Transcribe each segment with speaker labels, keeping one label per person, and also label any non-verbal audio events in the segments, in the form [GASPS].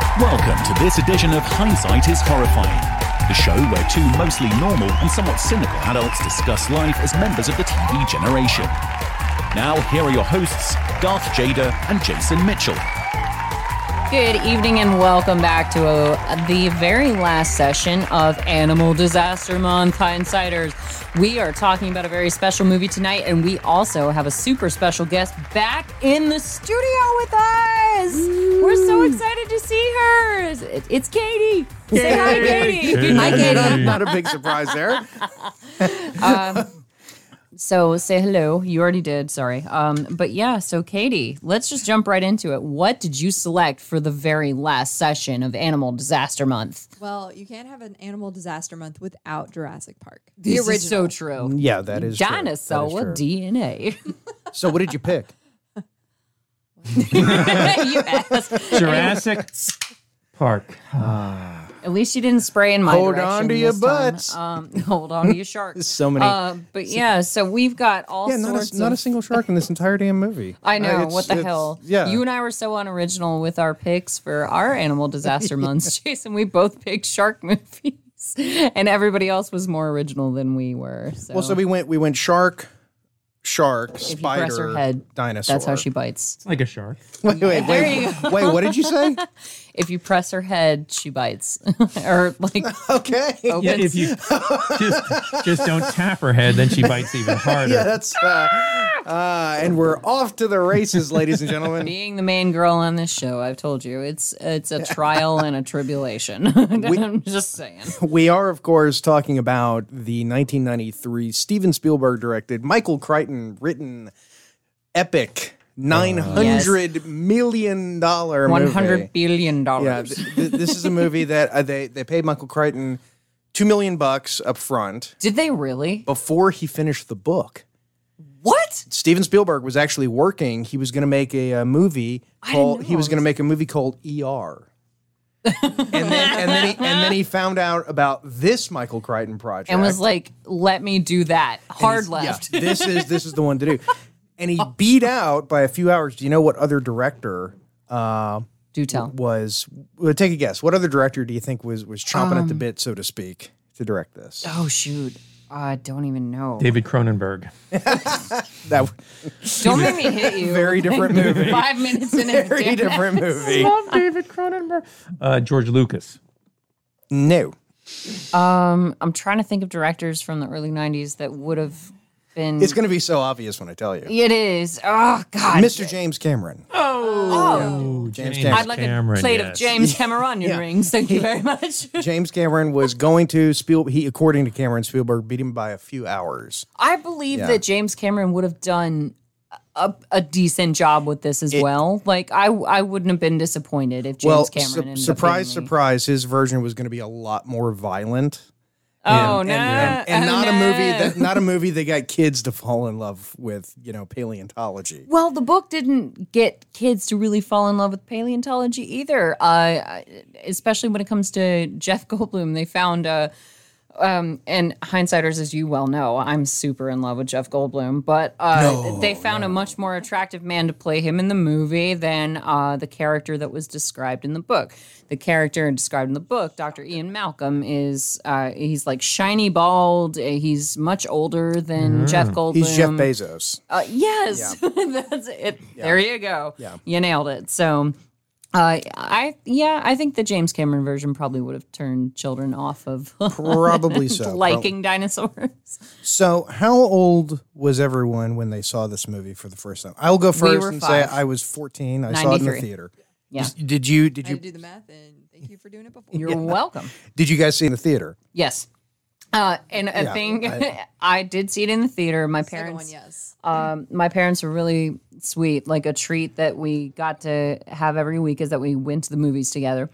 Speaker 1: to this edition of Hindsight is Horrifying, the show where two mostly normal and somewhat cynical adults discuss life as members of the TV generation. Now, here are your hosts, Garth Jada and Jason Mitchell.
Speaker 2: Good evening and welcome back to uh, the very last session of Animal Disaster Month Hindsiders. We are talking about a very special movie tonight, and we also have a super special guest back in the studio with us. We're so excited to see her. It's- It's Katie. Say hi, Katie.
Speaker 3: Hi,
Speaker 4: Not,
Speaker 3: Katie.
Speaker 4: not a big surprise there.
Speaker 2: So say hello. You already did. Sorry. Um, but yeah. So Katie, let's just jump right into it. What did you select for the very last session of Animal Disaster Month?
Speaker 3: Well, you can't have an animal disaster month without Jurassic Park.
Speaker 2: [LAUGHS] This
Speaker 3: the
Speaker 2: is so
Speaker 3: original.
Speaker 2: true.
Speaker 4: Mm, Yeah, that is true. That is
Speaker 2: Dinosaur
Speaker 4: true.
Speaker 2: DNA.
Speaker 4: [LAUGHS] So, what did you pick?
Speaker 2: you asked.
Speaker 5: Jurassic Park.
Speaker 2: [LAUGHS] At least you didn't spray in my
Speaker 4: Hold
Speaker 2: direction
Speaker 4: on to
Speaker 2: this
Speaker 4: your
Speaker 2: time.
Speaker 4: butts.
Speaker 2: Um, [LAUGHS] hold on to your sharks.
Speaker 4: [LAUGHS] So many-
Speaker 2: Uh, but yeah, so we've got all
Speaker 4: Yeah, not
Speaker 2: sorts
Speaker 4: a, not a
Speaker 2: of.
Speaker 4: single shark in this entire damn movie.
Speaker 2: I
Speaker 4: Uh,
Speaker 2: know
Speaker 4: it's-
Speaker 2: what the
Speaker 4: it's-
Speaker 2: hell.
Speaker 4: Yeah,
Speaker 2: you and I were so unoriginal with our picks for our animal
Speaker 4: [LAUGHS]
Speaker 2: disaster months, Jason. We both picked shark [LAUGHS] movies, and everybody else was more original than we were. So,
Speaker 4: Well, so we went we went shark, shark,
Speaker 2: if you
Speaker 4: spider,
Speaker 2: press her head,
Speaker 4: dinosaur.
Speaker 2: that's how she bites.
Speaker 5: It's like a shark.
Speaker 4: Wait, wait, wait, wait. What did you say?
Speaker 2: If you press her head, she bites, [LAUGHS] or like
Speaker 4: [LAUGHS] Okay.
Speaker 5: Yeah,
Speaker 2: opens.
Speaker 5: if you just just don't tap her head, then she
Speaker 2: [LAUGHS]
Speaker 5: bites even harder.
Speaker 4: [LAUGHS] Yeah, that's. Uh, uh, and we're off to the races, ladies and gentlemen.
Speaker 2: being the main girl on this show, I've told you it's it's a trial and a tribulation. [LAUGHS] I'm just
Speaker 4: [LAUGHS]
Speaker 2: saying.
Speaker 4: We are, of course, talking about the 1993 Steven Spielberg directed, Michael Crichton written, epic nine hundred million dollar
Speaker 2: One
Speaker 4: movie.
Speaker 2: hundred billion
Speaker 4: Yeah,
Speaker 2: dollars.
Speaker 4: th- th- this is
Speaker 2: [LAUGHS]
Speaker 4: a movie that uh, they they paid Michael Crichton two million bucks up front
Speaker 2: Did they really?
Speaker 4: before he finished the book.
Speaker 2: What?
Speaker 4: Steven Spielberg was actually working. He was going to make a, uh movie
Speaker 2: didn't
Speaker 4: called.
Speaker 2: know
Speaker 4: He was
Speaker 2: all
Speaker 4: going to
Speaker 2: this.
Speaker 4: make a movie called ER.
Speaker 2: [LAUGHS]
Speaker 4: and then and then, he, and then he found out about this Michael Crichton project
Speaker 2: And was like, let me do that. Hard
Speaker 4: he's- yeah,
Speaker 2: left. [LAUGHS]
Speaker 4: this is this is the one to do. And he beat out by a few hours. Do you know what other director uh,
Speaker 2: Do tell.
Speaker 4: was? Well, take a guess. What other director do you think was was chomping at the bit, so to speak, to direct this?
Speaker 2: Oh shoot. I don't even know.
Speaker 5: David Cronenberg.
Speaker 4: That w-
Speaker 2: Don't make me hit you.
Speaker 4: very different
Speaker 2: [LAUGHS]
Speaker 4: movie. [LAUGHS]
Speaker 2: Five minutes in it.
Speaker 4: Very different
Speaker 5: [LAUGHS]
Speaker 4: movie.
Speaker 5: Love David Cronenberg. Uh, George Lucas.
Speaker 4: No.
Speaker 2: Um, I'm trying to think of directors from the early '90s that would have been.
Speaker 4: It's going to be so obvious when I tell you.
Speaker 2: it is. Oh God.
Speaker 4: Mr. James Cameron.
Speaker 5: Oh,
Speaker 4: James
Speaker 2: I'd
Speaker 4: Cameron.
Speaker 2: like
Speaker 5: Cameron,
Speaker 2: a plate of
Speaker 4: [LAUGHS]
Speaker 5: yes.
Speaker 2: James Cameron rings. Thank you very much.
Speaker 4: James Cameron was going to Spiel. He, according to Cameron, Spielberg beat him by a few hours.
Speaker 2: I believe
Speaker 4: Yeah.
Speaker 2: that James Cameron would have done a, a decent job with this as well. Like I I wouldn't have been disappointed if James
Speaker 4: well,
Speaker 2: Cameron.
Speaker 4: su-
Speaker 2: ended up
Speaker 4: surprise,
Speaker 2: being the-
Speaker 4: surprise, his version was going to be a lot more violent.
Speaker 2: Oh
Speaker 4: and,
Speaker 2: no!
Speaker 4: and- and
Speaker 2: Oh,
Speaker 4: not a
Speaker 2: no.
Speaker 4: movie that not a movie that got kids to fall in love with you know paleontology
Speaker 2: Well, the book didn't get kids to really fall in love with paleontology either. Uh, I- especially when it comes to Jeff [LAUGHS] Goldblum, they found. Uh, um, and hindsighters, as you well know, I'm super in love with Jeff Goldblum, but uh, they found a much more attractive man to play him in the movie than uh, the character that was described in the book. The character described in the book, Dr. Ian Malcolm, is uh, he's like shiny bald. uh, He's much older than Jeff Goldblum.
Speaker 4: Mm. he's jeff bezos
Speaker 2: Uh, yes, [LAUGHS] that's it. There you go. Yeah, you nailed it. So, uh, I yeah, I think the James Cameron version probably would have turned children off of [LAUGHS]
Speaker 4: uh, probably so
Speaker 2: liking dinosaurs.
Speaker 4: Prob- so how old was everyone when they saw this movie for the first time i'll go first
Speaker 2: were
Speaker 4: and
Speaker 2: five.
Speaker 4: say i was 14 i saw it in the
Speaker 2: 93.
Speaker 4: theater
Speaker 2: Yeah.
Speaker 4: Just- did you did
Speaker 3: I had
Speaker 4: you
Speaker 3: to do the math, and thank you for doing it
Speaker 2: [LAUGHS]
Speaker 3: before.
Speaker 2: You're welcome.
Speaker 4: did you guys see it in the theater
Speaker 2: Yes. Uh, and a
Speaker 4: Yeah,
Speaker 2: thing, [LAUGHS] I,
Speaker 4: I-
Speaker 2: did see it in the theater. My
Speaker 3: Second
Speaker 2: parents,
Speaker 3: one,
Speaker 2: [LAUGHS]
Speaker 3: yes.
Speaker 2: um, my parents were really sweet. Like a treat that we got to have every week is that we went to the movies together.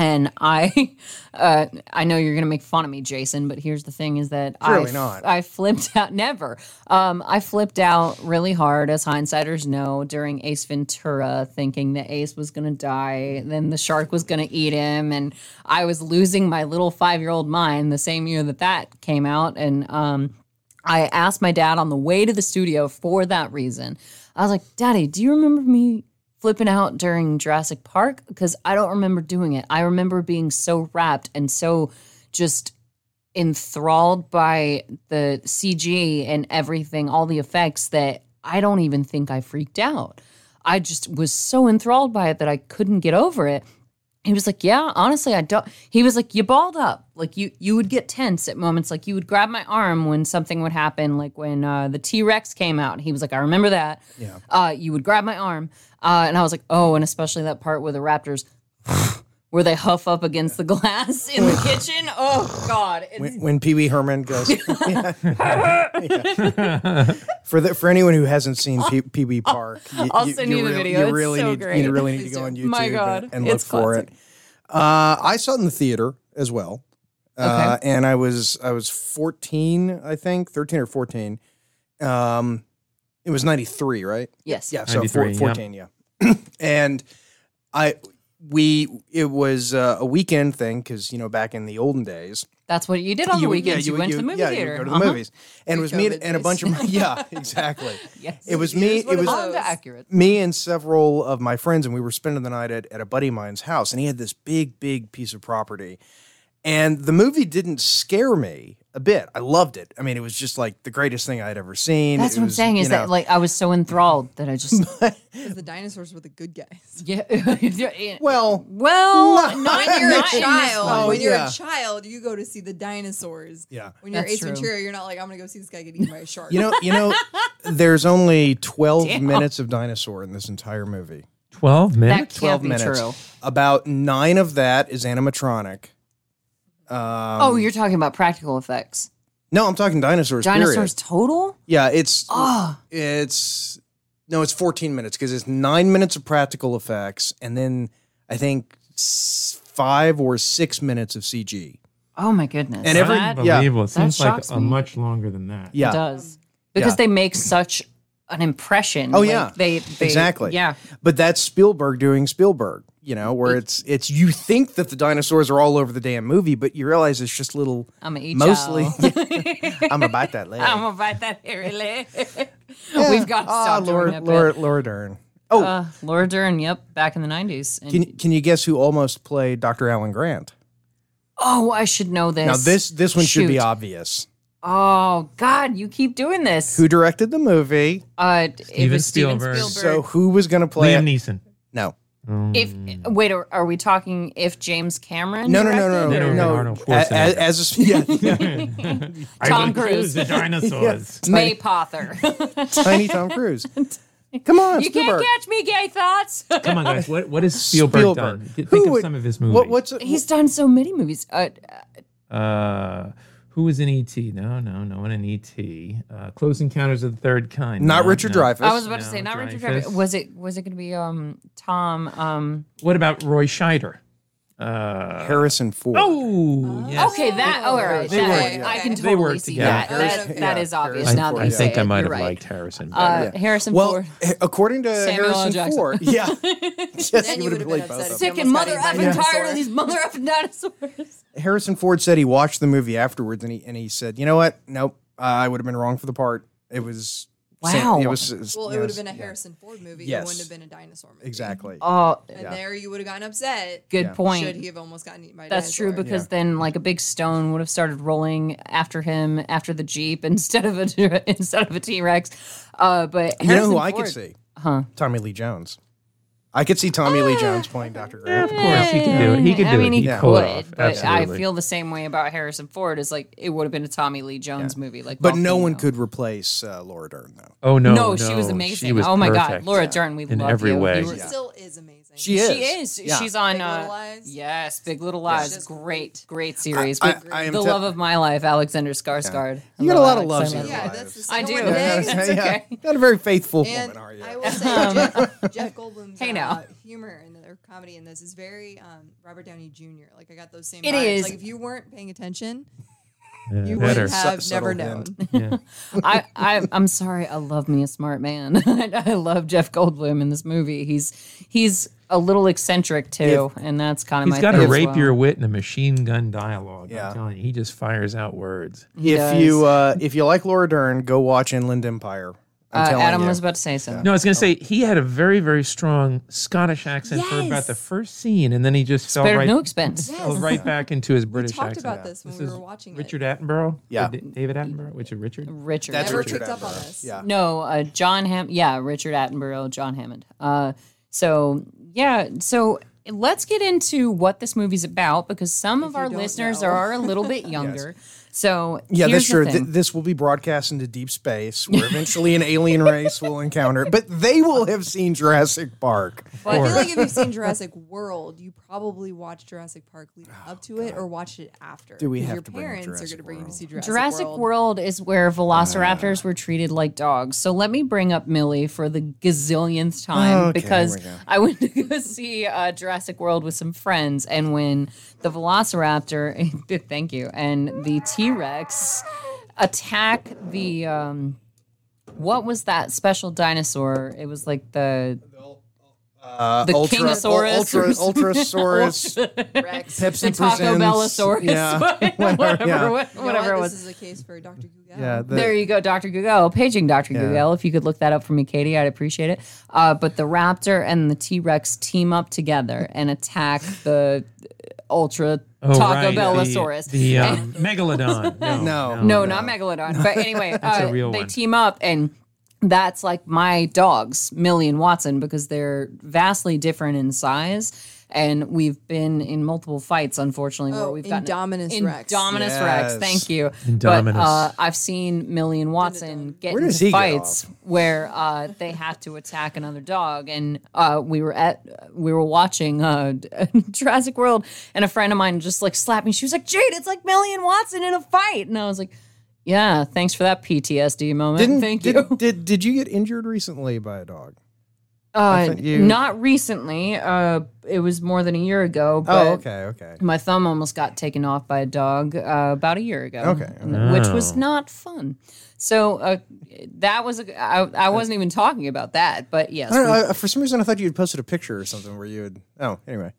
Speaker 2: And I, [LAUGHS] uh, I know you're gonna make fun of me, Jason, but here's the thing: is that I,
Speaker 4: Surely
Speaker 2: f-
Speaker 4: not.
Speaker 2: I flipped [LAUGHS] out. Never. Um, I flipped out really hard, as hindsighters know, during Ace Ventura, thinking that Ace was gonna die, then the shark was gonna eat him, and I was losing my little five year old mind. The same year that that came out, and um, I asked my dad on the way to the studio for that reason. I was like, Daddy, do you remember me flipping out during Jurassic Park because I don't remember doing it. I remember being so wrapped and so just enthralled by the CG and everything, all the effects that I don't even think I freaked out. I just was so enthralled by it that I couldn't get over it. He was like, "Yeah, honestly, I don't." He was like, "You balled up. Like you, you would get tense at moments. Like you would grab my arm when something would happen. Like when uh, the T Rex came out. He was like, "I remember that." Yeah. Uh, you would grab my arm, uh, and I was like, "Oh," and especially that part where the Raptors, [LAUGHS] where they huff up against the glass in
Speaker 4: [LAUGHS]
Speaker 2: the kitchen. Oh God, it's
Speaker 4: When, when Pee Wee
Speaker 2: [LAUGHS]
Speaker 4: Herman goes. [LAUGHS] Yeah. Yeah. For the, for anyone who hasn't seen Pee Pee Wee Park, you,
Speaker 2: I'll send you the
Speaker 4: real-
Speaker 2: video. It's
Speaker 4: really
Speaker 2: so
Speaker 4: need,
Speaker 2: great.
Speaker 4: You really need to go on YouTube
Speaker 2: My God,
Speaker 4: and, and look
Speaker 2: it's
Speaker 4: for it. Uh, I saw it in the theater as well, uh, and I was I was fourteen, I think, thirteen or fourteen. Um, it was ninety three, right?
Speaker 2: yes,
Speaker 4: Yeah, so four,
Speaker 5: 93,
Speaker 4: 14,
Speaker 5: yeah.
Speaker 4: yeah. [CLEARS THROAT] and I we it was uh, a weekend thing because you know back in the olden days
Speaker 2: That's what you did on the
Speaker 4: would-
Speaker 2: weekends. you,
Speaker 4: would-
Speaker 2: went to the movie
Speaker 4: yeah, you would
Speaker 2: theater.
Speaker 4: go to the
Speaker 2: Uh-huh.
Speaker 4: movies, and it was me and,
Speaker 3: Pre-COVID
Speaker 4: and a bunch of my, [LAUGHS]
Speaker 2: [LAUGHS]
Speaker 3: days.
Speaker 4: yeah, exactly.
Speaker 2: Yes.
Speaker 4: It was me.
Speaker 3: one
Speaker 4: It was
Speaker 3: of those.
Speaker 2: Kinda accurate.
Speaker 4: me and several of my friends, and we were spending the night at, at a buddy of mine's house, and he had this big, big piece of property. And the movie didn't scare me a bit. I loved it. I mean, it was just like the greatest thing I had ever seen.
Speaker 2: That's
Speaker 4: It
Speaker 2: what I'm
Speaker 4: was,
Speaker 2: saying.
Speaker 4: you
Speaker 2: Is
Speaker 4: know-
Speaker 2: that like I was so enthralled that I just [LAUGHS]
Speaker 3: Because the dinosaurs were the good guys.
Speaker 2: yeah. [LAUGHS]
Speaker 4: well,
Speaker 2: well, not
Speaker 3: When you're
Speaker 2: not in
Speaker 3: a
Speaker 2: this
Speaker 3: child,
Speaker 2: one.
Speaker 4: Oh,
Speaker 3: when you're
Speaker 4: yeah.
Speaker 3: a child, you go to see the dinosaurs.
Speaker 4: Yeah.
Speaker 3: When you're
Speaker 2: That's
Speaker 3: Ace
Speaker 2: true.
Speaker 3: Ventura, you're not like, I'm gonna go see this guy get eaten by a shark.
Speaker 4: you know,
Speaker 2: [LAUGHS]
Speaker 4: you know, there's only 12
Speaker 2: Damn.
Speaker 4: minutes of dinosaur in this entire movie.
Speaker 5: Twelve minutes.
Speaker 2: Can't
Speaker 4: 12
Speaker 2: be
Speaker 4: minutes.
Speaker 2: true.
Speaker 4: About nine of that is animatronic. Um,
Speaker 2: Oh, you're talking about practical effects.
Speaker 4: no, I'm talking dinosaurs. period.
Speaker 2: Dinosaurs total?
Speaker 4: Yeah, it's
Speaker 2: Ah.
Speaker 4: it's no, it's 14 minutes because it's nine minutes of practical effects, and then I think s- five or six minutes of CG.
Speaker 2: Oh my goodness.
Speaker 4: And every-
Speaker 2: That-
Speaker 4: yeah.
Speaker 5: Unbelievable. It
Speaker 2: That
Speaker 5: seems like
Speaker 2: shocks
Speaker 5: a
Speaker 2: me.
Speaker 5: much longer than that.
Speaker 2: it
Speaker 4: Yeah,
Speaker 2: does. Because
Speaker 4: Yeah.
Speaker 2: they make such an impression.
Speaker 4: Oh,
Speaker 2: Like,
Speaker 4: yeah.
Speaker 2: They, they
Speaker 4: exactly.
Speaker 2: Yeah.
Speaker 4: but that's Spielberg doing Spielberg. You know, where it's it's you think that the dinosaurs are all over the damn movie, but you realize it's
Speaker 2: [LAUGHS]
Speaker 4: just little.
Speaker 2: I'm a eat
Speaker 4: mostly.
Speaker 2: y'all. [LAUGHS]
Speaker 4: I'm about that leg.
Speaker 2: I'm gonna bite that hairy leg. We've got to
Speaker 4: Ah,
Speaker 2: stop doing
Speaker 4: Laura,
Speaker 2: that bit.
Speaker 4: Laura, Laura Dern. Oh,
Speaker 2: Uh, Laura Dern, yep, back in the 90s. And,
Speaker 4: can can you guess who almost played Dr. Alan Grant?
Speaker 2: oh, I should know this.
Speaker 4: Now this this one should be
Speaker 2: Shoot.
Speaker 4: obvious.
Speaker 2: Oh, God, you keep doing this.
Speaker 4: Who directed the movie?
Speaker 2: uh, it
Speaker 5: Steven
Speaker 2: was Steven
Speaker 5: Spielberg.
Speaker 2: Spielberg.
Speaker 4: So who was going to play
Speaker 5: Liam
Speaker 4: it?
Speaker 5: Neeson.
Speaker 4: No.
Speaker 2: If wait, are, are we talking if James Cameron?
Speaker 4: No, no, no,
Speaker 2: directed
Speaker 4: no,
Speaker 5: Then
Speaker 2: or-
Speaker 5: it
Speaker 4: no.
Speaker 5: would have been
Speaker 4: A-
Speaker 5: Arnold Schwarzenegger.
Speaker 4: a- As a,
Speaker 5: [LAUGHS]
Speaker 4: yeah, yeah,
Speaker 2: Tom
Speaker 5: I would choose
Speaker 2: Cruise. [LAUGHS]
Speaker 5: The dinosaurs.
Speaker 2: May [LAUGHS] Pother. [LAUGHS]
Speaker 4: tiny Tom Cruise. Come on,
Speaker 2: you
Speaker 4: Spielberg.
Speaker 2: can't catch me, gay thoughts. [LAUGHS]
Speaker 5: Come on, guys. What what is Spielberg, done? Think of
Speaker 4: would-
Speaker 5: some of his movies.
Speaker 4: What, what's a,
Speaker 2: He's done so many movies. Uh,
Speaker 5: Uh, who was in E.T.? No, no, no one in E.T. Uh, Close Encounters of the Third Kind.
Speaker 4: not
Speaker 5: No,
Speaker 4: Richard
Speaker 5: no.
Speaker 4: Dreyfuss?
Speaker 2: I was about to
Speaker 5: No,
Speaker 2: say not Richard
Speaker 5: Dreyfus.
Speaker 2: Dreyfuss. Was it was it going to be um Tom um
Speaker 5: What about Roy Scheider? Uh,
Speaker 4: Harrison Ford.
Speaker 5: oh, yes.
Speaker 2: Okay, that oh, all right.
Speaker 3: They
Speaker 2: that-
Speaker 3: worked,
Speaker 2: I
Speaker 3: yeah.
Speaker 2: can
Speaker 3: They
Speaker 2: totally
Speaker 5: worked
Speaker 2: see
Speaker 5: together.
Speaker 2: that. That,
Speaker 3: Harrison-
Speaker 2: that
Speaker 4: yeah,
Speaker 2: is obvious
Speaker 4: Harrison
Speaker 2: now that
Speaker 4: Ford.
Speaker 2: you
Speaker 5: I
Speaker 2: say
Speaker 5: think
Speaker 2: it.
Speaker 5: I might
Speaker 2: You're
Speaker 5: have
Speaker 2: right.
Speaker 5: liked Harrison. better.
Speaker 2: Uh, Harrison
Speaker 4: Well,
Speaker 2: Ford.
Speaker 4: h- according to
Speaker 2: Samuel L.
Speaker 4: Harrison
Speaker 2: Jackson. [LAUGHS]
Speaker 4: Ford, yeah, yes,
Speaker 3: Then
Speaker 4: he
Speaker 3: you
Speaker 4: would have
Speaker 3: would've been
Speaker 4: played both of
Speaker 3: upset if you
Speaker 4: them.
Speaker 2: Sick and mother
Speaker 3: almost
Speaker 2: [LAUGHS]
Speaker 3: got
Speaker 2: effing
Speaker 3: eaten by a
Speaker 2: tired of
Speaker 3: dinosaur.
Speaker 2: these mother effing dinosaurs.
Speaker 4: Harrison Ford said he watched the movie afterwards, and he and he said, "You know what? Nope, I would have been wrong for the part. It was
Speaker 2: Wow.
Speaker 4: It was it was-
Speaker 3: Well,
Speaker 4: yeah,
Speaker 3: it would
Speaker 4: was-
Speaker 3: have been a
Speaker 4: yeah,
Speaker 3: Harrison Ford movie.
Speaker 4: Yes.
Speaker 3: It wouldn't have been a dinosaur movie.
Speaker 4: Exactly.
Speaker 2: Oh,
Speaker 3: And there you would have gotten upset.
Speaker 2: good point.
Speaker 3: Should he have almost gotten eaten by a
Speaker 2: That's true
Speaker 3: dinosaur?
Speaker 2: because then like a big stone would have started rolling after him after the jeep [LAUGHS] instead of a instead of a T Rex. Uh, but
Speaker 4: you know who
Speaker 2: Harrison
Speaker 4: I could
Speaker 2: Ford-
Speaker 4: see? Huh? Tommy Lee Jones. I could see Tommy Lee Jones playing Doctor
Speaker 5: Yeah,
Speaker 4: Grant.
Speaker 5: of course, he could do it. He could do
Speaker 2: I mean,
Speaker 5: it.
Speaker 2: he
Speaker 5: could
Speaker 2: could,
Speaker 5: pull it off.
Speaker 2: but
Speaker 5: Absolutely.
Speaker 2: I feel the same way about Harrison Ford. Is like it would have been a Tommy Lee Jones movie, like
Speaker 4: But no one
Speaker 2: Volcano.
Speaker 4: could replace uh, Laura Dern, though.
Speaker 5: Oh no,
Speaker 2: No, she was amazing. oh my God,
Speaker 5: perfect.
Speaker 2: Laura Dern, we
Speaker 5: In
Speaker 2: love
Speaker 5: every
Speaker 2: you. You
Speaker 5: way.
Speaker 2: were-
Speaker 3: She still is amazing.
Speaker 4: She
Speaker 2: She
Speaker 4: is.
Speaker 2: is.
Speaker 4: Yeah.
Speaker 2: She's on.
Speaker 3: Big
Speaker 2: uh,
Speaker 3: Little Lies?
Speaker 2: Yes, Big Little Lies.
Speaker 3: She's
Speaker 2: Great, great series.
Speaker 4: I-
Speaker 2: With
Speaker 4: I am
Speaker 2: the
Speaker 4: tell-
Speaker 2: love of my life, Alexander Skarsgård. I
Speaker 4: You got a
Speaker 2: love
Speaker 4: lot of
Speaker 2: Alex
Speaker 4: loves
Speaker 2: so
Speaker 4: in
Speaker 2: much.
Speaker 4: your
Speaker 3: Yeah,
Speaker 4: life.
Speaker 3: that's the
Speaker 2: I
Speaker 3: single
Speaker 2: do.
Speaker 4: [LAUGHS]
Speaker 3: one
Speaker 2: Yeah,
Speaker 3: day.
Speaker 2: that's- It's okay.
Speaker 4: Not a very faithful
Speaker 3: And
Speaker 4: woman, are you?
Speaker 3: I will say,
Speaker 2: [LAUGHS]
Speaker 3: Jeff, Jeff Goldblum's
Speaker 2: Um, Hey,
Speaker 3: uh,
Speaker 2: now.
Speaker 3: humor and their comedy in this is very um, Robert Downey Jr. Like I got those same.
Speaker 2: It
Speaker 3: vibes.
Speaker 2: is.
Speaker 3: Like if you weren't paying attention,
Speaker 5: Yeah,
Speaker 3: you would
Speaker 5: better.
Speaker 3: have
Speaker 4: Su-
Speaker 3: never
Speaker 4: subtle
Speaker 3: known.
Speaker 4: hint.
Speaker 2: I, I I'm sorry. I love me a smart man. [LAUGHS] I love Jeff Goldblum in this movie. He's he's a little eccentric too, and that's kind of my.
Speaker 5: He's got
Speaker 2: thing
Speaker 5: a
Speaker 2: as
Speaker 5: rapier
Speaker 2: well.
Speaker 5: wit and a machine gun dialogue.
Speaker 4: Yeah.
Speaker 5: I'm telling you, he just fires out words.
Speaker 4: If you uh, if you like Laura Dern, go watch Inland Empire. I'm
Speaker 2: Uh,
Speaker 4: telling
Speaker 2: Adam
Speaker 4: you.
Speaker 2: was about to say something.
Speaker 5: No, I was
Speaker 4: Oh.
Speaker 5: going to say he had a very, very strong Scottish accent for about the
Speaker 2: Yes.
Speaker 5: first scene, and then he just fell
Speaker 2: Spared
Speaker 5: right,
Speaker 2: no expense.
Speaker 3: Yes.
Speaker 5: fell right back into his
Speaker 3: we
Speaker 5: British
Speaker 3: talked
Speaker 5: accent.
Speaker 3: about this when we
Speaker 5: is
Speaker 3: were watching
Speaker 5: Richard
Speaker 3: it.
Speaker 5: Attenborough,
Speaker 4: Yeah.
Speaker 5: Or D- David Attenborough, which is Richard.
Speaker 2: Richard.
Speaker 4: That's
Speaker 3: Never
Speaker 4: Richard
Speaker 3: picked up on
Speaker 4: Attenborough.
Speaker 3: this.
Speaker 4: Yeah.
Speaker 2: No, uh, John Ham. Yeah, Richard Attenborough, John Hammond. Uh, so yeah, so let's get into what this movie's about because some of
Speaker 3: you
Speaker 2: our
Speaker 3: don't
Speaker 2: listeners
Speaker 3: know.
Speaker 2: are a little
Speaker 3: [LAUGHS]
Speaker 2: bit younger. So
Speaker 4: Yeah,
Speaker 2: here's
Speaker 4: that's true.
Speaker 2: The
Speaker 4: Th-
Speaker 2: thing.
Speaker 4: this will be broadcast into deep space,
Speaker 2: [LAUGHS]
Speaker 4: where eventually an alien race will encounter, but they will have seen Jurassic Park.
Speaker 3: But I
Speaker 5: Or-
Speaker 3: feel like if you've seen Jurassic World, you probably watched Jurassic Park leading up to it or watched it after.
Speaker 4: Oh, Do we
Speaker 3: 'Cause
Speaker 4: have
Speaker 3: your
Speaker 4: to bring up
Speaker 3: parents are
Speaker 4: Jurassic
Speaker 3: going to bring you to see Jurassic,
Speaker 2: Jurassic World. is where
Speaker 4: Ah.
Speaker 2: velociraptors were treated like dogs. So let me bring up Millie for the gazillionth time
Speaker 4: Okay,
Speaker 2: because
Speaker 4: here we go.
Speaker 2: I went to go see uh, Jurassic World with some friends, and when the velociraptor, [LAUGHS] thank you, and the T Rex attack the. Um, what was that special dinosaur? It was like the
Speaker 4: Uh,
Speaker 2: The
Speaker 4: ultra,
Speaker 2: Kingosaurus
Speaker 4: ultra,
Speaker 2: [LAUGHS] or
Speaker 4: Ultrasaurus,
Speaker 2: [LAUGHS]
Speaker 3: Rex.
Speaker 4: Pepsi
Speaker 2: the Taco
Speaker 4: presents-
Speaker 2: Bellosaurus,
Speaker 4: Yeah,
Speaker 2: [LAUGHS] whatever,
Speaker 4: yeah.
Speaker 3: You know
Speaker 2: whatever
Speaker 3: what?
Speaker 2: it was.
Speaker 3: This is a case for Dr. Google.
Speaker 4: yeah, the-
Speaker 2: there you go, Dr. Google. Paging Dr. Google. If you could look that up for me, Katie, I'd appreciate it. Uh, but the raptor and the T Rex team up together and attack the ultra
Speaker 5: Oh,
Speaker 2: Taco
Speaker 5: right,
Speaker 2: Bellosaurus.
Speaker 5: the, the um, megalodon. No,
Speaker 4: No.
Speaker 2: no, not Megalodon. But
Speaker 5: [LAUGHS]
Speaker 2: anyway, uh,
Speaker 5: real
Speaker 2: they
Speaker 5: one.
Speaker 2: team up and. That's like my dogs, Millie and Watson, because they're vastly different in size. And we've been in multiple fights, unfortunately, where
Speaker 3: Oh,
Speaker 2: we've gotten
Speaker 3: Indominus Rex.
Speaker 2: Indominus Rex,
Speaker 4: Yes.
Speaker 2: thank you.
Speaker 5: Indominus.
Speaker 2: But uh, I've seen Millie and Watson get
Speaker 4: Where does
Speaker 2: into
Speaker 4: he get
Speaker 2: fights where uh, they have to attack another dog, and uh, we were at we were watching uh, [LAUGHS] Jurassic World, and a friend of mine just like slapped me. She was like, "Jade, it's like Millie and Watson in a fight," and I was like, "Yeah, thanks for that PTSD moment.
Speaker 4: [LAUGHS] Didn't
Speaker 2: Thank
Speaker 4: did,
Speaker 2: you."
Speaker 4: Did did you get injured recently by a dog?
Speaker 2: Uh,
Speaker 4: thought you-
Speaker 2: Not recently. Uh, it was more than a year ago. But
Speaker 4: oh, okay, okay.
Speaker 2: My thumb almost got taken off by a dog uh, about a year ago.
Speaker 4: Okay.
Speaker 2: n- Which was
Speaker 5: Oh.
Speaker 2: not fun. So uh, that was, a, I, I wasn't even talking about that, but yes.
Speaker 4: I don't
Speaker 2: we-
Speaker 4: know. I, for some reason, I thought you had posted a picture or something where you had. Oh, anyway.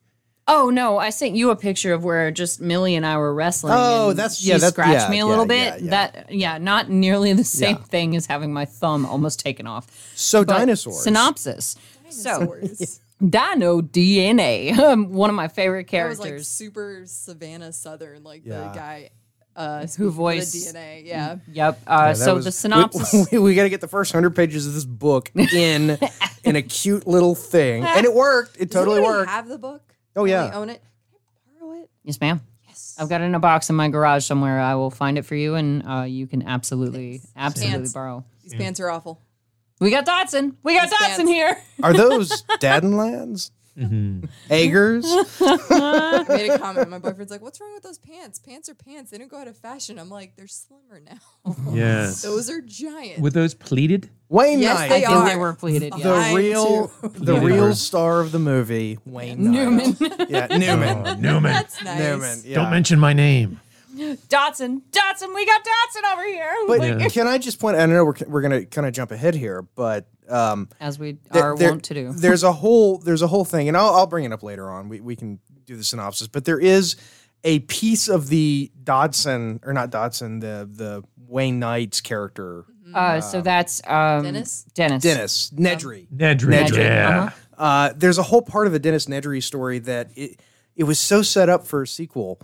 Speaker 2: oh, no, I sent you a picture of where just Millie and I were wrestling.
Speaker 4: Oh,
Speaker 2: and
Speaker 4: that's-
Speaker 2: she
Speaker 4: yeah, that's-
Speaker 2: scratched
Speaker 4: yeah,
Speaker 2: me a
Speaker 4: yeah,
Speaker 2: little
Speaker 4: yeah,
Speaker 2: bit.
Speaker 4: yeah.
Speaker 2: That, yeah, not nearly the same
Speaker 4: Yeah.
Speaker 2: thing as having my thumb almost taken off.
Speaker 4: So
Speaker 2: But
Speaker 4: dinosaurs.
Speaker 2: Synopsis. So,
Speaker 3: Dinosaurs.
Speaker 2: Dino DNA, um, [LAUGHS] one of my favorite
Speaker 3: That was like
Speaker 2: characters.
Speaker 3: super Savannah Southern, like
Speaker 4: Yeah. Mm.
Speaker 3: the guy uh,
Speaker 2: Who voiced-
Speaker 3: voiced the DNA. Yeah.
Speaker 2: yep. Uh,
Speaker 4: Yeah, that
Speaker 2: so
Speaker 4: was-
Speaker 2: the synopsis.
Speaker 4: We, [LAUGHS] we, got to get the first hundred pages of this book in [LAUGHS] in a cute little thing, and it worked. It
Speaker 3: Does
Speaker 4: totally
Speaker 3: anybody
Speaker 4: worked.
Speaker 3: Have the book?
Speaker 4: Oh,
Speaker 3: Can
Speaker 4: yeah.
Speaker 3: we own it. Can I borrow it?
Speaker 2: yes, ma'am.
Speaker 3: Yes.
Speaker 2: I've got it in a box in my garage somewhere. I will find it for you, and uh, you can absolutely, absolutely
Speaker 3: Pants.
Speaker 2: borrow.
Speaker 3: These pants are awful.
Speaker 2: We got Dotson. We got Dotson
Speaker 3: Pants.
Speaker 2: here. [LAUGHS]
Speaker 4: Are those Dadenlands? Eggers?
Speaker 3: I made a comment. My boyfriend's like, "What's wrong with those pants? Pants are pants. They didn't go out of fashion." I'm like, "They're slimmer now. [LAUGHS]
Speaker 5: Yes.
Speaker 3: Those are giant."
Speaker 5: Were those pleated?
Speaker 4: Wayne
Speaker 3: Yes,
Speaker 4: Knight.
Speaker 3: they
Speaker 2: I think they
Speaker 3: are.
Speaker 2: were pleated.
Speaker 4: The
Speaker 2: Yeah.
Speaker 3: I
Speaker 4: real,
Speaker 3: too.
Speaker 4: the
Speaker 5: Yeah.
Speaker 4: real star of the movie, Wayne Newman. Yeah, [LAUGHS] Newman.
Speaker 5: Oh, Newman.
Speaker 3: That's nice.
Speaker 4: Newman. Yeah.
Speaker 5: Don't mention my name.
Speaker 2: Dotson. Dotson. We got Dotson over here.
Speaker 4: But
Speaker 2: Like-
Speaker 4: can I just point? I know we're we're gonna kind of jump ahead here, but um,
Speaker 2: as we
Speaker 4: th-
Speaker 2: are
Speaker 4: there-
Speaker 2: wont to do.
Speaker 4: there's a whole there's a whole thing, and I'll I'll bring it up later on. We we can do the synopsis, but there is a piece of the Dodson or not Dodson, the the Wayne Knight's character,
Speaker 2: Uh, so that's um,
Speaker 3: Dennis?
Speaker 2: Dennis.
Speaker 4: Dennis Nedry.
Speaker 5: Nedry.
Speaker 4: Nedry,
Speaker 5: Yeah.
Speaker 2: uh-huh.
Speaker 4: Uh, there's a whole part of the Dennis Nedry story that it it was so set up for a sequel,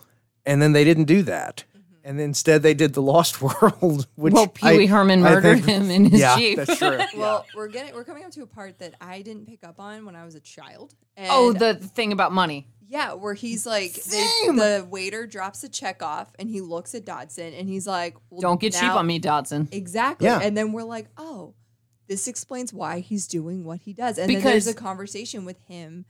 Speaker 4: and then they didn't do that, and instead they did the Lost [LAUGHS] World, which
Speaker 2: Mm-hmm. Well, Pee Wee
Speaker 4: I-
Speaker 2: Herman
Speaker 4: I
Speaker 2: murdered
Speaker 4: think-
Speaker 2: him in his
Speaker 4: yeah,
Speaker 2: jeep.
Speaker 3: [LAUGHS]
Speaker 2: [LAUGHS]
Speaker 4: That's true.
Speaker 3: Well, we're getting we're coming up to a part that I didn't pick up on when I was a child. And
Speaker 2: Oh, the thing about money.
Speaker 3: yeah, where he's like they, the waiter drops a check off and he looks at Dodson and he's like, well,
Speaker 2: Don't get cheap
Speaker 3: now-
Speaker 2: on me, Dodson.
Speaker 3: Exactly.
Speaker 4: Yeah.
Speaker 3: And then we're like, oh, this explains why he's doing what he does. And then there's
Speaker 2: Because-
Speaker 3: a conversation with him.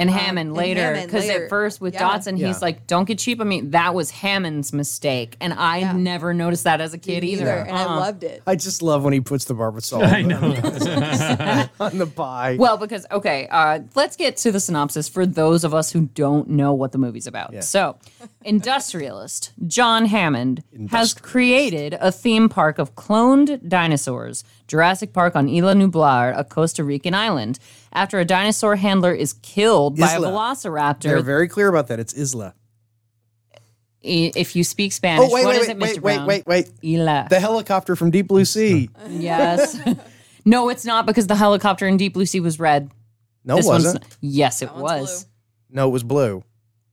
Speaker 2: and
Speaker 3: Um,
Speaker 2: Hammond
Speaker 3: and
Speaker 2: later.
Speaker 3: Hammond
Speaker 2: Because at
Speaker 3: later.
Speaker 2: first with
Speaker 3: Yeah.
Speaker 2: Dotson,
Speaker 4: Yeah.
Speaker 2: he's like, "Don't get cheap." I mean, that was Hammond's mistake, and I
Speaker 3: Yeah.
Speaker 2: never noticed that as a kid
Speaker 3: either.
Speaker 2: either.
Speaker 3: And I
Speaker 2: Uh-uh.
Speaker 3: loved it.
Speaker 4: I just love when he puts the barbasol
Speaker 5: [LAUGHS] I
Speaker 4: on the-
Speaker 5: know.
Speaker 4: [LAUGHS] on the pie.
Speaker 2: Well, because okay, uh, let's get to the synopsis for those of us who don't know what the movie's about.
Speaker 3: [LAUGHS]
Speaker 2: So, industrialist John Hammond has created a theme park of cloned dinosaurs, Jurassic Park on Isla Nublar, a Costa Rican island. After a dinosaur handler is killed by a
Speaker 4: Isla. They're
Speaker 2: velociraptor,
Speaker 4: very clear about that. It's Isla. Oh,
Speaker 2: I- if you speak Spanish,
Speaker 4: wait,
Speaker 2: what
Speaker 4: wait,
Speaker 2: is
Speaker 4: wait,
Speaker 2: it, Mr.
Speaker 4: wait,
Speaker 2: Brown?
Speaker 4: wait, wait, wait.
Speaker 2: Isla.
Speaker 4: [LAUGHS] The helicopter from Deep Blue Sea.
Speaker 2: Yes. No, it's not because the helicopter in Deep Blue Sea was red.
Speaker 4: No, Oh, it
Speaker 2: This one's
Speaker 4: wasn't.
Speaker 2: not- Yes, it
Speaker 3: That one's
Speaker 2: was.
Speaker 4: No, it was blue.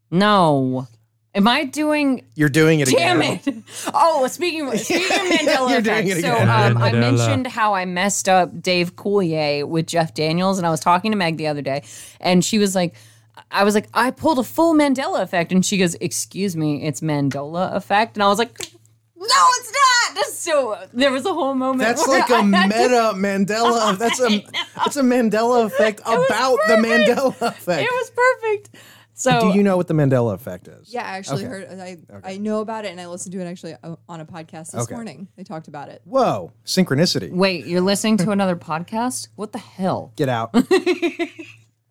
Speaker 2: No. Am I doing
Speaker 4: You're doing it
Speaker 2: Damn
Speaker 4: again.
Speaker 2: it! [LAUGHS] Oh,
Speaker 4: [LAUGHS]
Speaker 2: speaking of, speaking of Mandela
Speaker 4: You're doing
Speaker 2: effect,
Speaker 4: it
Speaker 2: so
Speaker 4: again.
Speaker 2: um, I
Speaker 5: Mandela.
Speaker 2: mentioned how I messed up Dave Coulier with Jeff Daniels, and I was talking to Meg the other day, and she was like, "I was like, I pulled a full Mandela effect," and she goes, "Excuse me, it's Mandela effect," and I was like, "No, it's not." [LAUGHS] So there was a whole moment. [LAUGHS]
Speaker 4: That's
Speaker 2: where
Speaker 4: like a
Speaker 2: I had to- [LAUGHS]
Speaker 4: meta Mandela. That's a that's a Mandela effect about the
Speaker 2: perfect.
Speaker 4: Mandela effect.
Speaker 2: It was perfect. So
Speaker 4: Do you know what the Mandela effect is?
Speaker 3: Yeah, I actually
Speaker 4: Okay.
Speaker 3: heard. I I know about it, and I listened to it actually uh, on a podcast this
Speaker 4: Okay.
Speaker 3: morning. They talked about it.
Speaker 4: Whoa,
Speaker 2: [LAUGHS]
Speaker 4: synchronicity.
Speaker 2: wait, you're listening to another podcast? What the hell?
Speaker 4: Get out.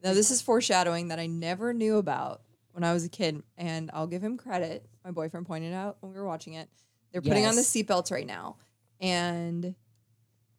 Speaker 3: Now this is foreshadowing that I never knew about when I was a kid, and I'll give him credit. My boyfriend pointed out when we were watching it. They're putting on the
Speaker 2: Yes.
Speaker 3: seatbelts right now, and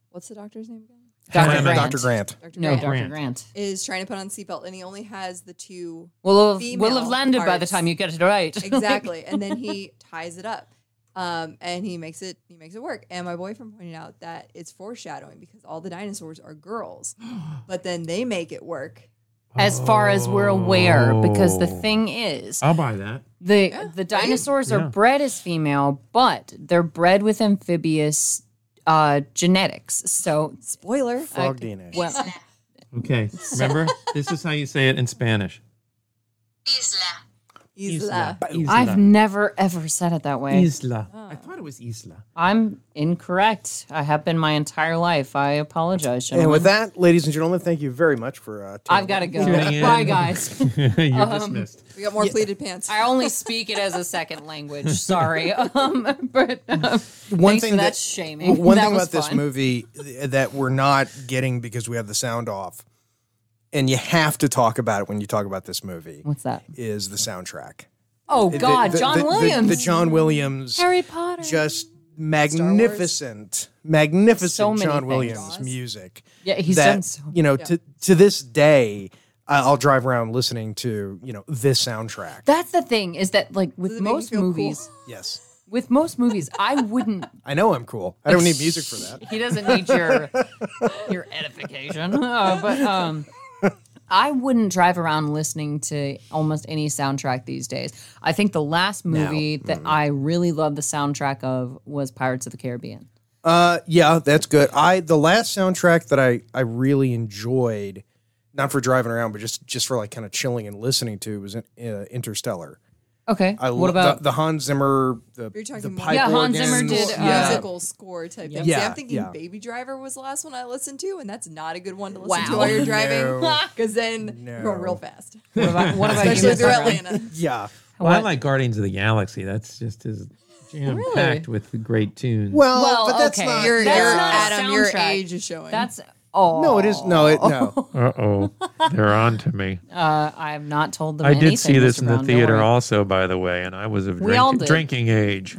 Speaker 3: what's the doctor's name again?
Speaker 2: Dr. Grant.
Speaker 4: Dr. Grant.
Speaker 3: Doctor
Speaker 2: No, Dr.
Speaker 5: Grant.
Speaker 2: Grant.
Speaker 3: is trying to put on seatbelt, and he only has
Speaker 2: [LAUGHS]
Speaker 3: the two
Speaker 2: We'll have,
Speaker 3: Female
Speaker 2: we'll have landed by the
Speaker 3: parts.
Speaker 2: time you get it right. [LAUGHS]
Speaker 3: exactly and then he ties it up um, and he makes it he makes it work and my boyfriend pointed out that it's foreshadowing because all the dinosaurs are girls
Speaker 2: [GASPS]
Speaker 3: but then they make it work
Speaker 2: as far as we're aware because the
Speaker 5: Oh.
Speaker 2: thing is
Speaker 5: I'll buy that.
Speaker 2: the
Speaker 3: Yeah,
Speaker 2: the
Speaker 3: right?
Speaker 2: dinosaurs
Speaker 5: Yeah.
Speaker 2: are bred as female but they're bred with amphibious uh, genetics so
Speaker 3: spoiler
Speaker 4: Frog DNA.
Speaker 2: well
Speaker 5: Okay. Remember, this is how you say it in Spanish.
Speaker 3: Isla.
Speaker 5: Isla.
Speaker 2: i've never ever said it that way
Speaker 5: Isla. I thought it was Isla.
Speaker 2: i'm incorrect i have been my entire life i apologize
Speaker 4: And with
Speaker 2: gentlemen.
Speaker 4: that, ladies and gentlemen, thank you very much for. Uh, tuning
Speaker 2: i've got to
Speaker 4: in.
Speaker 2: go
Speaker 5: Tuning in.
Speaker 2: bye guys
Speaker 5: [LAUGHS]
Speaker 2: [LAUGHS]
Speaker 5: You're dismissed.
Speaker 3: we got more pleated pants
Speaker 2: i only speak it as a second language sorry [LAUGHS] um, but um, thanks for that [LAUGHS] shaming
Speaker 4: One
Speaker 2: That
Speaker 4: thing
Speaker 2: was
Speaker 4: about this
Speaker 2: fun.
Speaker 4: movie th- that we're not getting because we have the sound off, and you have to talk about it when you talk about this movie
Speaker 2: what's that
Speaker 4: is the soundtrack.
Speaker 2: oh god
Speaker 4: The- the-
Speaker 2: john
Speaker 4: the- the-
Speaker 2: williams
Speaker 4: the, John Williams,
Speaker 2: harry potter
Speaker 4: just magnificent, magnificent
Speaker 2: So many
Speaker 4: John
Speaker 2: things.
Speaker 4: Williams music.
Speaker 2: Yeah, he's
Speaker 4: that,
Speaker 2: done so.
Speaker 4: You know, to to this day, I- I'll drive around listening to you know this soundtrack.
Speaker 2: That's the thing is that like with
Speaker 3: it make you
Speaker 2: most
Speaker 3: feel cool?
Speaker 2: movies,
Speaker 4: yes,
Speaker 2: with most movies, I wouldn't.
Speaker 4: I know I'm cool. I don't need music for that.
Speaker 2: He doesn't need your your edification, Uh, but um, I wouldn't drive around listening to almost any soundtrack these days. I think the last movie that I really loved the soundtrack of was Pirates of the Caribbean.
Speaker 4: Uh, yeah, that's good. I the last soundtrack that I I really enjoyed, not for driving around, but just just for like kind of chilling and listening to was uh, Interstellar.
Speaker 2: Okay,
Speaker 4: I
Speaker 2: what
Speaker 4: lo- the-
Speaker 2: about
Speaker 4: the, Hans Zimmer the,
Speaker 3: you're talking
Speaker 4: the
Speaker 3: more
Speaker 4: pipe
Speaker 2: Yeah, Hans
Speaker 4: organs.
Speaker 2: Zimmer did,
Speaker 3: Score-
Speaker 2: uh,
Speaker 4: yeah.
Speaker 3: musical score type thing. See,
Speaker 4: Yeah,
Speaker 3: I'm thinking
Speaker 4: yeah.
Speaker 3: Baby Driver was the last one I listened to, and that's not a good one to listen
Speaker 2: Wow.
Speaker 3: to while you're driving [LAUGHS]
Speaker 4: No.
Speaker 3: because then you're going
Speaker 4: [LAUGHS]
Speaker 3: real fast,
Speaker 2: what about what about
Speaker 3: especially
Speaker 2: you,
Speaker 3: if you're
Speaker 2: Sarah?
Speaker 3: Atlanta.
Speaker 4: yeah.
Speaker 5: Well, I
Speaker 2: What?
Speaker 5: like Guardians of the Galaxy. That's just as jam packed with the great tunes.
Speaker 4: Well,
Speaker 2: Well,
Speaker 4: but that's
Speaker 2: okay.
Speaker 4: not.
Speaker 3: You're,
Speaker 2: That's
Speaker 3: you're
Speaker 2: not a
Speaker 3: Adam. Your
Speaker 2: soundtrack.
Speaker 3: age is showing.
Speaker 2: That's oh
Speaker 4: no, it is no,
Speaker 2: [LAUGHS]
Speaker 4: it no.
Speaker 5: Uh oh, they're on to me.
Speaker 2: Uh, I have not told them.
Speaker 5: I did
Speaker 2: anything,
Speaker 5: see this
Speaker 2: Mr.
Speaker 5: in the
Speaker 2: Brown, don't
Speaker 5: theater
Speaker 2: worry.
Speaker 5: also, by the way, and I was of
Speaker 2: We all
Speaker 5: drink,
Speaker 2: did.
Speaker 5: drinking age.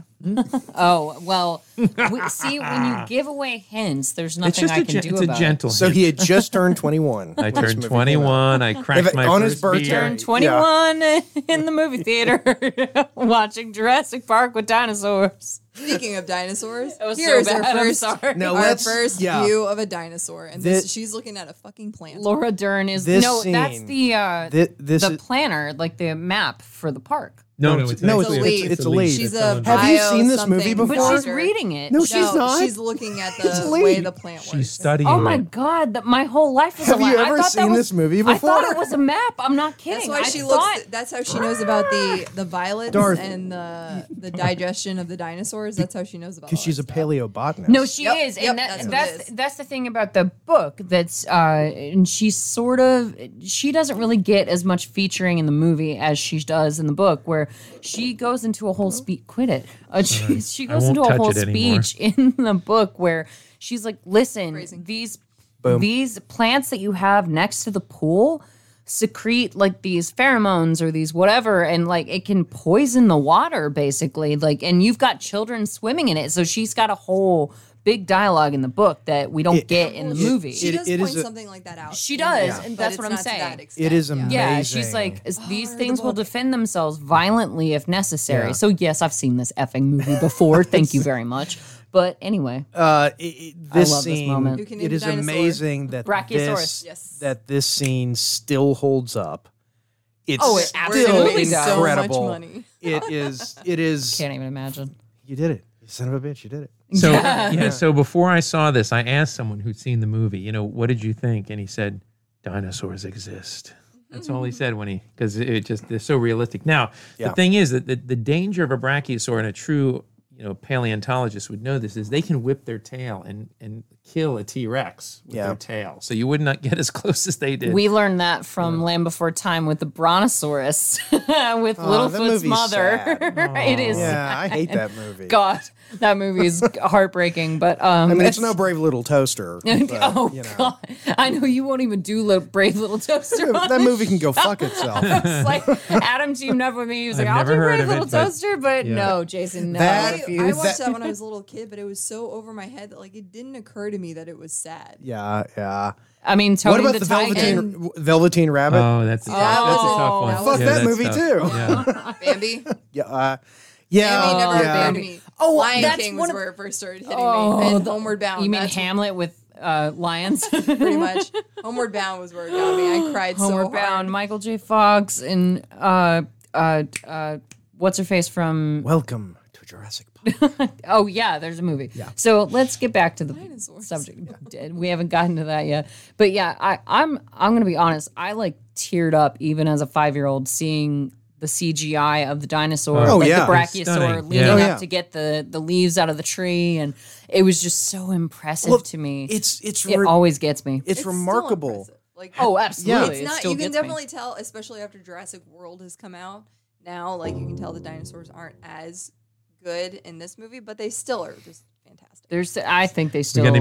Speaker 2: Oh well, we, see when you give away hints, there's nothing
Speaker 5: It's just
Speaker 2: I
Speaker 5: a,
Speaker 2: can
Speaker 5: gen-
Speaker 2: do
Speaker 5: it's a
Speaker 2: about
Speaker 5: gentle.
Speaker 4: So
Speaker 5: hint.
Speaker 4: he had just turned twenty one.
Speaker 5: I turned 21. I cracked
Speaker 4: If it-
Speaker 5: my
Speaker 4: on
Speaker 5: first
Speaker 4: his birthday.
Speaker 2: it.
Speaker 5: beer.
Speaker 2: Turned 21 [LAUGHS] in the movie theater [LAUGHS] watching Jurassic Park with dinosaurs.
Speaker 3: [LAUGHS] Speaking
Speaker 2: [LAUGHS]
Speaker 3: of dinosaurs,
Speaker 2: It was
Speaker 3: here's
Speaker 2: so bad.
Speaker 3: our 1st
Speaker 2: I'm Oh, sorry.
Speaker 4: No,
Speaker 3: our
Speaker 4: let's-
Speaker 3: first
Speaker 4: yeah.
Speaker 3: view of a dinosaur, and this,
Speaker 4: Thi-
Speaker 3: she's looking at a fucking plant.
Speaker 2: Laura Dern is
Speaker 4: This
Speaker 2: no. that's
Speaker 4: scene-
Speaker 2: the uh,
Speaker 4: Thi- this
Speaker 2: the
Speaker 4: is-
Speaker 2: planner, like the map for the park.
Speaker 5: No, no, it's,
Speaker 4: No,
Speaker 3: it's
Speaker 5: actually
Speaker 3: a lead.
Speaker 4: It's a lead.
Speaker 3: She's
Speaker 5: It's
Speaker 3: a
Speaker 5: on-
Speaker 4: Have you
Speaker 3: bio
Speaker 4: seen this
Speaker 3: something
Speaker 4: movie before?
Speaker 2: But she's
Speaker 3: teacher.
Speaker 2: reading it.
Speaker 4: No, she's not.
Speaker 3: She's looking at
Speaker 4: It's
Speaker 3: the
Speaker 4: late.
Speaker 3: way the plant works.
Speaker 5: She's studying.
Speaker 2: Oh my
Speaker 5: it.
Speaker 2: god! That my whole life was. a
Speaker 4: Have
Speaker 2: lie.
Speaker 4: you
Speaker 2: I
Speaker 4: ever
Speaker 2: thought that
Speaker 4: seen
Speaker 2: was-
Speaker 4: this movie
Speaker 2: I thought it
Speaker 4: before?
Speaker 2: was a map. I'm not kidding.
Speaker 3: That's why
Speaker 2: I
Speaker 3: she
Speaker 2: thought-
Speaker 3: looks. That's how she knows about the the violets
Speaker 4: Dorothy.
Speaker 3: and the the digestion of the dinosaurs. That's how she knows about.
Speaker 4: because she's a paleobotanist.
Speaker 2: No, she
Speaker 3: Yep,
Speaker 2: is, and
Speaker 3: yep,
Speaker 2: that-
Speaker 3: that's
Speaker 2: that's
Speaker 3: what
Speaker 2: that's,
Speaker 3: it is.
Speaker 2: the thing about the book. That's uh, and she sort of she doesn't really get as much featuring in the movie as she does in the book, where she goes into a whole speech. Quit it. Uh, she, she
Speaker 5: I
Speaker 2: goes
Speaker 5: won't
Speaker 2: into a
Speaker 5: touch
Speaker 2: whole
Speaker 5: it anymore.
Speaker 2: speech [LAUGHS] in the book where she's like, "Listen,
Speaker 3: Phrasing.
Speaker 2: these these plants that you have next to the pool." secrete like these pheromones or these whatever and like it can poison the water basically like and you've got children swimming in it so she's got a whole big dialogue in the book that we don't get in the movie
Speaker 3: She
Speaker 4: It-
Speaker 3: does
Speaker 4: it
Speaker 3: point
Speaker 4: is a-
Speaker 3: something like that out.
Speaker 2: She
Speaker 3: in the book,
Speaker 2: does, and
Speaker 3: but
Speaker 2: that's
Speaker 3: it's
Speaker 2: what I'm
Speaker 3: not to
Speaker 2: saying.
Speaker 3: that extent,
Speaker 4: It is
Speaker 3: yeah.
Speaker 4: amazing.
Speaker 2: yeah she's like "Is- these
Speaker 3: I read the
Speaker 2: things will
Speaker 3: book.
Speaker 2: defend
Speaker 4: [LAUGHS]
Speaker 2: themselves violently if necessary so yes i've seen this effing movie before thank you very much But anyway,
Speaker 4: Uh, it- it- this
Speaker 2: love this
Speaker 4: scene,
Speaker 2: moment.
Speaker 3: You can eat
Speaker 4: it
Speaker 3: a
Speaker 4: is
Speaker 3: dinosaur.
Speaker 4: amazing that
Speaker 2: Brachiosaurus.
Speaker 4: this,
Speaker 3: Yes.
Speaker 4: that this scene still holds up. It's
Speaker 2: Oh, it
Speaker 4: still
Speaker 2: absolutely does.
Speaker 3: so much
Speaker 4: incredible.
Speaker 3: money.
Speaker 4: [LAUGHS] It is. It is.
Speaker 2: can't even imagine.
Speaker 4: You did it, you son of a bitch. You did it.
Speaker 5: So yeah. so before I saw this, I asked someone who'd seen the movie, you know, what did you think? And he said, dinosaurs exist. That's all he said when he because it just they're so realistic. Now
Speaker 4: Yeah.
Speaker 5: the thing is that the, the danger of a brachiosaur and a true you know paleontologist would know this is they can whip their tail and and kill a T Rex with
Speaker 4: Yeah.
Speaker 5: their tail. So you would not get as [LAUGHS] close as they did.
Speaker 2: We learned that from Land Before Time with the Brontosaurus, [LAUGHS] with
Speaker 4: Oh, that
Speaker 2: Littlefoot's
Speaker 4: movie's
Speaker 2: mother. [LAUGHS] it is.
Speaker 4: Yeah, I hate that movie.
Speaker 2: God, that movie is heartbreaking. But um,
Speaker 4: I
Speaker 2: [LAUGHS]
Speaker 4: mean, it's no brave little toaster. but,
Speaker 2: oh
Speaker 4: you know.
Speaker 2: God, I know you won't even do little, brave little toaster. on
Speaker 4: [LAUGHS] that
Speaker 2: the
Speaker 4: movie can go fuck itself.
Speaker 2: It's like Adam teamed up with me. He was like,
Speaker 5: I've
Speaker 2: "I'll
Speaker 5: never
Speaker 2: do
Speaker 5: heard
Speaker 2: Brave
Speaker 5: of
Speaker 2: Little
Speaker 5: it, but-
Speaker 2: Toaster," but no, Jason, no, I
Speaker 4: That-
Speaker 3: I,
Speaker 2: refuse.
Speaker 3: I watched that when I was a little kid, but it was so over my head that like it didn't occur to me that it was sad.
Speaker 4: yeah, yeah.
Speaker 2: I mean, Tony
Speaker 4: what about the,
Speaker 2: the,
Speaker 4: Velveteen,
Speaker 2: Titan.
Speaker 4: Velveteen Rabbit?
Speaker 5: oh, that's a, that's a tough
Speaker 2: Oh,
Speaker 5: one.
Speaker 3: that
Speaker 4: fuck
Speaker 3: yeah,
Speaker 4: that
Speaker 5: that's
Speaker 4: movie
Speaker 5: tough.
Speaker 4: too.
Speaker 5: Yeah.
Speaker 3: [LAUGHS] [LAUGHS] Bambi, Bambi
Speaker 4: Yeah, uh, yeah,
Speaker 3: never
Speaker 4: yeah.
Speaker 3: occurred to me. Oh, Lion
Speaker 2: that's
Speaker 3: King
Speaker 2: one
Speaker 3: was
Speaker 2: of-
Speaker 3: where it first started hitting
Speaker 2: Oh,
Speaker 3: me. And
Speaker 2: the-
Speaker 3: Homeward Bound.
Speaker 2: You mean
Speaker 3: that's
Speaker 2: Hamlet with uh, lions?
Speaker 4: [LAUGHS]
Speaker 3: pretty much. Homeward Bound was where it got me. I cried
Speaker 2: Homeward
Speaker 3: so hard.
Speaker 2: Bound, Michael J. Fox, and uh, uh, uh, what's her face from?
Speaker 4: Welcome to Jurassic Park.
Speaker 2: Oh yeah, there's a movie. Yeah. So let's get back to the
Speaker 3: Dinosaurs.
Speaker 2: subject. We haven't gotten to that yet, but yeah, I, I'm I'm gonna be honest. I like teared up even as a five year old seeing the CGI of the dinosaur,
Speaker 5: Oh,
Speaker 2: like
Speaker 4: yeah.
Speaker 2: the brachiosaur
Speaker 5: Stunning.
Speaker 2: leaning
Speaker 5: Yeah.
Speaker 4: Oh,
Speaker 2: up
Speaker 4: yeah.
Speaker 2: to get the the leaves out of the tree, and it was just so impressive
Speaker 4: Well,
Speaker 2: to me.
Speaker 4: It's it's
Speaker 2: it
Speaker 4: re-
Speaker 2: always gets me.
Speaker 4: it's,
Speaker 3: still
Speaker 4: remarkable.
Speaker 3: impressive. Like,
Speaker 2: oh, absolutely.
Speaker 4: It's
Speaker 2: it
Speaker 3: it's not.
Speaker 2: still
Speaker 3: You can
Speaker 2: gets me.
Speaker 3: definitely tell, especially after Jurassic World has come out. Now, like you can tell the dinosaurs aren't as good in this movie, but they still are just fantastic.
Speaker 2: There's, I think they still.
Speaker 5: We got a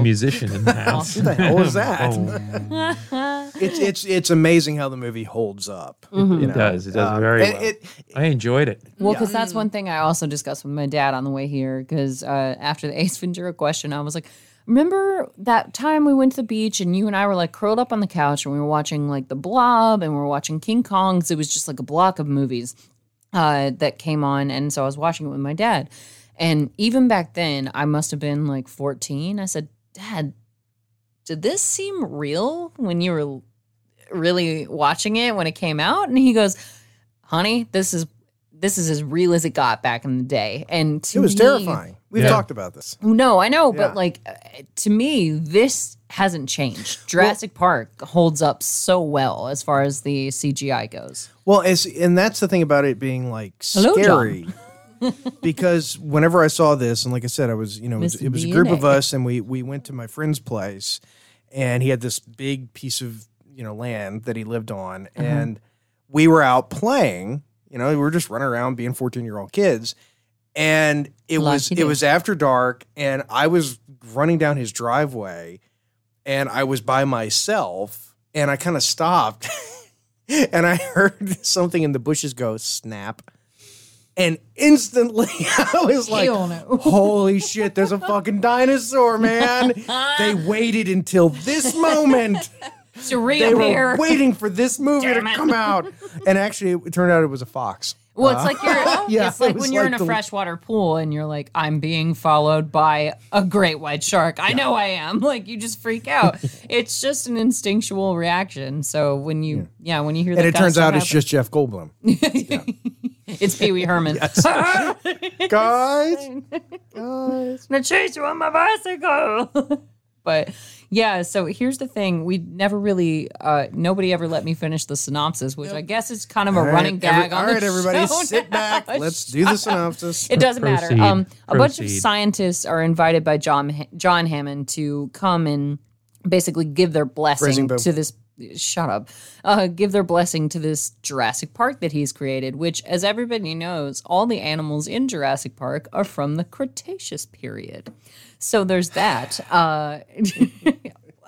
Speaker 4: [LAUGHS]
Speaker 5: musician in the house.
Speaker 4: Who the hell was
Speaker 5: [LAUGHS]
Speaker 4: that?
Speaker 5: Oh.
Speaker 2: [LAUGHS]
Speaker 4: It's it's it's amazing how the movie holds up. you
Speaker 2: Mm-hmm.
Speaker 4: know.
Speaker 5: It does. It does
Speaker 4: Um,
Speaker 5: very
Speaker 4: and
Speaker 5: well.
Speaker 4: it-
Speaker 5: I enjoyed it.
Speaker 2: Well, because that's one thing I also discussed with my dad on the way here. Because uh, after the [LAUGHS] Ace Ventura question, I was like, "Remember that time we went to the beach and you and I were like curled up on the couch and we were watching like The Blob and we were watching King Kong? 'Cause it was just like a block of movies uh, that came on, and so I was watching it with my dad. And even back then, I must have been like 14. I said, "Dad, did this seem real when you were really watching it when it came out?" And he goes, "Honey, this is." This is as real as it got back in the day, and to
Speaker 4: it was
Speaker 2: me-
Speaker 4: terrifying. We've
Speaker 5: Yeah.
Speaker 4: talked about this.
Speaker 2: no, I know,
Speaker 4: Yeah.
Speaker 2: but like uh, to me, this hasn't changed. Jurassic Park holds up so well as far as the CGI goes.
Speaker 4: Well, it's, and that's the thing about it being like
Speaker 2: Hello, John. [LAUGHS]
Speaker 4: scary. because whenever I saw this, and like I said, I was, you know, it was,
Speaker 2: Mr.
Speaker 4: it was a group of
Speaker 2: DNA.
Speaker 4: us, and we we went to my friend's place, and he had this big piece of you know land that he lived on,
Speaker 2: Uh-huh.
Speaker 4: and we were out playing. You know, we were just running around being fourteen year old kids, and it
Speaker 2: Like
Speaker 4: was
Speaker 2: you
Speaker 4: it
Speaker 2: do.
Speaker 4: was after dark, and I was running down his driveway, and I was by myself, and I kind of stopped. And I [LAUGHS] heard something in the bushes go snap. And instantly [LAUGHS] I was like,
Speaker 2: Hell no. [LAUGHS]
Speaker 4: holy shit, there's a fucking dinosaur, man.
Speaker 2: [LAUGHS]
Speaker 4: they waited until this moment.
Speaker 2: To
Speaker 4: They were
Speaker 2: reappear,
Speaker 4: waiting for this movie to
Speaker 2: [LAUGHS]
Speaker 4: come out. And actually, it turned out it was a fox.
Speaker 2: well, it's like you're.
Speaker 4: Uh-huh. [LAUGHS] yeah,
Speaker 2: it's
Speaker 4: it
Speaker 2: like
Speaker 4: was
Speaker 2: when you're
Speaker 4: like
Speaker 2: in a
Speaker 4: the-
Speaker 2: freshwater pool and you're like, I'm being followed by a great white shark. I know I am. [LAUGHS] Like you just freak
Speaker 4: [LAUGHS]
Speaker 2: out. it's just an instinctual reaction. So when you, yeah, when you hear that,
Speaker 4: And it turns out it's just Jeff
Speaker 2: [LAUGHS]
Speaker 4: Goldblum.
Speaker 2: it's Pee Wee Herman.
Speaker 4: [LAUGHS]
Speaker 2: [LAUGHS]
Speaker 4: Guys,
Speaker 2: I'm gonna chase you on my bicycle. [LAUGHS] but yeah, so here's the thing: we never really, uh, nobody ever let me finish the synopsis, which I guess is kind of a
Speaker 4: All right,
Speaker 2: running
Speaker 4: every-
Speaker 2: gag. on
Speaker 4: all
Speaker 2: the
Speaker 4: right, everybody,
Speaker 2: show
Speaker 4: sit
Speaker 2: now.
Speaker 4: back.
Speaker 2: [LAUGHS]
Speaker 4: Let's do the synopsis.
Speaker 2: It doesn't
Speaker 5: Proceed.
Speaker 2: matter. Um, a bunch of
Speaker 5: Proceed.
Speaker 2: scientists are invited by John Ha- John Hammond to come and basically give their
Speaker 4: Raising
Speaker 2: blessing
Speaker 4: boom.
Speaker 2: to this. Shut up. Uh, give their blessing to this Jurassic Park that he's created, which, as everybody knows, all the animals in Jurassic Park are from the Cretaceous period. So there's that. Uh,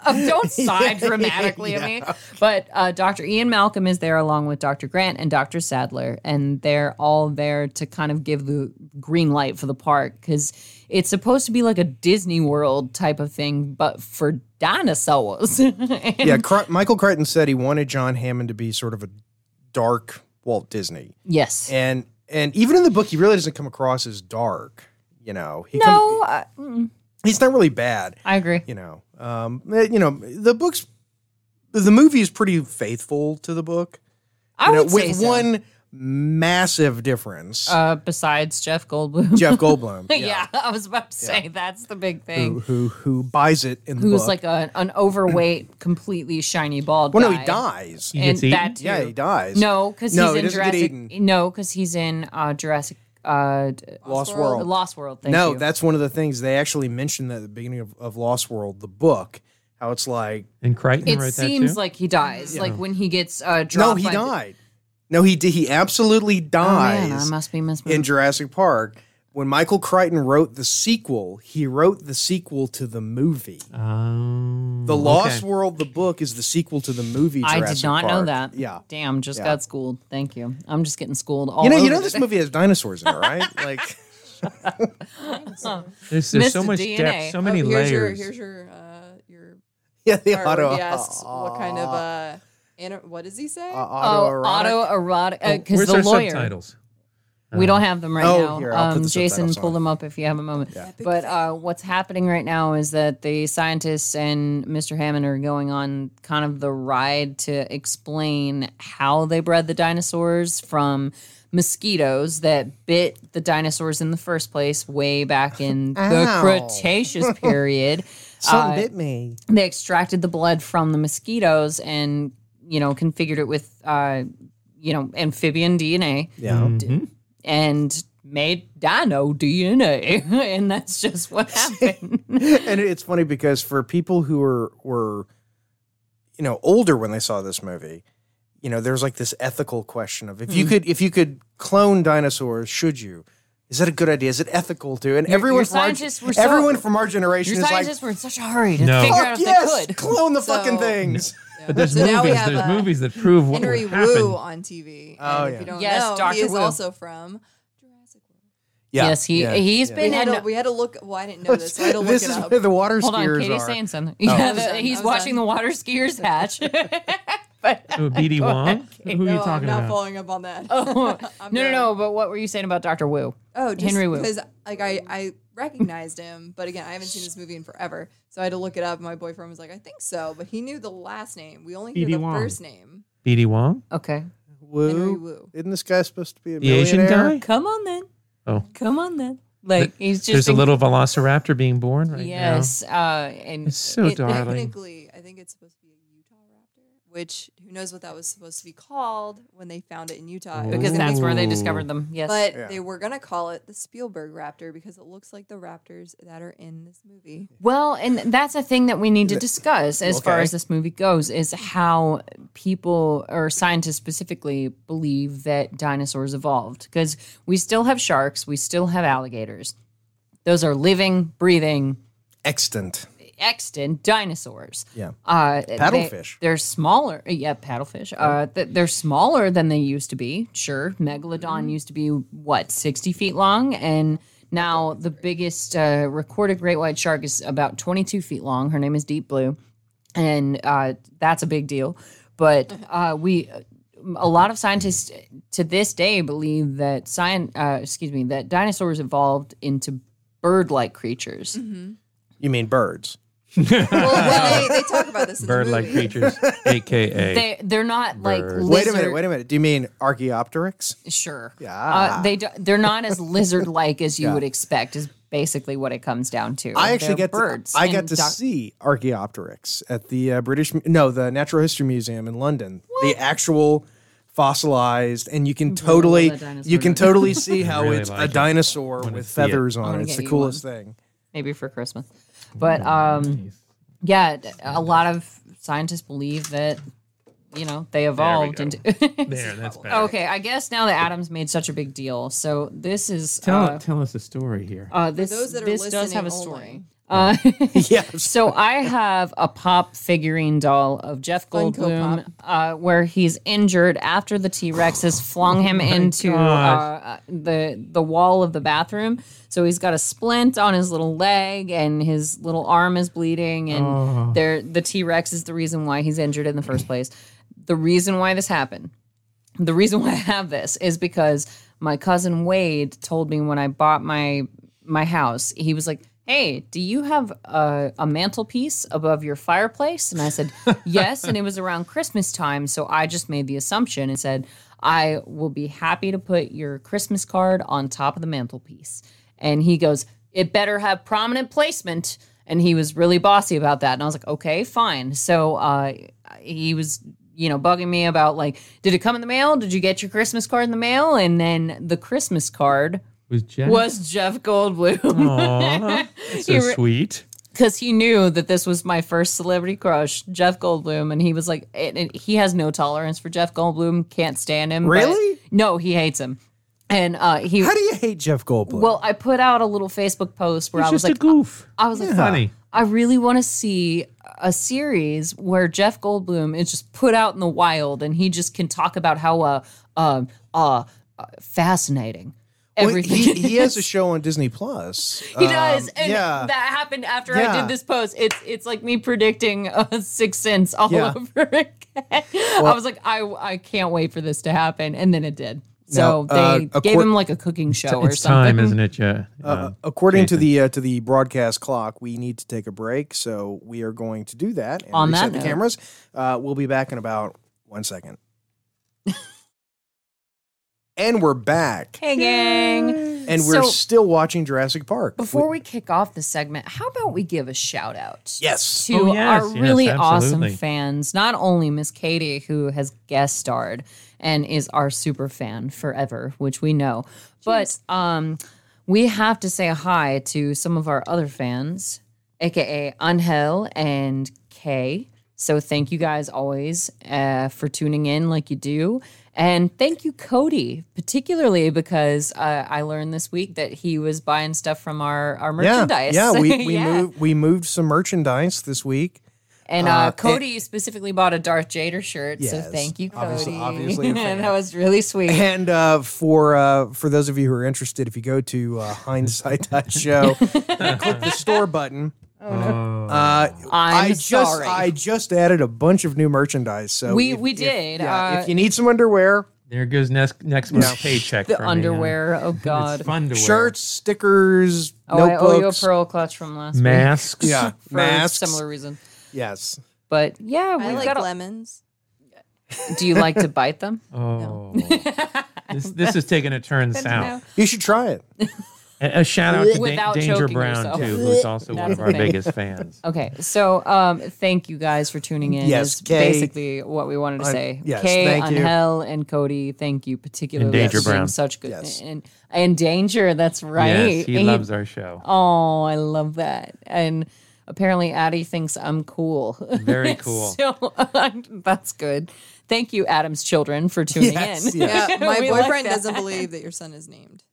Speaker 2: um,
Speaker 4: [LAUGHS]
Speaker 2: don't sigh dramatically at me. But uh, Dr. Ian Malcolm is there along with Dr. Grant and Dr. Sadler, and they're all there to kind of give the green light for the park because it's supposed to be like a Disney World type of thing, but for dinosaurs. [LAUGHS] And-
Speaker 4: yeah, Cr- Michael Crichton said he wanted John Hammond to be sort of a dark Walt Disney.
Speaker 2: Yes.
Speaker 4: and and even in the book he really doesn't come across as dark You know, he come-
Speaker 2: no, I, mm,
Speaker 4: he's not really bad.
Speaker 2: I agree.
Speaker 4: You know, um, eh, you know, the book's the movie is pretty faithful to the book.
Speaker 2: I
Speaker 4: you know,
Speaker 2: would
Speaker 4: with
Speaker 2: say so.
Speaker 4: one massive difference.
Speaker 2: Uh, besides Jeff Goldblum. [LAUGHS]
Speaker 4: Jeff Goldblum,
Speaker 2: yeah. I was about to say that's the big thing.
Speaker 4: who, who who buys it in the
Speaker 2: Who's
Speaker 4: book.
Speaker 2: like a, an overweight, completely shiny bald
Speaker 4: well, no,
Speaker 2: guy.
Speaker 4: he dies.
Speaker 5: He gets
Speaker 2: And
Speaker 5: eaten?
Speaker 2: that too.
Speaker 4: Yeah, he dies.
Speaker 2: No, because
Speaker 4: No,
Speaker 2: he's
Speaker 4: he
Speaker 2: in
Speaker 4: doesn't get
Speaker 2: Jurassic.
Speaker 4: eaten.
Speaker 2: No, because he's in uh, Jurassic. Uh, d-
Speaker 4: Lost
Speaker 3: World.
Speaker 2: The
Speaker 4: World.
Speaker 2: Lost World. Thank
Speaker 4: no,
Speaker 2: you.
Speaker 4: that's one of the things they actually mentioned at the beginning of, of Lost World, the book, how it's like,
Speaker 5: And Crichton
Speaker 2: It
Speaker 5: wrote
Speaker 2: seems
Speaker 5: that too.
Speaker 2: like he dies. Like when he gets uh, dropped.
Speaker 4: no, he
Speaker 2: by the-
Speaker 4: died. No, he did. He absolutely
Speaker 2: Oh, man, I
Speaker 4: dies
Speaker 2: must be mis-
Speaker 4: in Jurassic Park. When Michael Crichton wrote the sequel, he wrote the sequel to the movie.
Speaker 5: Um,
Speaker 4: The
Speaker 5: okay.
Speaker 4: Lost World, the book, is the sequel to the movie.
Speaker 2: I did
Speaker 4: Jurassic
Speaker 2: not know
Speaker 4: Park.
Speaker 2: that.
Speaker 4: Yeah.
Speaker 2: Damn, just
Speaker 4: Yeah.
Speaker 2: got schooled. Thank you. I'm just getting schooled all
Speaker 4: You know, you
Speaker 2: over
Speaker 4: know, this
Speaker 2: today.
Speaker 4: movie has dinosaurs in it, right? Like, [LAUGHS]
Speaker 5: There's, there's so
Speaker 2: Mr.
Speaker 5: much
Speaker 2: DNA.
Speaker 5: depth, so many
Speaker 2: Oh,
Speaker 3: Oh, here's Your,
Speaker 5: layers.
Speaker 3: here's your uh, your
Speaker 4: yeah, the
Speaker 3: part
Speaker 4: [LAUGHS]
Speaker 3: where
Speaker 4: auto.
Speaker 3: he asks what kind of uh, ana- what does he say?
Speaker 4: uh,
Speaker 2: Oh,
Speaker 4: autoerotic.
Speaker 2: autoerotic.
Speaker 5: Oh,
Speaker 2: Because
Speaker 5: where's
Speaker 2: the
Speaker 5: our
Speaker 2: lawyer.
Speaker 5: subtitles?
Speaker 2: We don't have them right
Speaker 4: Oh,
Speaker 2: now.
Speaker 4: here, I'll put
Speaker 2: um,
Speaker 4: the
Speaker 2: Jason,
Speaker 4: subtitles on.
Speaker 2: pull them up if you have a moment.
Speaker 3: Epic
Speaker 2: But
Speaker 3: fail.
Speaker 2: uh, what's happening right now is that the scientists and Mr. Hammond are going on kind of the ride to explain how they bred the dinosaurs from mosquitoes that bit the dinosaurs in the first place way back in the
Speaker 4: Ow.
Speaker 2: Cretaceous period.
Speaker 4: Something
Speaker 2: Uh,
Speaker 4: bit me.
Speaker 2: they extracted the blood from the mosquitoes and you know configured it with uh, you know amphibian DNA
Speaker 4: Yeah.
Speaker 5: Mm-hmm.
Speaker 2: and made dino DNA, [LAUGHS] and that's just what happened.
Speaker 4: [LAUGHS] and it's funny because for people who were were you know older when they saw this movie you know there's like this ethical question of if you
Speaker 2: Mm.
Speaker 4: could if you could clone dinosaurs should you is that a good idea is it ethical to and everyone
Speaker 2: your
Speaker 4: from our-
Speaker 2: scientists were so-
Speaker 4: everyone from our generation
Speaker 2: Your
Speaker 4: is like
Speaker 2: scientists were in such a hurry to
Speaker 5: No.
Speaker 2: figure
Speaker 4: fuck
Speaker 2: out if
Speaker 4: yes
Speaker 2: they could.
Speaker 4: clone the
Speaker 3: So-
Speaker 2: [LAUGHS]
Speaker 4: fucking things [LAUGHS]
Speaker 5: But there's
Speaker 3: So now we
Speaker 5: movies.
Speaker 3: have,
Speaker 5: There's
Speaker 3: uh,
Speaker 5: movies that prove what
Speaker 3: Henry
Speaker 5: would happen.
Speaker 2: [LAUGHS]
Speaker 3: Wu on TV.
Speaker 4: Oh, yeah.
Speaker 3: and If you don't
Speaker 2: Yes,
Speaker 3: know,
Speaker 2: Dr.
Speaker 3: he is
Speaker 2: Wu.
Speaker 3: also from Jurassic World.
Speaker 4: yeah
Speaker 2: Yes, he
Speaker 4: yeah.
Speaker 2: he's
Speaker 4: yeah.
Speaker 3: We
Speaker 2: been
Speaker 3: had,
Speaker 2: in.
Speaker 3: to, we had to look. Well, I didn't know this, so
Speaker 4: [LAUGHS]
Speaker 3: I had to look
Speaker 4: this
Speaker 3: it
Speaker 4: is
Speaker 3: up.
Speaker 4: where the water
Speaker 2: hold on,
Speaker 4: skiers
Speaker 2: Katie's
Speaker 4: are
Speaker 2: saying something. [LAUGHS] Yeah, the-
Speaker 3: done,
Speaker 2: he's
Speaker 3: I'm
Speaker 2: watching
Speaker 3: done.
Speaker 2: the water skiers hatch. [LAUGHS]
Speaker 5: Who, BD Wong? Who are you
Speaker 3: No,
Speaker 5: talking
Speaker 3: I'm not
Speaker 5: about?
Speaker 3: following up on that.
Speaker 2: no,
Speaker 3: [LAUGHS] I'm
Speaker 2: oh, no,
Speaker 3: done.
Speaker 2: no. But what were you saying about Doctor Wu?
Speaker 3: Oh, just
Speaker 2: Henry Wu.
Speaker 3: Because like I, I recognized him, but again, I haven't seen this movie in forever, so I had to look it up. My boyfriend was like, "I think so," but he knew the last name. We only hear
Speaker 5: B.D.
Speaker 3: the
Speaker 5: E Wong.
Speaker 3: first name.
Speaker 5: BD Wong?
Speaker 2: Okay,
Speaker 3: Henry
Speaker 4: Woo.
Speaker 3: Wu.
Speaker 4: isn't this guy supposed to be a
Speaker 5: The Asian
Speaker 4: millionaire?
Speaker 5: guy?
Speaker 2: come on then.
Speaker 5: Oh.
Speaker 2: come on then. Like he's just
Speaker 5: There's a
Speaker 2: in-
Speaker 5: little velociraptor being born right now.
Speaker 2: Yes, uh, and
Speaker 5: It's so dark. Oh, Darling.
Speaker 3: Technically, I think it's supposed to be a Utah raptor, which who knows what that was supposed to be called when they found it in Utah. It
Speaker 2: because
Speaker 3: was-
Speaker 2: that's where they
Speaker 5: Ooh.
Speaker 2: discovered them. Yes,
Speaker 3: But
Speaker 4: Yeah.
Speaker 3: they were gonna call it the Spielberg Raptor because it looks like the raptors that are in this movie.
Speaker 2: Well, and that's a thing that we need to discuss as far
Speaker 4: Okay.
Speaker 2: as this movie goes is how people or scientists specifically believe that dinosaurs evolved because we still have sharks, we still have alligators. Those are living, breathing,
Speaker 4: Extant.
Speaker 2: extant dinosaurs.
Speaker 4: Yeah.
Speaker 2: Uh, they-
Speaker 4: Paddlefish.
Speaker 2: They, are smaller. Yeah, paddlefish. Uh, th- they're smaller than they used to be. Sure, megalodon
Speaker 4: Mm-hmm.
Speaker 2: used to be what sixty feet long, and now the biggest uh, recorded great white shark is about twenty-two feet long. Her name is Deep Blue, and uh, that's a big deal. But
Speaker 4: Mm-hmm.
Speaker 2: uh, we, a lot of scientists to this day believe that science, uh, excuse me, that dinosaurs evolved into bird-like creatures.
Speaker 4: Mm-hmm. You mean birds?
Speaker 3: Well, they, they talk about this in
Speaker 5: Bird
Speaker 3: the
Speaker 5: like
Speaker 2: [LAUGHS]
Speaker 3: movie.
Speaker 5: creatures, AKA.
Speaker 2: They they're not like
Speaker 5: Birds.
Speaker 2: lizard.
Speaker 4: Wait a minute. Wait a minute. Do you mean Archaeopteryx?
Speaker 2: Sure.
Speaker 4: Yeah.
Speaker 2: Uh, they do, they're not as lizard like as you would expect. Is basically what it comes down to.
Speaker 4: I actually
Speaker 2: They're
Speaker 4: get
Speaker 2: birds.
Speaker 4: To, I got
Speaker 2: and
Speaker 4: to
Speaker 2: doc-
Speaker 4: see Archaeopteryx at the uh, British Mu- no the Natural History Museum in London. The actual fossilized, and you can totally
Speaker 2: that dinosaur
Speaker 4: you can
Speaker 2: down. [LAUGHS]
Speaker 4: totally see how
Speaker 5: really
Speaker 4: it's
Speaker 5: like
Speaker 4: a
Speaker 5: it.
Speaker 4: dinosaur with
Speaker 5: see it.
Speaker 4: feathers on
Speaker 2: gonna
Speaker 4: it. It's
Speaker 2: get
Speaker 4: the
Speaker 2: you
Speaker 4: coolest thing. [LAUGHS]
Speaker 2: maybe for Christmas, but
Speaker 4: Oh,
Speaker 2: um, yeah, d- a lot of scientists believe that you know they evolved
Speaker 5: go.
Speaker 2: into. [LAUGHS]
Speaker 5: there, that's better.
Speaker 2: okay, I guess now that Adams made such a big deal, so this is
Speaker 5: Tell,
Speaker 2: uh,
Speaker 5: tell us a story here.
Speaker 2: uh, this
Speaker 3: those that are
Speaker 2: this does have a
Speaker 3: listening
Speaker 2: story.
Speaker 3: only.
Speaker 2: Uh,
Speaker 4: [LAUGHS] yes.
Speaker 2: So I have a pop figurine doll of Jeff
Speaker 3: Funko
Speaker 2: Goldblum, uh, where he's injured after the T Rex has flung him into
Speaker 5: gosh.
Speaker 2: uh, the the wall of the bathroom. So he's got a splint on his little leg, and his little arm is bleeding. And there, the T Rex is the reason why he's injured in the first place. The reason why this happened the reason why I have this is because my cousin Wade told me when I bought my my house, he was like, "Hey, do you have a, a mantelpiece above your fireplace?" And I said, "Yes." And it was around Christmas time, so I just made the assumption and said, "I will be happy to put your Christmas card on top of the mantelpiece." And he goes, "It better have prominent placement." And he was really bossy about that, and I was like, "Okay, fine." So uh, he was you know, bugging me about like, did it come in the mail? Did you get your Christmas card in the mail? And then the Christmas card
Speaker 5: Was Jeff?
Speaker 2: was [LAUGHS] Jeff [LAUGHS]
Speaker 5: Oh.
Speaker 2: Goldblum
Speaker 5: Aw, that's so
Speaker 2: He re-
Speaker 5: sweet.
Speaker 2: because he knew that this was my first celebrity crush, Jeff Goldblum, and he was like, and- and he has no tolerance for Jeff Goldblum, can't stand him. but-
Speaker 4: Really?
Speaker 2: no, he hates him, and uh, he.
Speaker 4: How do you hate Jeff Goldblum?
Speaker 2: well, I put out a little Facebook post where
Speaker 5: He's
Speaker 2: I was
Speaker 5: just
Speaker 2: like,
Speaker 5: a goof.
Speaker 2: I was like,
Speaker 5: Funny.
Speaker 2: I really want to see a series where Jeff Goldblum is just put out in the wild and he just can talk about how uh um uh, uh fascinating
Speaker 4: Well,
Speaker 2: everything.
Speaker 4: he, he has a
Speaker 2: is.
Speaker 4: show on Disney Plus.
Speaker 2: [LAUGHS] He does,
Speaker 4: Um,
Speaker 2: and
Speaker 4: yeah.
Speaker 2: that happened after I
Speaker 4: Yeah.
Speaker 2: did this post. It's it's like me predicting uh, Six Sense all
Speaker 4: Yeah.
Speaker 2: over [LAUGHS] again. I was like, I I can't wait for this to happen, and then it did. So
Speaker 4: Now, uh,
Speaker 2: they
Speaker 4: a
Speaker 2: gave
Speaker 4: quar-
Speaker 2: him like a cooking show or
Speaker 5: It's
Speaker 2: something.
Speaker 5: time, isn't it, Um, Jeff?
Speaker 4: Uh, according to the uh, to the broadcast clock, we need to take a break, so we are going to do that. And
Speaker 2: On that
Speaker 4: reset the
Speaker 2: note.
Speaker 4: cameras, uh, we'll be back in about
Speaker 2: [LAUGHS]
Speaker 4: one second. and we're back,
Speaker 2: Hey gang.
Speaker 4: and we're
Speaker 2: So-
Speaker 4: still watching Jurassic Park.
Speaker 2: Before we kick off the segment, how about we give a shout out?
Speaker 4: Yes.
Speaker 2: To
Speaker 5: Oh, yes,
Speaker 2: our
Speaker 5: yes,
Speaker 2: really awesome
Speaker 5: absolutely.
Speaker 2: fans, not only Miss Katie, who has guest starred and is our super fan forever, which we know, but um, we have to say hi to some of our other fans, aka Angel and Kay. So thank you guys always uh, for tuning in like you do. And thank you, Cody, particularly because uh, I learned this week that he was buying stuff from our, our merchandise.
Speaker 4: Yeah,
Speaker 2: [LAUGHS]
Speaker 4: yeah, we, we
Speaker 2: Yeah.
Speaker 4: moved we moved some merchandise this week.
Speaker 2: And uh,
Speaker 4: Uh, it-
Speaker 2: Cody specifically bought a Darth Jader shirt, so
Speaker 4: Yes.
Speaker 2: thank you, Cody.
Speaker 4: Obviously-
Speaker 2: [LAUGHS]
Speaker 4: obviously a fan.
Speaker 2: that was really
Speaker 4: [LAUGHS]
Speaker 2: sweet.
Speaker 4: And uh, for uh, for those of you who are interested, if you go to uh,
Speaker 2: [LAUGHS]
Speaker 4: hindsight.show and click the store button,
Speaker 2: Oh,
Speaker 4: uh,
Speaker 2: I'm
Speaker 4: just
Speaker 2: sorry.
Speaker 4: I just added a bunch of new merchandise. So
Speaker 2: we
Speaker 4: if-
Speaker 2: we
Speaker 4: if-
Speaker 2: did
Speaker 4: yeah,
Speaker 2: uh,
Speaker 4: if you need some underwear,
Speaker 5: there goes next next month's paycheck.
Speaker 2: the
Speaker 5: for me, yeah.
Speaker 2: underwear.
Speaker 4: [LAUGHS]
Speaker 2: Oh
Speaker 5: It's
Speaker 2: God!
Speaker 5: fun to wear.
Speaker 4: shirts, stickers,
Speaker 2: Oh, I owe you a
Speaker 4: notebooks,
Speaker 2: pearl clutch from last week
Speaker 5: masks.
Speaker 4: yeah,
Speaker 2: for
Speaker 4: masks.
Speaker 2: similar reason.
Speaker 4: Yes,
Speaker 2: But yeah,
Speaker 3: I
Speaker 2: we've
Speaker 3: like
Speaker 2: got. A,
Speaker 3: lemons.
Speaker 2: do you
Speaker 4: [LAUGHS]
Speaker 2: like to bite them?
Speaker 5: Oh, [LAUGHS] this this is taking a turn south.
Speaker 4: you should try it.
Speaker 5: A, a shout out to Dan-
Speaker 2: Without
Speaker 5: Danger
Speaker 2: choking
Speaker 5: Brown
Speaker 2: yourself.
Speaker 5: too, who's also one
Speaker 2: That's
Speaker 5: of our
Speaker 2: the thing.
Speaker 5: biggest fans.
Speaker 2: Okay, so um, thank you guys for tuning in.
Speaker 4: Yes,
Speaker 2: is
Speaker 4: Kay-
Speaker 2: basically what we wanted to
Speaker 4: Un-
Speaker 2: say.
Speaker 4: yes,
Speaker 2: Kay,
Speaker 4: thank you.
Speaker 2: Angel, and Cody, thank you particularly
Speaker 5: Danger
Speaker 2: for doing
Speaker 5: Brown.
Speaker 2: such good
Speaker 4: Yes.
Speaker 2: and and danger. That's [LAUGHS] right.
Speaker 5: Yes, he
Speaker 2: And
Speaker 5: loves our show.
Speaker 2: [LAUGHS] Oh, I love that. And apparently, Addie thinks I'm cool. [LAUGHS]
Speaker 5: Very cool.
Speaker 2: so [LAUGHS] that's good. Thank you, Adam's children, for tuning
Speaker 4: Yes,
Speaker 2: in.
Speaker 4: yes.
Speaker 3: Yeah,
Speaker 2: [LAUGHS] [LAUGHS]
Speaker 3: my
Speaker 2: We like
Speaker 3: boyfriend
Speaker 2: that.
Speaker 3: doesn't believe that your son is named.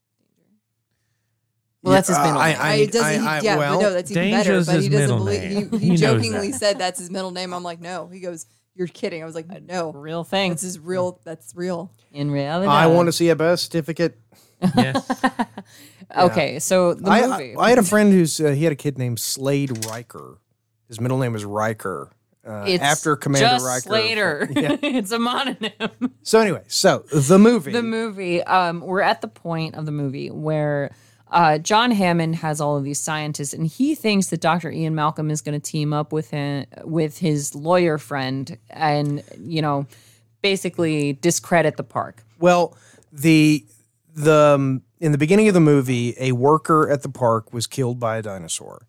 Speaker 2: Well, that's his
Speaker 4: Uh,
Speaker 2: middle
Speaker 4: I-
Speaker 2: name.
Speaker 4: I-
Speaker 3: I, doesn't. he-
Speaker 4: I-
Speaker 3: yeah,
Speaker 4: well,
Speaker 3: but no, that's even better.
Speaker 5: Danger's
Speaker 3: But
Speaker 5: his
Speaker 3: he doesn't
Speaker 5: middle
Speaker 3: believe.
Speaker 5: name.
Speaker 3: He,
Speaker 5: He
Speaker 3: he,
Speaker 5: knows
Speaker 3: jokingly
Speaker 5: that.
Speaker 3: said that's his middle name. I'm like, no. He goes, "You're kidding." I was like, no,
Speaker 2: [LAUGHS] Real thing.
Speaker 3: that's his real. That's real.
Speaker 2: In reality,
Speaker 4: I want to see a birth certificate.
Speaker 5: Yes,
Speaker 2: Okay, so the
Speaker 4: I,
Speaker 2: movie.
Speaker 4: I, I had a friend who's uh, he had a kid named Slade Riker. His middle name is Riker. Uh,
Speaker 2: it's
Speaker 4: after Commander
Speaker 2: just
Speaker 4: Riker. [LAUGHS]
Speaker 2: Later, [LAUGHS] it's a mononym.
Speaker 4: So anyway, so the
Speaker 2: [LAUGHS]
Speaker 4: movie.
Speaker 2: the movie um we're at the point of the movie where uh, John Hammond has all of these scientists, and he thinks that Dr. Ian Malcolm is going to team up with him with his lawyer friend, and you know, basically discredit the park.
Speaker 4: Well, the the um, in the beginning of the movie, a worker at the park was killed by a dinosaur,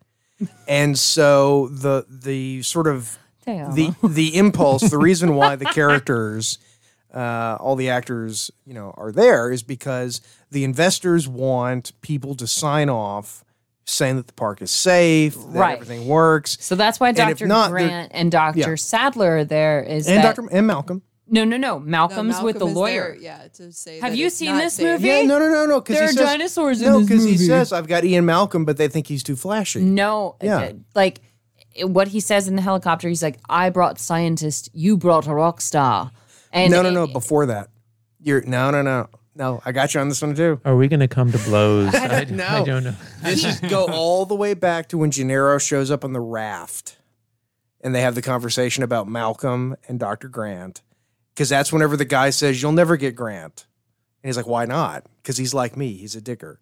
Speaker 4: and so the the sort of
Speaker 2: Damn.
Speaker 4: the the impulse, the reason why the characters, [LAUGHS] uh, all the actors, you know, are there is because the investors want people to sign off saying that the park is safe, that
Speaker 2: Right.
Speaker 4: everything works,
Speaker 2: So that's why
Speaker 4: And if
Speaker 2: Dr.
Speaker 4: not, they're-
Speaker 2: Grant and Dr.
Speaker 4: yeah.
Speaker 2: Sadler are there is
Speaker 4: and
Speaker 2: that,
Speaker 4: Doctor and Malcolm.
Speaker 2: no no no
Speaker 3: No,
Speaker 2: Malcolm's with the
Speaker 3: Malcolm is
Speaker 2: lawyer.
Speaker 3: there, yeah, to say.
Speaker 2: Have
Speaker 3: that
Speaker 2: you
Speaker 3: it's
Speaker 2: seen
Speaker 3: not
Speaker 2: this
Speaker 3: safe.
Speaker 2: movie?
Speaker 4: Yeah, no, no, no, no. Because
Speaker 2: There
Speaker 4: he
Speaker 2: are
Speaker 4: says,
Speaker 2: dinosaurs in
Speaker 4: No,
Speaker 2: this
Speaker 4: because he
Speaker 2: movie.
Speaker 4: says I've got Ian Malcolm, but they think he's too flashy.
Speaker 2: No, uh,
Speaker 4: Yeah.
Speaker 2: like it- what he says in the helicopter, he's like, "I brought scientist, you brought a rock star." And
Speaker 4: no, no, no. Before that, you're no, no, no, no. I got you on this one too.
Speaker 5: are we going to come to
Speaker 2: [LAUGHS]
Speaker 5: blows? I don't
Speaker 4: know.
Speaker 5: I don't know.
Speaker 4: This is go all the way back to when Gennaro shows up on the raft, and they have the conversation about Malcolm and Doctor Grant, because that's whenever the guy says you'll never get Grant, and he's like, why not? Because he's like me. He's a dicker.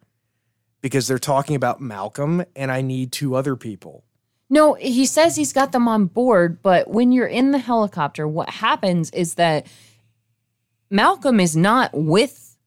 Speaker 4: because they're talking about Malcolm and I need two other people.
Speaker 2: No, he says he's got them on board, but when you're in the helicopter, what happens is that Malcolm is not with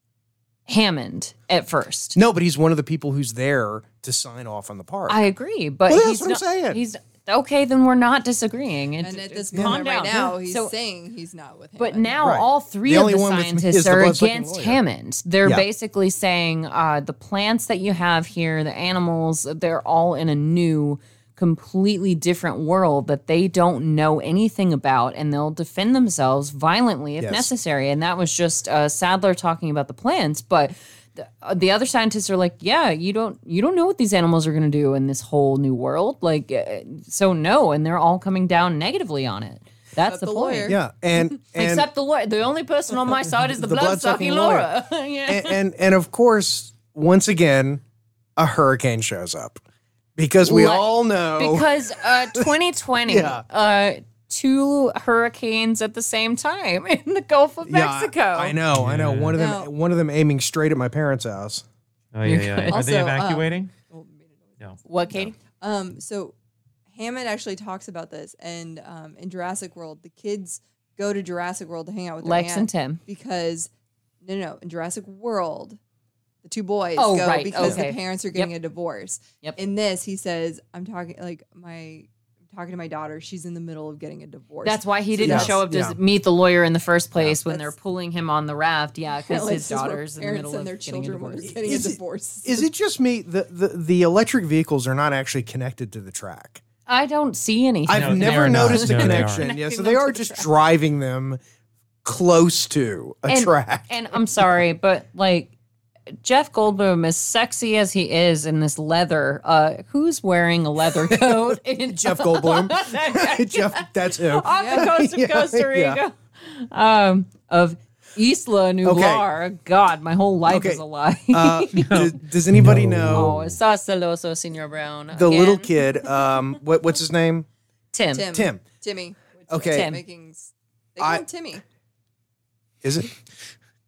Speaker 2: Hammond at first.
Speaker 4: No, but he's one of the people who's there to sign off on the part.
Speaker 2: I agree, but
Speaker 4: Well, that's
Speaker 2: he's
Speaker 4: what I'm
Speaker 2: not,
Speaker 4: saying.
Speaker 2: He's okay. Then we're not disagreeing. It-
Speaker 3: And at
Speaker 2: it-
Speaker 3: this
Speaker 2: calm
Speaker 3: point right
Speaker 2: down.
Speaker 3: now, he's
Speaker 2: So-
Speaker 3: saying he's not with him.
Speaker 2: But now
Speaker 4: Right.
Speaker 2: all three
Speaker 4: The
Speaker 2: of
Speaker 4: only
Speaker 2: the
Speaker 4: one with me is
Speaker 2: scientists
Speaker 4: the
Speaker 2: are
Speaker 4: bloodsucking
Speaker 2: against
Speaker 4: lawyer.
Speaker 2: Hammond. They're
Speaker 4: Yeah.
Speaker 2: basically saying uh, the plants that you have here, the animals, they're all in a new, completely different world that they don't know anything about, and they'll defend themselves violently if
Speaker 4: Yes.
Speaker 2: necessary. And that was just uh, Sadler talking about the plants, but. The, uh, the other scientists are like, yeah, you don't, you don't know what these animals are going to do in this whole new world, like, uh, so no, and they're all coming down negatively on it. That's the,
Speaker 3: the
Speaker 2: point.
Speaker 3: lawyer.
Speaker 4: yeah, and, and
Speaker 2: [LAUGHS] Except the lawyer. The only person on
Speaker 4: [LAUGHS]
Speaker 2: my side is the,
Speaker 4: The
Speaker 2: bloodsucking
Speaker 4: bloodsucking
Speaker 2: Laura.
Speaker 4: lawyer.
Speaker 2: [LAUGHS] yeah.
Speaker 4: and, and and of course, once again, a hurricane shows up because we
Speaker 2: Like-
Speaker 4: all know.
Speaker 2: because
Speaker 4: [LAUGHS]
Speaker 2: uh, 2020,
Speaker 4: oh. Yeah.
Speaker 2: uh, two hurricanes at the same time in the Gulf of
Speaker 4: Yeah,
Speaker 2: Mexico.
Speaker 4: I know, I know. One of them,
Speaker 3: No.
Speaker 4: one of them aiming straight at my parents' house.
Speaker 5: Oh yeah, yeah. Are
Speaker 3: Also,
Speaker 2: um,
Speaker 5: they
Speaker 3: uh,
Speaker 5: evacuating?
Speaker 2: What, Katie?
Speaker 3: Um, so Hammond actually talks about this, and um, in Jurassic World, the kids go to Jurassic World to hang out with their
Speaker 2: Lex and
Speaker 3: aunt
Speaker 2: Tim.
Speaker 3: because no, no, in Jurassic World, the two boys
Speaker 2: Oh,
Speaker 3: go
Speaker 2: right,
Speaker 3: because
Speaker 2: okay.
Speaker 3: the parents are getting a divorce.
Speaker 2: Yep.
Speaker 3: In this, he says, "I'm talking like my." I'm Talking to my daughter, she's in the middle of getting a divorce.
Speaker 2: That's why he didn't
Speaker 4: Yes,
Speaker 2: show up to
Speaker 4: yeah.
Speaker 2: s- meet the lawyer in the first place when they're
Speaker 3: That's-
Speaker 2: pulling him on the raft.
Speaker 4: [LAUGHS]
Speaker 2: Yeah, because
Speaker 3: [LAUGHS] Like,
Speaker 2: his
Speaker 3: this is where
Speaker 2: daughter's in the
Speaker 3: parents
Speaker 2: middle
Speaker 3: and
Speaker 2: of
Speaker 3: their
Speaker 2: getting a
Speaker 3: children were
Speaker 2: divorce.
Speaker 3: getting a
Speaker 4: Is it-
Speaker 3: divorce.
Speaker 4: Is it just me? The, the the electric vehicles are not actually connected to the track.
Speaker 2: I don't see anything.
Speaker 4: I've
Speaker 5: they
Speaker 4: never
Speaker 5: are not.
Speaker 4: noticed the
Speaker 5: No, they aren't.
Speaker 4: connection. Yeah, so they are just driving them close to a
Speaker 2: and,
Speaker 4: track.
Speaker 2: And I'm sorry, but like Jeff Goldblum, as sexy as he is in this leather, uh, who's weering a
Speaker 4: [LAUGHS]
Speaker 2: leather coat in Jeff
Speaker 4: Jeff
Speaker 2: [LAUGHS]
Speaker 4: Goldblum. [LAUGHS] Jeff, that's who.
Speaker 2: off the coast of
Speaker 4: Yeah,
Speaker 2: Costa Rica? Um, of Isla Nublar. God, my whole life
Speaker 4: Okay.
Speaker 2: is a lie. [LAUGHS]
Speaker 5: [LAUGHS]
Speaker 4: Uh, d- does anybody
Speaker 2: oh,
Speaker 4: know
Speaker 2: está celoso, Senor Brown.
Speaker 4: the
Speaker 2: again.
Speaker 4: little kid? Um, what, what's his name?
Speaker 2: Tim.
Speaker 3: Tim?
Speaker 4: Tim.
Speaker 3: Timmy. which
Speaker 4: Okay.
Speaker 3: is
Speaker 2: Tim.
Speaker 3: Making, s- they call
Speaker 4: I-
Speaker 3: him Timmy.
Speaker 4: Is it?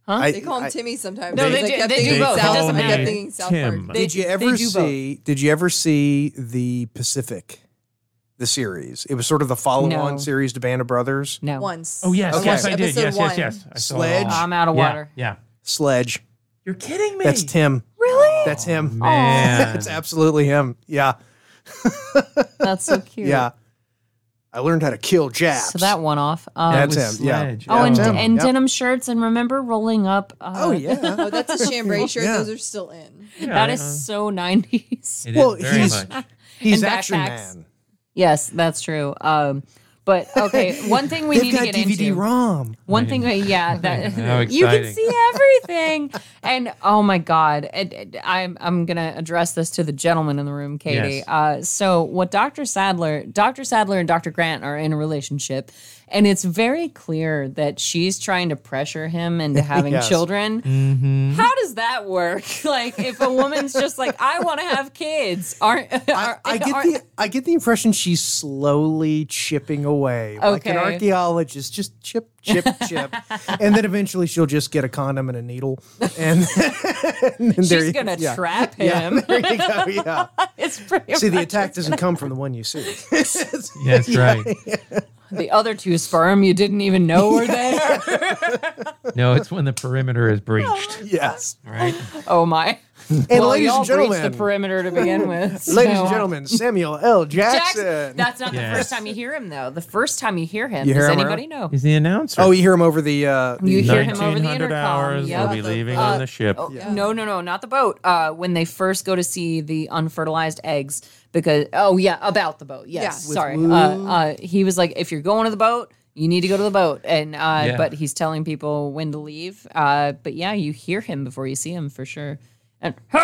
Speaker 2: Huh?
Speaker 4: I-
Speaker 3: They call him
Speaker 4: I-
Speaker 3: Timmy sometimes.
Speaker 2: No,
Speaker 3: I
Speaker 2: they
Speaker 3: was
Speaker 2: do-
Speaker 3: kept
Speaker 2: they do
Speaker 3: thinking
Speaker 2: both. It
Speaker 3: South-
Speaker 2: doesn't
Speaker 3: I kept
Speaker 2: matter.
Speaker 3: thinking South
Speaker 5: Tim.
Speaker 3: Park.
Speaker 2: They-
Speaker 4: Did you ever
Speaker 2: do both.
Speaker 4: see? Did you ever see the Pacific, the series? It was sort of the follow-on
Speaker 2: No.
Speaker 4: series to Band of Brothers.
Speaker 2: No.
Speaker 3: Once.
Speaker 5: Oh yes,
Speaker 4: Okay.
Speaker 5: yes I did.
Speaker 3: Episode
Speaker 5: Yes,
Speaker 3: one.
Speaker 5: yes, yes. I saw it
Speaker 4: Sledge.
Speaker 5: all.
Speaker 2: I'm out of
Speaker 5: Yeah,
Speaker 2: water.
Speaker 5: Yeah.
Speaker 4: Sledge.
Speaker 5: You're kidding me.
Speaker 4: That's Tim. Really? That's him.
Speaker 5: Oh,
Speaker 2: Oh. [LAUGHS]
Speaker 5: Man.
Speaker 4: That's absolutely him. Yeah.
Speaker 2: That's so cute.
Speaker 4: Yeah. I learned how to kill Japs.
Speaker 2: So that one off. Um,
Speaker 4: That's
Speaker 5: was
Speaker 4: him. Yeah.
Speaker 5: Sledge.
Speaker 2: Oh, and,
Speaker 4: Yeah. Tim.
Speaker 2: and
Speaker 4: Yep.
Speaker 2: denim shirts, and remember rolling up. Uh,
Speaker 4: Oh yeah.
Speaker 3: Oh, that's a chambray shirt.
Speaker 4: Yeah.
Speaker 3: Those are still in.
Speaker 5: Yeah,
Speaker 2: That
Speaker 5: I-
Speaker 2: is
Speaker 5: uh,
Speaker 2: so [LAUGHS] 90s.
Speaker 5: it is
Speaker 4: Well,
Speaker 5: very
Speaker 4: he's-
Speaker 5: much.
Speaker 4: He's
Speaker 2: And
Speaker 4: Action
Speaker 2: backpacks.
Speaker 4: Man.
Speaker 2: Yes, that's true. Um, but
Speaker 4: [LAUGHS]
Speaker 2: okay, one thing we
Speaker 4: They've
Speaker 2: need
Speaker 4: got
Speaker 2: to get
Speaker 4: DVD
Speaker 2: into.
Speaker 4: ROM.
Speaker 2: One thing, we-
Speaker 4: [LAUGHS]
Speaker 2: yeah, that [LAUGHS]
Speaker 5: How
Speaker 2: you can
Speaker 5: exciting.
Speaker 2: see everything. and oh my god, and, and I'm I'm gonna address this to the gentleman in the room, Katie.
Speaker 5: Yes.
Speaker 2: Uh, so what Dr. Sadler, Dr. Sadler and Dr. Grant are in a relationship, and it's very clear that she's trying to pressure him
Speaker 4: [LAUGHS]
Speaker 2: into having
Speaker 4: Yes. Mm-hmm.
Speaker 2: children. How does that work? [LAUGHS] Like if a woman's just like, I want to have kids, aren't
Speaker 4: I,
Speaker 2: are,
Speaker 4: I get
Speaker 2: are-
Speaker 4: the I get the impression she's slowly chipping away, like an
Speaker 2: Okay.
Speaker 4: archaeologist, just chip, chip,
Speaker 2: [LAUGHS]
Speaker 4: chip, and then eventually she'll just get a condom and a needle, and, and then [LAUGHS] there
Speaker 2: she's
Speaker 4: you-
Speaker 2: gonna
Speaker 4: yeah.
Speaker 2: trap
Speaker 4: Yeah,
Speaker 2: him.
Speaker 4: [LAUGHS]
Speaker 2: [LAUGHS]
Speaker 4: there you go. Yeah.
Speaker 2: it's pretty
Speaker 4: See, the
Speaker 2: much-
Speaker 4: attack doesn't come from the
Speaker 2: [LAUGHS]
Speaker 4: one you see. [LAUGHS]
Speaker 5: [LAUGHS] Yes, right.
Speaker 2: the other two sperm you didn't even know were there. [LAUGHS]
Speaker 5: No, it's when the perimeter is breached.
Speaker 4: yes.
Speaker 5: Right.
Speaker 2: Oh my!
Speaker 4: And
Speaker 2: well,
Speaker 4: ladies
Speaker 2: y'all breached
Speaker 4: and gentlemen,
Speaker 2: the perimeter to begin with.
Speaker 4: [LAUGHS] ladies
Speaker 2: so- uh,
Speaker 4: and gentlemen, Samuel L. Jackson.
Speaker 2: [LAUGHS] Jackson. That's not
Speaker 5: Yes.
Speaker 2: the first time you hear him, though. The first time you hear him,
Speaker 4: You hear
Speaker 2: does
Speaker 4: him
Speaker 2: anybody know?
Speaker 5: He's the announcer.
Speaker 4: oh, you hear him over the. Uh, the
Speaker 2: You hear him over the
Speaker 5: 1900
Speaker 2: intercom.
Speaker 5: hours.
Speaker 2: Yeah.
Speaker 5: We'll be
Speaker 3: The-
Speaker 5: leaving
Speaker 3: uh,
Speaker 5: on the ship.
Speaker 2: Oh, No, no, no, not the boat. Uh, when they first go to see the unfertilized eggs, because oh yeah, about the boat. Yes,
Speaker 3: Yeah. With
Speaker 2: sorry. Uh,
Speaker 4: Wu.
Speaker 2: uh, he was like, if you're going to the boat, you need to go to the boat, and uh,
Speaker 5: Yeah.
Speaker 2: but he's telling people when to leave. Uh, but yeah, you hear him before you see him for sure. And [LAUGHS] we're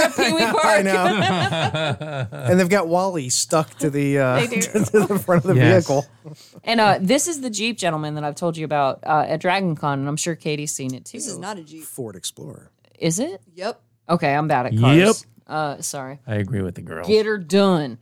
Speaker 2: at Pee Wee Park.
Speaker 4: [LAUGHS] [LAUGHS] I know. and they've got Wally stuck to the uh,
Speaker 2: They do.
Speaker 4: [LAUGHS] to the front of the
Speaker 5: Yes.
Speaker 4: vehicle.
Speaker 2: And uh, this is the Jeep gentleman that I've told you about uh, at Dragon Con, and I'm sure Katie's seen it too.
Speaker 3: This is not a Jeep.
Speaker 4: Ford Explorer.
Speaker 2: Is it?
Speaker 3: Yep.
Speaker 2: Okay, I'm bad at cars. Yep. Uh, sorry.
Speaker 5: I agree with the girl.
Speaker 2: Get her done.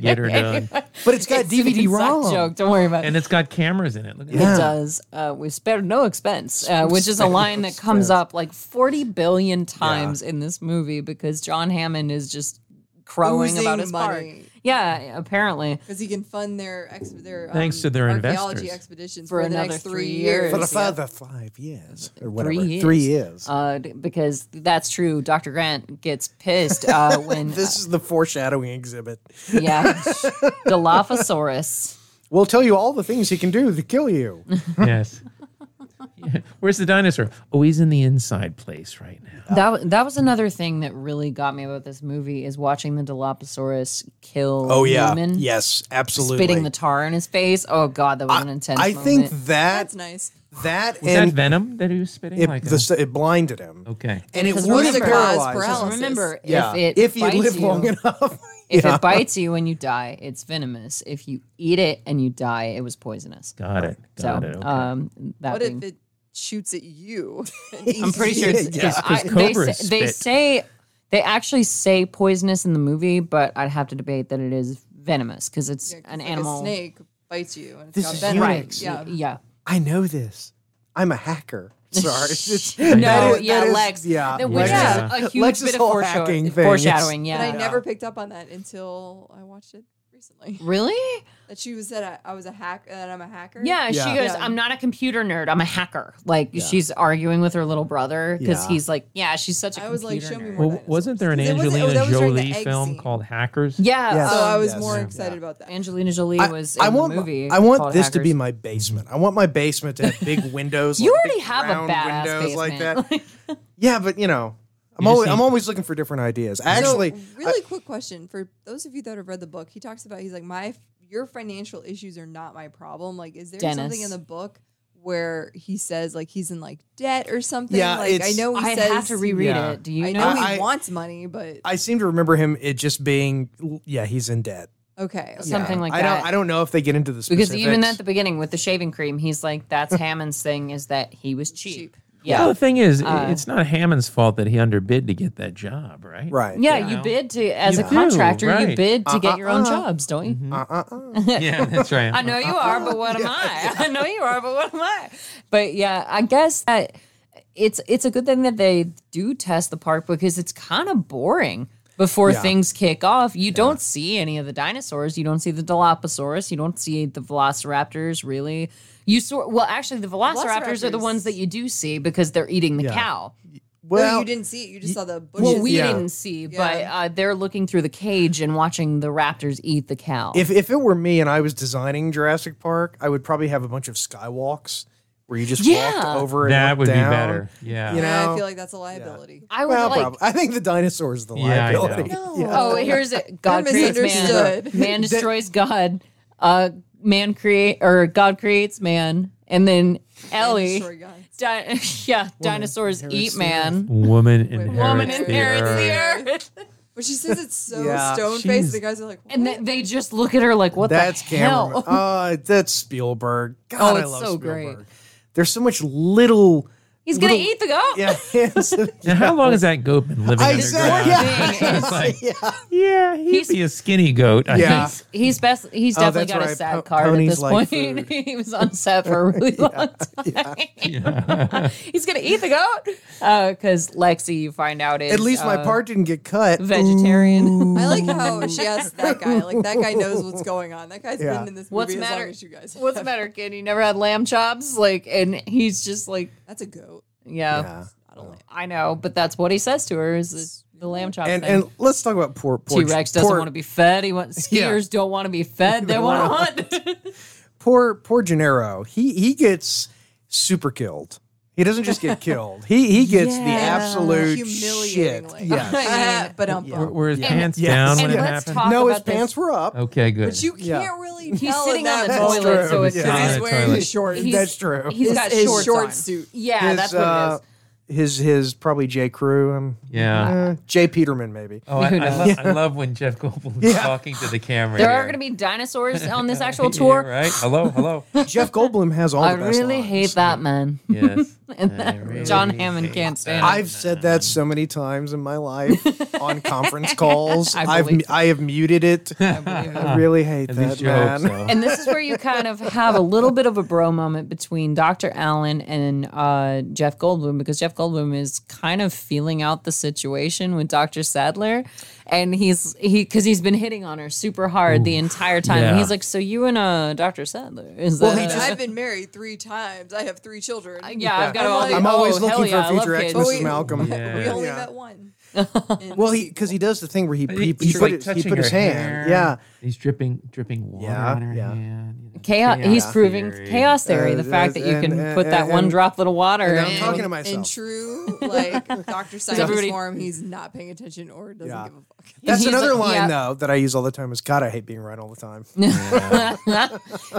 Speaker 5: Get her done.
Speaker 4: But it's got
Speaker 2: It's an
Speaker 4: DVD
Speaker 2: inside
Speaker 4: ROM.
Speaker 2: joke. Don't worry about it.
Speaker 5: And it's got cameras in it. Look at
Speaker 2: It
Speaker 5: that.
Speaker 2: does. Uh, we spared no expense, uh, which is a line
Speaker 4: [LAUGHS]
Speaker 2: that comes up like 40 billion times in this movie because John Hammond is just crowing
Speaker 3: Oozing
Speaker 2: about his
Speaker 3: money.
Speaker 2: part. Yeah, apparently.
Speaker 3: because he can fund their ex- their
Speaker 5: Thanks
Speaker 3: um,
Speaker 5: to their
Speaker 3: archaeology
Speaker 5: investors.
Speaker 3: expeditions
Speaker 2: For
Speaker 3: for, the
Speaker 2: another
Speaker 3: next
Speaker 2: three
Speaker 3: three
Speaker 2: years.
Speaker 3: years.
Speaker 2: For
Speaker 6: For the
Speaker 3: Yeah.
Speaker 6: further five years or whatever.
Speaker 2: Three
Speaker 6: Three
Speaker 2: years.
Speaker 6: years.
Speaker 2: Uh, d- because that's true. Dr. Grant gets pissed
Speaker 4: [LAUGHS]
Speaker 2: uh, when,
Speaker 4: This is the foreshadowing exhibit.
Speaker 2: uh,
Speaker 4: [LAUGHS]
Speaker 2: yeah, Dilophosaurus.
Speaker 6: We'll tell you all the things he can do to kill
Speaker 2: [LAUGHS]
Speaker 6: you.
Speaker 5: Yes. [LAUGHS] Yeah. Where's the dinosaur? Oh, he's in the inside place right now.
Speaker 2: That wa- that was another thing that really got me about this movie is watching the Dilophosaurus kill.
Speaker 4: Oh yeah.
Speaker 2: Newman,
Speaker 4: Yes, absolutely.
Speaker 2: spitting the tar in his face. Oh god, that was an intense.
Speaker 4: I
Speaker 2: moment.
Speaker 4: think that
Speaker 3: That's nice.
Speaker 4: that
Speaker 5: Was
Speaker 4: and
Speaker 5: that venom that he was spitting?
Speaker 4: it,
Speaker 5: like a-
Speaker 4: the, s- it blinded him.
Speaker 5: okay.
Speaker 4: And it
Speaker 2: Because
Speaker 4: would have
Speaker 2: remember- Cause
Speaker 4: paralyzed. him.
Speaker 3: paralysis.
Speaker 2: Remember,
Speaker 4: Yeah.
Speaker 2: if it
Speaker 4: if you
Speaker 2: bites
Speaker 4: live
Speaker 2: you,
Speaker 4: long enough.
Speaker 2: [LAUGHS] if it bites you and you die, it's venomous. If you eat it and you die, it was poisonous.
Speaker 5: Got it.
Speaker 2: So,
Speaker 5: Got it. Okay.
Speaker 2: um, that
Speaker 3: What
Speaker 2: being,
Speaker 3: if it shoots at you? [LAUGHS]
Speaker 2: I'm pretty sure it's,
Speaker 4: Yeah,
Speaker 2: it's-
Speaker 5: yeah. 'Cause
Speaker 2: they,
Speaker 5: cobras
Speaker 2: say, they
Speaker 5: spit.
Speaker 2: say they actually say poisonous in the movie, but I'd have to debate that it is venomous because it's [LAUGHS] an animal.
Speaker 3: A snake bites you. And it's
Speaker 6: This
Speaker 3: got
Speaker 6: is
Speaker 3: venom.
Speaker 2: Right.
Speaker 3: Yeah.
Speaker 2: Yeah.
Speaker 6: I know this. I'm a hacker.
Speaker 2: [LAUGHS]
Speaker 6: Sorry. [LAUGHS] It's-
Speaker 5: No,
Speaker 2: No,
Speaker 4: That is-
Speaker 2: yeah,
Speaker 4: that is-
Speaker 2: Lex.
Speaker 6: yeah,
Speaker 2: That- Which
Speaker 5: yeah.
Speaker 2: is a huge
Speaker 6: Lex's
Speaker 2: bit of
Speaker 6: whole
Speaker 2: foreshadow-
Speaker 6: hacking thing is-
Speaker 2: foreshadowing.
Speaker 3: But
Speaker 2: Yeah.
Speaker 3: I never picked up on that until I watched it recently.
Speaker 2: really?
Speaker 3: That she was said I, I was a hack that I'm a hacker.
Speaker 2: Yeah, she
Speaker 6: Yeah.
Speaker 2: goes,
Speaker 3: Yeah.
Speaker 2: I'm not a computer nerd. I'm a hacker. Like, she's arguing with her little brother because
Speaker 6: Yeah.
Speaker 2: he's like, Yeah, she's such a
Speaker 3: I was like,
Speaker 2: computer
Speaker 3: "Show me
Speaker 2: nerd."
Speaker 3: more
Speaker 5: well, wasn't there an
Speaker 3: It wasn't-
Speaker 5: Angelina
Speaker 3: oh, that was during the
Speaker 5: Jolie
Speaker 3: egg
Speaker 5: film
Speaker 3: scene.
Speaker 5: called Hackers?
Speaker 2: Yeah.
Speaker 6: Yes.
Speaker 3: So
Speaker 2: uh,
Speaker 3: I was
Speaker 6: Yes.
Speaker 3: more
Speaker 6: Yeah.
Speaker 3: excited about that.
Speaker 2: Angelina Jolie was in
Speaker 4: I want
Speaker 2: the movie.
Speaker 4: I want
Speaker 2: called
Speaker 4: this to be
Speaker 2: Hackers.
Speaker 4: my basement. I want my basement to have
Speaker 2: [LAUGHS]
Speaker 4: big windows.
Speaker 2: You
Speaker 4: like
Speaker 2: already
Speaker 4: big
Speaker 2: have a
Speaker 4: round
Speaker 2: badass
Speaker 4: windows like
Speaker 2: basement. [LAUGHS]
Speaker 4: that. yeah, but you know, I'm
Speaker 5: You just
Speaker 4: always
Speaker 5: need-
Speaker 4: I'm always looking for different ideas. Actually,
Speaker 3: so, really quick question for those of you that have read the book. He talks about he's like my your financial issues are not my problem. Like, is there something
Speaker 2: Dennis.
Speaker 3: in the book where he says like he's in like debt or something?
Speaker 4: Yeah,
Speaker 3: like I
Speaker 4: it's-
Speaker 3: know he
Speaker 2: I'd
Speaker 3: says
Speaker 2: have to reread
Speaker 4: Yeah.
Speaker 2: it. Do you
Speaker 3: I
Speaker 2: know?
Speaker 3: know
Speaker 4: I-
Speaker 3: he
Speaker 4: I-
Speaker 3: wants money, but
Speaker 4: I seem to remember him it just being yeah, he's in debt.
Speaker 3: okay, okay.
Speaker 2: Something like
Speaker 4: I
Speaker 2: that.
Speaker 4: don't I don't know if they get into the specifics.
Speaker 2: because even at the beginning with the shaving cream, he's like, That's Hammond's thing is that he was cheap.
Speaker 3: Cheap.
Speaker 5: Well,
Speaker 2: Yeah.
Speaker 5: the thing is, i- it's not Hammond's fault that he underbid to get that job,
Speaker 4: [LAUGHS]
Speaker 5: right?
Speaker 4: right.
Speaker 2: Yeah,
Speaker 5: You
Speaker 2: you
Speaker 5: know?
Speaker 2: bid to, as
Speaker 5: You
Speaker 2: a
Speaker 5: do,
Speaker 2: contractor, you
Speaker 5: right.
Speaker 2: bid to get your own
Speaker 4: Uh-uh-uh.
Speaker 2: jobs, don't you?
Speaker 4: Uh, uh, uh.
Speaker 5: [LAUGHS] Yeah, that's right.
Speaker 2: I know you are, but what
Speaker 4: [LAUGHS]
Speaker 2: am I? [LAUGHS] I know you are, but what am I? But yeah, I guess that it's it's a good thing that they do test the park because it's kind of boring before things kick off. You don't see any of the dinosaurs. You don't see the Dilophosaurus. You don't see the Velociraptors really. You saw well, actually, the Velociraptors, are the
Speaker 3: Velociraptors.
Speaker 2: ones that you do see because they're eating the cow.
Speaker 3: no,
Speaker 4: Well,
Speaker 3: you didn't see it. You just saw the bushes.
Speaker 2: Well, we
Speaker 4: Yeah.
Speaker 2: didn't see, but
Speaker 3: Yeah.
Speaker 2: uh, they're looking through the cage and watching the raptors eat the cow.
Speaker 4: if if it were me and I was designing Jurassic Park, I would probably have a bunch of skywalks where you just walked
Speaker 2: Yeah.
Speaker 4: over and
Speaker 5: That
Speaker 4: looked
Speaker 5: would
Speaker 4: down.
Speaker 5: be better. Yeah.
Speaker 4: You know,
Speaker 3: yeah, I feel like that's a liability.
Speaker 2: I would
Speaker 4: Well,
Speaker 2: like
Speaker 4: prob- I think the dinosaurs the
Speaker 5: Yeah, I know.
Speaker 4: liability. [LAUGHS]
Speaker 3: No.
Speaker 2: Oh, here's it. [LAUGHS] God
Speaker 3: You're
Speaker 2: creates man. [LAUGHS]
Speaker 3: misunderstood.
Speaker 2: Man destroys God. Uh, man create or God creates man, and then Ellie.
Speaker 3: Sorry, guys.
Speaker 2: Di- [LAUGHS] yeah, dinosaurs eat man.
Speaker 5: Woman inherits
Speaker 2: Woman
Speaker 5: the
Speaker 2: inherits
Speaker 5: earth.
Speaker 2: the earth,
Speaker 3: But she says it's so
Speaker 4: Yeah.
Speaker 3: stone faced.
Speaker 5: She's-
Speaker 3: The guys are like,
Speaker 2: and then they just look at her like, "What
Speaker 4: That's
Speaker 2: the hell?" [LAUGHS] Oh,
Speaker 4: Cameron. Uh, that's Spielberg. God, I
Speaker 2: it's
Speaker 4: love
Speaker 2: so
Speaker 4: Spielberg.
Speaker 2: great.
Speaker 4: There's so much little.
Speaker 2: He's gonna
Speaker 4: little-
Speaker 2: eat the goat.
Speaker 4: [LAUGHS] Yeah.
Speaker 2: [LAUGHS]
Speaker 4: hands of-
Speaker 5: Now, how long has that goat been living
Speaker 4: I said,
Speaker 5: underground?
Speaker 4: [LAUGHS] yeah.
Speaker 5: It's like, yeah, he'd
Speaker 2: He's-
Speaker 5: be a skinny goat. I
Speaker 4: Yeah.
Speaker 5: think.
Speaker 2: He's best. He's
Speaker 4: Oh,
Speaker 2: definitely
Speaker 4: that's
Speaker 2: got a
Speaker 4: right.
Speaker 2: sad
Speaker 4: Po-
Speaker 2: card at
Speaker 4: ponies
Speaker 2: this
Speaker 4: like
Speaker 2: point. [LAUGHS]
Speaker 4: food.
Speaker 2: he was on set
Speaker 4: [LAUGHS]
Speaker 2: for a really long time. [LAUGHS] he's gonna eat the goat because Lexi, you find out, is
Speaker 4: At least my
Speaker 2: uh,
Speaker 4: part didn't get cut.
Speaker 2: vegetarian.
Speaker 3: I like how she asked that guy. Like that guy knows what's going on. That guy's
Speaker 4: Yeah.
Speaker 3: been in this movie
Speaker 2: What's
Speaker 3: as
Speaker 2: matter-
Speaker 3: long as you guys.
Speaker 2: What's the matter, kid? You never had lamb chops? Like, and he's just like,
Speaker 3: That's a goat.
Speaker 2: yeah,
Speaker 4: Yeah.
Speaker 3: I don't like.
Speaker 2: I know, but that's what he says to her is this, the lamb chop
Speaker 4: And
Speaker 2: thing.
Speaker 4: and let's talk about poor poor
Speaker 2: T Rex doesn't
Speaker 4: poor-
Speaker 2: want to be fed. He wants
Speaker 4: Yeah.
Speaker 2: skiers don't want to be
Speaker 4: [LAUGHS]
Speaker 2: fed. They want to hunt.
Speaker 4: poor poor Gennaro. He he gets super killed. He doesn't just get killed. He he gets the
Speaker 2: Yeah.
Speaker 4: absolute shit.
Speaker 3: Humiliatingly.
Speaker 2: [LAUGHS]
Speaker 3: [LAUGHS]
Speaker 4: Yes.
Speaker 3: but um,
Speaker 5: Were, were his pants
Speaker 4: Yes.
Speaker 5: down
Speaker 4: And
Speaker 5: when it
Speaker 2: let's
Speaker 5: happened?
Speaker 2: talk-
Speaker 4: no, his
Speaker 2: about this.
Speaker 4: pants were up.
Speaker 5: okay, good.
Speaker 3: but you can't
Speaker 4: Yeah.
Speaker 3: really.
Speaker 2: He's
Speaker 3: tell
Speaker 2: sitting
Speaker 3: in
Speaker 2: on the
Speaker 3: that
Speaker 2: toilet,
Speaker 3: moment.
Speaker 2: so it's
Speaker 4: Yeah.
Speaker 2: fine.
Speaker 5: He's
Speaker 3: He's
Speaker 5: on the
Speaker 3: wearing
Speaker 5: toilet.
Speaker 3: his shorts.
Speaker 2: He's-
Speaker 4: That's true.
Speaker 2: He's got
Speaker 3: his
Speaker 2: shorts
Speaker 3: short
Speaker 2: on.
Speaker 3: suit.
Speaker 2: Yeah,
Speaker 4: his,
Speaker 2: that's what
Speaker 4: uh,
Speaker 2: it is.
Speaker 4: His his probably Jay Crew. Um,
Speaker 5: yeah.
Speaker 4: eh, Jay Peterman maybe.
Speaker 5: Oh, I, I,
Speaker 2: Who
Speaker 5: lo- I love when Jeff Goldblum's
Speaker 4: Yeah.
Speaker 5: talking
Speaker 4: [LAUGHS]
Speaker 5: to the camera.
Speaker 2: There
Speaker 5: here.
Speaker 2: are going to be dinosaurs on this
Speaker 5: Yeah,
Speaker 2: actual tour. [LAUGHS]
Speaker 5: right? Hello, hello.
Speaker 4: Jeff Goldblum has all
Speaker 2: I
Speaker 4: the best
Speaker 2: really
Speaker 4: lines. [LAUGHS]
Speaker 2: hate that man.
Speaker 5: yes.
Speaker 2: and that
Speaker 5: really
Speaker 2: John Hammond
Speaker 5: hate
Speaker 2: can't
Speaker 5: that.
Speaker 2: stand. it.
Speaker 4: I've said that so many times in my life
Speaker 2: [LAUGHS]
Speaker 4: on conference calls.
Speaker 2: I
Speaker 4: I've
Speaker 2: believe
Speaker 4: I have muted it. I really hate
Speaker 5: At
Speaker 4: that
Speaker 5: least you hope
Speaker 4: man. [LAUGHS]
Speaker 5: so.
Speaker 2: and this is where you kind of have a little bit of a bro moment between Dr. Allen and uh, Jeff Goldblum because Jeff Goldblum is kind of feeling out the situation with Dr. Sadler, and he's he because he's been hitting on her super hard the entire time. And
Speaker 5: Yeah.
Speaker 2: he's like, "So you and uh, Dr. Sadler is
Speaker 4: Well,
Speaker 2: that?"
Speaker 4: he
Speaker 2: a-"
Speaker 4: just-
Speaker 3: I've been married three times. I have three children.
Speaker 2: yeah, I've got
Speaker 3: I'm
Speaker 2: all
Speaker 3: like-
Speaker 2: the-
Speaker 4: I'm always
Speaker 2: oh, hell
Speaker 4: looking
Speaker 2: yeah, I
Speaker 4: for a
Speaker 2: love
Speaker 4: future ex,
Speaker 2: kids.
Speaker 3: Oh,
Speaker 4: Mrs.
Speaker 3: yeah.
Speaker 4: Malcolm.
Speaker 3: We
Speaker 5: Yeah.
Speaker 3: only
Speaker 4: Yeah.
Speaker 3: met one.
Speaker 4: Well, he because he does the thing where he he, he,
Speaker 5: He's,
Speaker 4: put,
Speaker 5: like,
Speaker 4: his- he
Speaker 5: touching
Speaker 4: put his
Speaker 5: her
Speaker 4: hand.
Speaker 5: hair.
Speaker 4: Yeah,
Speaker 5: He's dripping, dripping water
Speaker 4: Yeah,
Speaker 5: on her
Speaker 4: yeah.
Speaker 5: hand. you know,
Speaker 2: Chaos, he's proving
Speaker 5: theory.
Speaker 2: chaos theory.
Speaker 4: Uh,
Speaker 2: the fact that you
Speaker 4: and-
Speaker 2: can
Speaker 4: and-
Speaker 2: put that
Speaker 4: and-
Speaker 2: one droplet of water.
Speaker 4: and I'm
Speaker 2: in-
Speaker 4: talking to
Speaker 3: In
Speaker 4: myself.
Speaker 3: true, like [LAUGHS] Dr. Science
Speaker 2: everybody-
Speaker 3: form, he's not paying attention or doesn't
Speaker 4: Yeah.
Speaker 3: give a fuck.
Speaker 4: That's
Speaker 2: He's
Speaker 4: another
Speaker 2: like,
Speaker 4: line
Speaker 2: yeah.
Speaker 4: though that I use all the time. Is God, I hate being right all
Speaker 2: [LAUGHS]
Speaker 4: the time.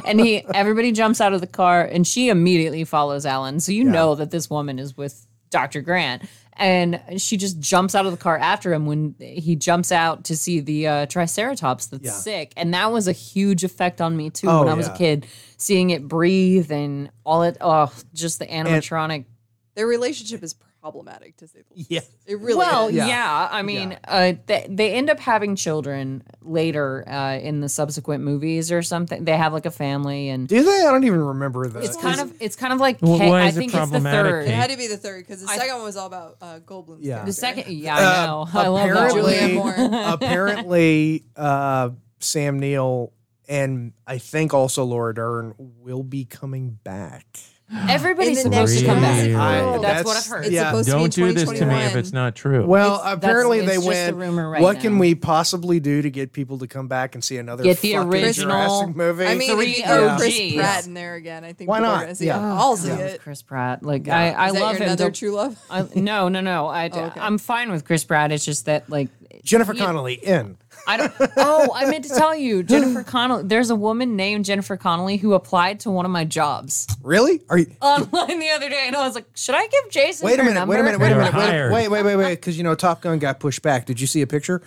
Speaker 2: and he everybody jumps out of the car and she immediately follows Alan. So you know that this woman is with Dr. Grant. And she just jumps out of the car after him when he jumps out to see the uh, Triceratops that's sick. And that was a huge effect on me too when I was a
Speaker 4: yeah.
Speaker 2: kid, seeing it breathe and all it, oh, just the animatronic.
Speaker 3: Their relationship is problematic to say the least.
Speaker 4: Yeah.
Speaker 3: It really
Speaker 2: well,
Speaker 3: is.
Speaker 2: yeah. I mean, Uh, they, they end up having children later uh, in the subsequent movies or something. They have like a family and.
Speaker 4: Do they? I don't even remember the.
Speaker 2: It's kind of it's kind of like
Speaker 5: Well,
Speaker 2: Kay-
Speaker 5: why
Speaker 2: I
Speaker 5: is it
Speaker 2: think it's the
Speaker 5: problematic,
Speaker 2: third.
Speaker 5: Kay?
Speaker 3: It had to be the third because the
Speaker 2: I-
Speaker 3: second one was all about uh, Goldblum.
Speaker 4: Yeah.
Speaker 2: The second, yeah, I know. I love that.
Speaker 4: Uh, apparently,
Speaker 3: Julianne
Speaker 4: [LAUGHS]
Speaker 3: Moore.
Speaker 4: apparently, uh, Sam Neill and I think also Laura Dern will be coming back.
Speaker 2: Everybody's
Speaker 3: In the next
Speaker 2: supposed to come back. Oh,
Speaker 5: Really?
Speaker 4: I-
Speaker 2: that's, what I've
Speaker 4: Oh, that's-
Speaker 2: heard.
Speaker 3: It's
Speaker 4: Yeah.
Speaker 3: supposed to be
Speaker 5: Don't do
Speaker 3: in
Speaker 5: this to me if
Speaker 3: 2021.
Speaker 5: it's not true.
Speaker 4: Well,
Speaker 2: It's- that's-
Speaker 4: apparently
Speaker 2: it's
Speaker 4: they
Speaker 2: just a
Speaker 4: went.
Speaker 2: rumor right
Speaker 4: what
Speaker 2: now."
Speaker 4: can we possibly do to get people to come back and see another
Speaker 2: Get the
Speaker 4: fucking
Speaker 2: original-
Speaker 4: Jurassic movie?
Speaker 3: I mean, if
Speaker 2: Three
Speaker 3: you throw
Speaker 2: OGs.
Speaker 3: Chris Pratt in there again, I think
Speaker 4: Why
Speaker 3: people are
Speaker 4: not?
Speaker 3: gonna "Oh, see
Speaker 4: Yeah.
Speaker 3: it. I'll see
Speaker 2: I love
Speaker 3: it.
Speaker 2: Chris Pratt. Like I, I
Speaker 3: Is that
Speaker 2: love
Speaker 3: your
Speaker 2: him.
Speaker 3: another
Speaker 2: Don't-
Speaker 3: true love?
Speaker 2: [LAUGHS]
Speaker 3: [LAUGHS]
Speaker 2: I, no, no, no. I,
Speaker 3: okay.
Speaker 2: I'm fine with Chris Pratt. It's just that like
Speaker 4: Jennifer
Speaker 2: you-
Speaker 4: Connelly in.
Speaker 2: I
Speaker 4: [LAUGHS]
Speaker 2: don't. Oh, I meant to tell you, Jennifer Connelly. There's a woman named Jennifer Connelly who applied to one of my jobs [LAUGHS]
Speaker 4: Really? Are you?
Speaker 2: online the other day, and I was like, should I give Jason?
Speaker 4: Wait a
Speaker 2: her
Speaker 4: minute, wait a
Speaker 2: number?
Speaker 4: minute, wait a
Speaker 5: They were
Speaker 4: minute, wait, a-
Speaker 5: hired.
Speaker 4: wait, wait, wait, wait, because you know Top Gun got pushed back. Did you see a picture?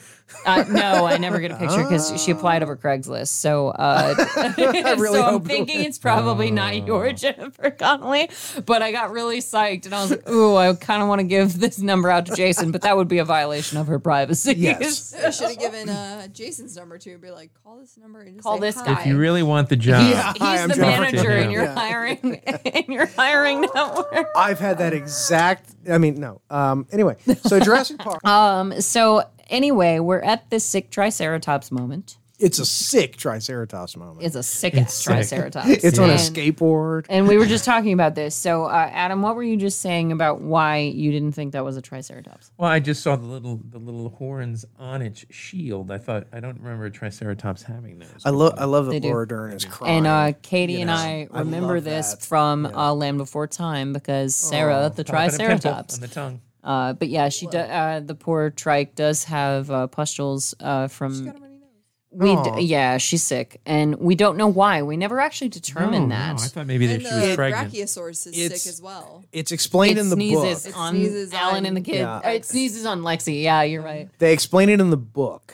Speaker 2: Uh, no, I never get a picture because she applied over Craigslist. So, uh, [LAUGHS]
Speaker 4: really
Speaker 2: so I'm
Speaker 4: hope-
Speaker 2: thinking it's probably not your [LAUGHS] Jennifer Connelly. But I got really psyched, and I was like, "Ooh, I kind of want to give this number out to Jason, but that would be a violation of her privacy." [LAUGHS]
Speaker 4: Yes.
Speaker 3: I should have given uh, Jason's number to and be like, call this number and just
Speaker 2: Call
Speaker 3: say
Speaker 2: this
Speaker 3: hi.
Speaker 2: guy.
Speaker 5: if you really want the job,
Speaker 4: Yeah.
Speaker 2: He's
Speaker 4: Hi, I'm
Speaker 2: the
Speaker 4: Jennifer
Speaker 2: manager in
Speaker 5: Connelly.
Speaker 2: your
Speaker 5: Yeah.
Speaker 2: hiring [LAUGHS] in your hiring network.
Speaker 4: I've had that exact. I mean, no. Um. Anyway, so
Speaker 2: [LAUGHS]
Speaker 4: Jurassic Park.
Speaker 2: Uh, So anyway, we're at this sick Triceratops moment.
Speaker 4: it's a sick Triceratops moment.
Speaker 2: It's a sick ass
Speaker 5: sick.
Speaker 2: Triceratops.
Speaker 4: It's on a
Speaker 2: And-
Speaker 4: skateboard.
Speaker 2: And we were just talking about this. So, uh, Adam, what were you just saying about why you didn't think that was a Triceratops?
Speaker 5: Well, I just saw the little the little horns on its shield. I thought I don't remember a Triceratops having those.
Speaker 4: I love I love
Speaker 2: They
Speaker 4: that
Speaker 2: do.
Speaker 4: Laura Dern is crying.
Speaker 2: And uh, Katie and I
Speaker 4: I
Speaker 2: remember
Speaker 4: love
Speaker 2: this
Speaker 4: that. Oh,
Speaker 2: from uh, Land Before Time because Sarah, the
Speaker 5: Popping a pimple
Speaker 2: Triceratops.
Speaker 5: on the tongue.
Speaker 2: Uh, but yeah, she do, uh, the poor trike does have uh, pustules uh, from. We
Speaker 4: Oh.
Speaker 2: d- yeah, she's sick, and we don't know why. We never actually determined
Speaker 5: Oh,
Speaker 2: that.
Speaker 5: No, I thought maybe that
Speaker 3: And
Speaker 5: she was
Speaker 3: the
Speaker 5: pregnant.
Speaker 3: Brachiosaurus is
Speaker 4: It's-
Speaker 3: sick as well.
Speaker 4: it's explained
Speaker 2: it
Speaker 4: in the
Speaker 2: sneezes
Speaker 4: book.
Speaker 2: on
Speaker 3: sneezes
Speaker 2: Alan
Speaker 3: on-
Speaker 2: and the kid.
Speaker 4: Yeah.
Speaker 2: Uh, It sneezes on Lexi. Yeah, you're right.
Speaker 4: They explain it in the book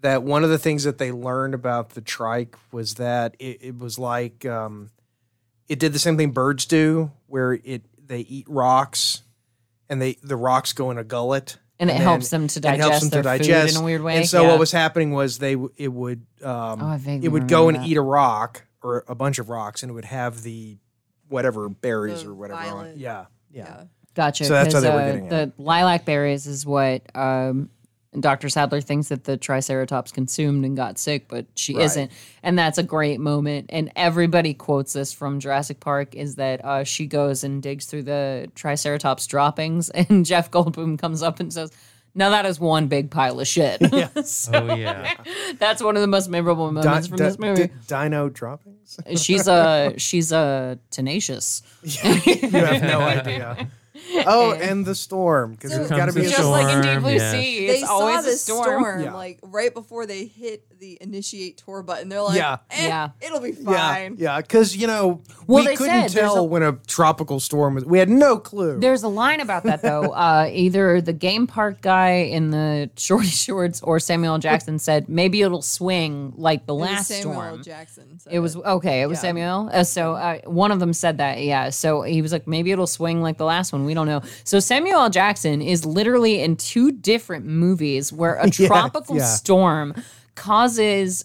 Speaker 4: that one of the things that they learned about the trike was that it, it was like um, it did the same thing birds do, where it they eat rocks, and they the rocks go in a gullet.
Speaker 2: And it
Speaker 4: then-
Speaker 2: helps them to
Speaker 4: and it helps
Speaker 2: digest
Speaker 4: them to
Speaker 2: their food
Speaker 4: digest.
Speaker 2: in a weird way.
Speaker 4: And so
Speaker 2: Yeah.
Speaker 4: what was happening was they w- it would um,
Speaker 2: Oh, I vaguely
Speaker 4: it would go and
Speaker 2: remember that.
Speaker 4: eat a rock or a bunch of rocks, and it would have the whatever berries
Speaker 3: The
Speaker 4: or whatever. on it.
Speaker 3: violet.
Speaker 4: Yeah, yeah.
Speaker 2: Gotcha.
Speaker 4: So that's how
Speaker 2: 'cause,
Speaker 4: they were
Speaker 2: uh,
Speaker 4: getting
Speaker 2: the
Speaker 4: it.
Speaker 2: lilac berries is what um, Dr. Sadler thinks that the Triceratops consumed and got sick, but she isn't. And that's a great moment. And everybody quotes this from Jurassic Park is that uh, she goes and digs through the Triceratops droppings, [LAUGHS] and Jeff Goldblum comes up and says, now that is one big pile of
Speaker 4: [LAUGHS]
Speaker 2: shit. So
Speaker 5: Oh yeah.
Speaker 2: [LAUGHS] that's one of the most memorable
Speaker 4: Di-
Speaker 2: moments from
Speaker 4: di-
Speaker 2: this movie.
Speaker 4: di-
Speaker 2: [LAUGHS]
Speaker 4: dino droppings.
Speaker 2: she's a she's a tenacious.
Speaker 4: you have
Speaker 2: [LAUGHS]
Speaker 4: no idea. Oh, and the storm because
Speaker 3: So-
Speaker 4: it's got to be a
Speaker 5: Just
Speaker 2: Just
Speaker 4: storm.
Speaker 2: like in Deep
Speaker 5: Storm,
Speaker 2: Blue
Speaker 5: yes.
Speaker 2: Sea,
Speaker 3: They
Speaker 2: it's always
Speaker 3: saw this
Speaker 2: a storm.
Speaker 4: Yeah.
Speaker 3: like right before they hit the initiate tour button. They're like,
Speaker 4: Yeah.
Speaker 3: "Eh,
Speaker 2: Yeah.
Speaker 3: it'll be
Speaker 4: Yeah,
Speaker 3: fine.
Speaker 4: yeah, because you know
Speaker 2: Well,
Speaker 4: we
Speaker 2: they
Speaker 4: couldn't
Speaker 2: said there's
Speaker 4: tell
Speaker 2: a-
Speaker 4: when a tropical storm was. We had no clue.
Speaker 2: There's a line about that
Speaker 3: [LAUGHS]
Speaker 2: though. Uh, either the game park guy in the shorty shorts or Samuel L. Jackson said maybe it'll swing like the
Speaker 3: It was
Speaker 2: last
Speaker 3: Samuel L.
Speaker 2: storm.
Speaker 3: Jackson. said
Speaker 2: It was okay. It was
Speaker 3: Yeah.
Speaker 2: Samuel. Uh, so uh, one of them said that. Yeah. So he was like, maybe it'll swing like the last one. We don't know. So Samuel L. Jackson is literally in two different movies where
Speaker 3: [LAUGHS]
Speaker 2: a tropical
Speaker 4: yeah.
Speaker 2: storm causes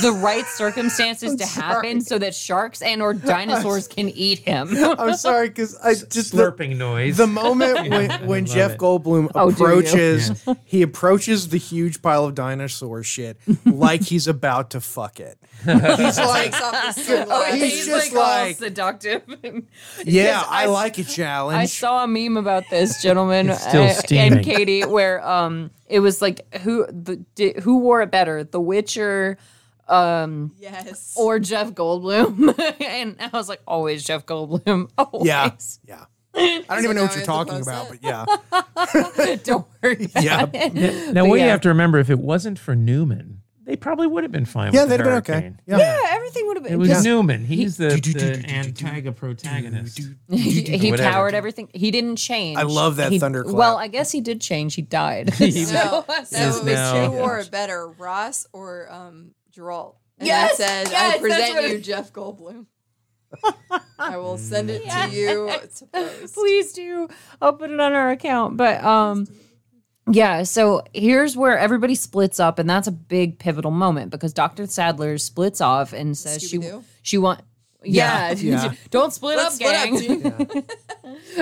Speaker 2: the right circumstances to happen so that sharks and
Speaker 3: [LAUGHS]
Speaker 2: or dinosaurs can eat him.
Speaker 4: I'm sorry because I just the-
Speaker 5: Slurping noise.
Speaker 4: The
Speaker 5: [LAUGHS]
Speaker 4: moment
Speaker 5: I
Speaker 4: when, when
Speaker 5: love
Speaker 4: Jeff
Speaker 5: it.
Speaker 4: Goldblum
Speaker 2: Oh, do you?
Speaker 4: approaches,
Speaker 2: [LAUGHS]
Speaker 4: he approaches the huge pile of dinosaur shit like he's about to
Speaker 2: [LAUGHS]
Speaker 4: fuck it. He's like,
Speaker 3: Takes off his sunglasses.
Speaker 4: he's just
Speaker 2: all
Speaker 4: like-
Speaker 2: seductive. [LAUGHS]
Speaker 4: yeah,
Speaker 2: Yes,
Speaker 4: I,
Speaker 2: I-
Speaker 4: like a
Speaker 2: I
Speaker 4: challenge.
Speaker 2: saw a meme about this gentleman
Speaker 5: It's still
Speaker 2: uh,
Speaker 5: steaming.
Speaker 2: and Katie, where um, it was like who the di, who wore it better, The Witcher um,
Speaker 3: yes.
Speaker 2: or Jeff Goldblum? [LAUGHS] and I was like, always Jeff Goldblum. [LAUGHS] Always.
Speaker 4: yeah, yeah. I don't even know what
Speaker 3: now we
Speaker 4: you're
Speaker 3: have to
Speaker 4: talking
Speaker 3: post
Speaker 4: about,
Speaker 3: it?
Speaker 4: but yeah,
Speaker 2: [LAUGHS] Don't
Speaker 5: [LAUGHS]
Speaker 2: worry. About
Speaker 4: Yeah.
Speaker 2: "Oh, [LAUGHS] It.
Speaker 5: now,
Speaker 2: But
Speaker 5: what
Speaker 2: [LAUGHS]
Speaker 5: you
Speaker 2: yeah.
Speaker 5: have to remember, if it wasn't for Newman, they probably would have been fine.
Speaker 4: yeah,
Speaker 5: with the
Speaker 4: that'd have been okay.
Speaker 5: hurricane.
Speaker 4: Yeah.
Speaker 2: Yeah, everything would have
Speaker 5: It
Speaker 2: been.
Speaker 5: was
Speaker 2: 'cause
Speaker 5: Newman. He's the,
Speaker 4: do, do, do,
Speaker 5: the
Speaker 2: [LAUGHS]
Speaker 4: do, do, do,
Speaker 5: antagonist protagonist.
Speaker 2: He, he
Speaker 5: Whatever.
Speaker 2: powered everything. He didn't change.
Speaker 4: I love that
Speaker 2: He-
Speaker 4: thunderclap.
Speaker 2: Well, I guess he did change. He died. [LAUGHS]
Speaker 5: [LAUGHS] He-
Speaker 3: No, [LAUGHS] that
Speaker 5: Yes,
Speaker 3: was now,
Speaker 5: now-
Speaker 3: who wore it better, Ross or um, Geralt? And
Speaker 2: Yes,
Speaker 3: I said,
Speaker 2: yes,
Speaker 3: I
Speaker 2: that's what
Speaker 3: present you
Speaker 2: it- [LAUGHS]
Speaker 3: Jeff Goldblum. I will send it to you to post.
Speaker 2: please do i'll put it on our account but um yeah so here's where everybody splits up and that's a big pivotal moment because dr sadler splits off and says
Speaker 3: Scooby-Doo?
Speaker 2: she she want yeah,
Speaker 4: [LAUGHS] yeah.
Speaker 2: [LAUGHS] don't split
Speaker 3: Let's
Speaker 2: up
Speaker 3: split up,
Speaker 2: gang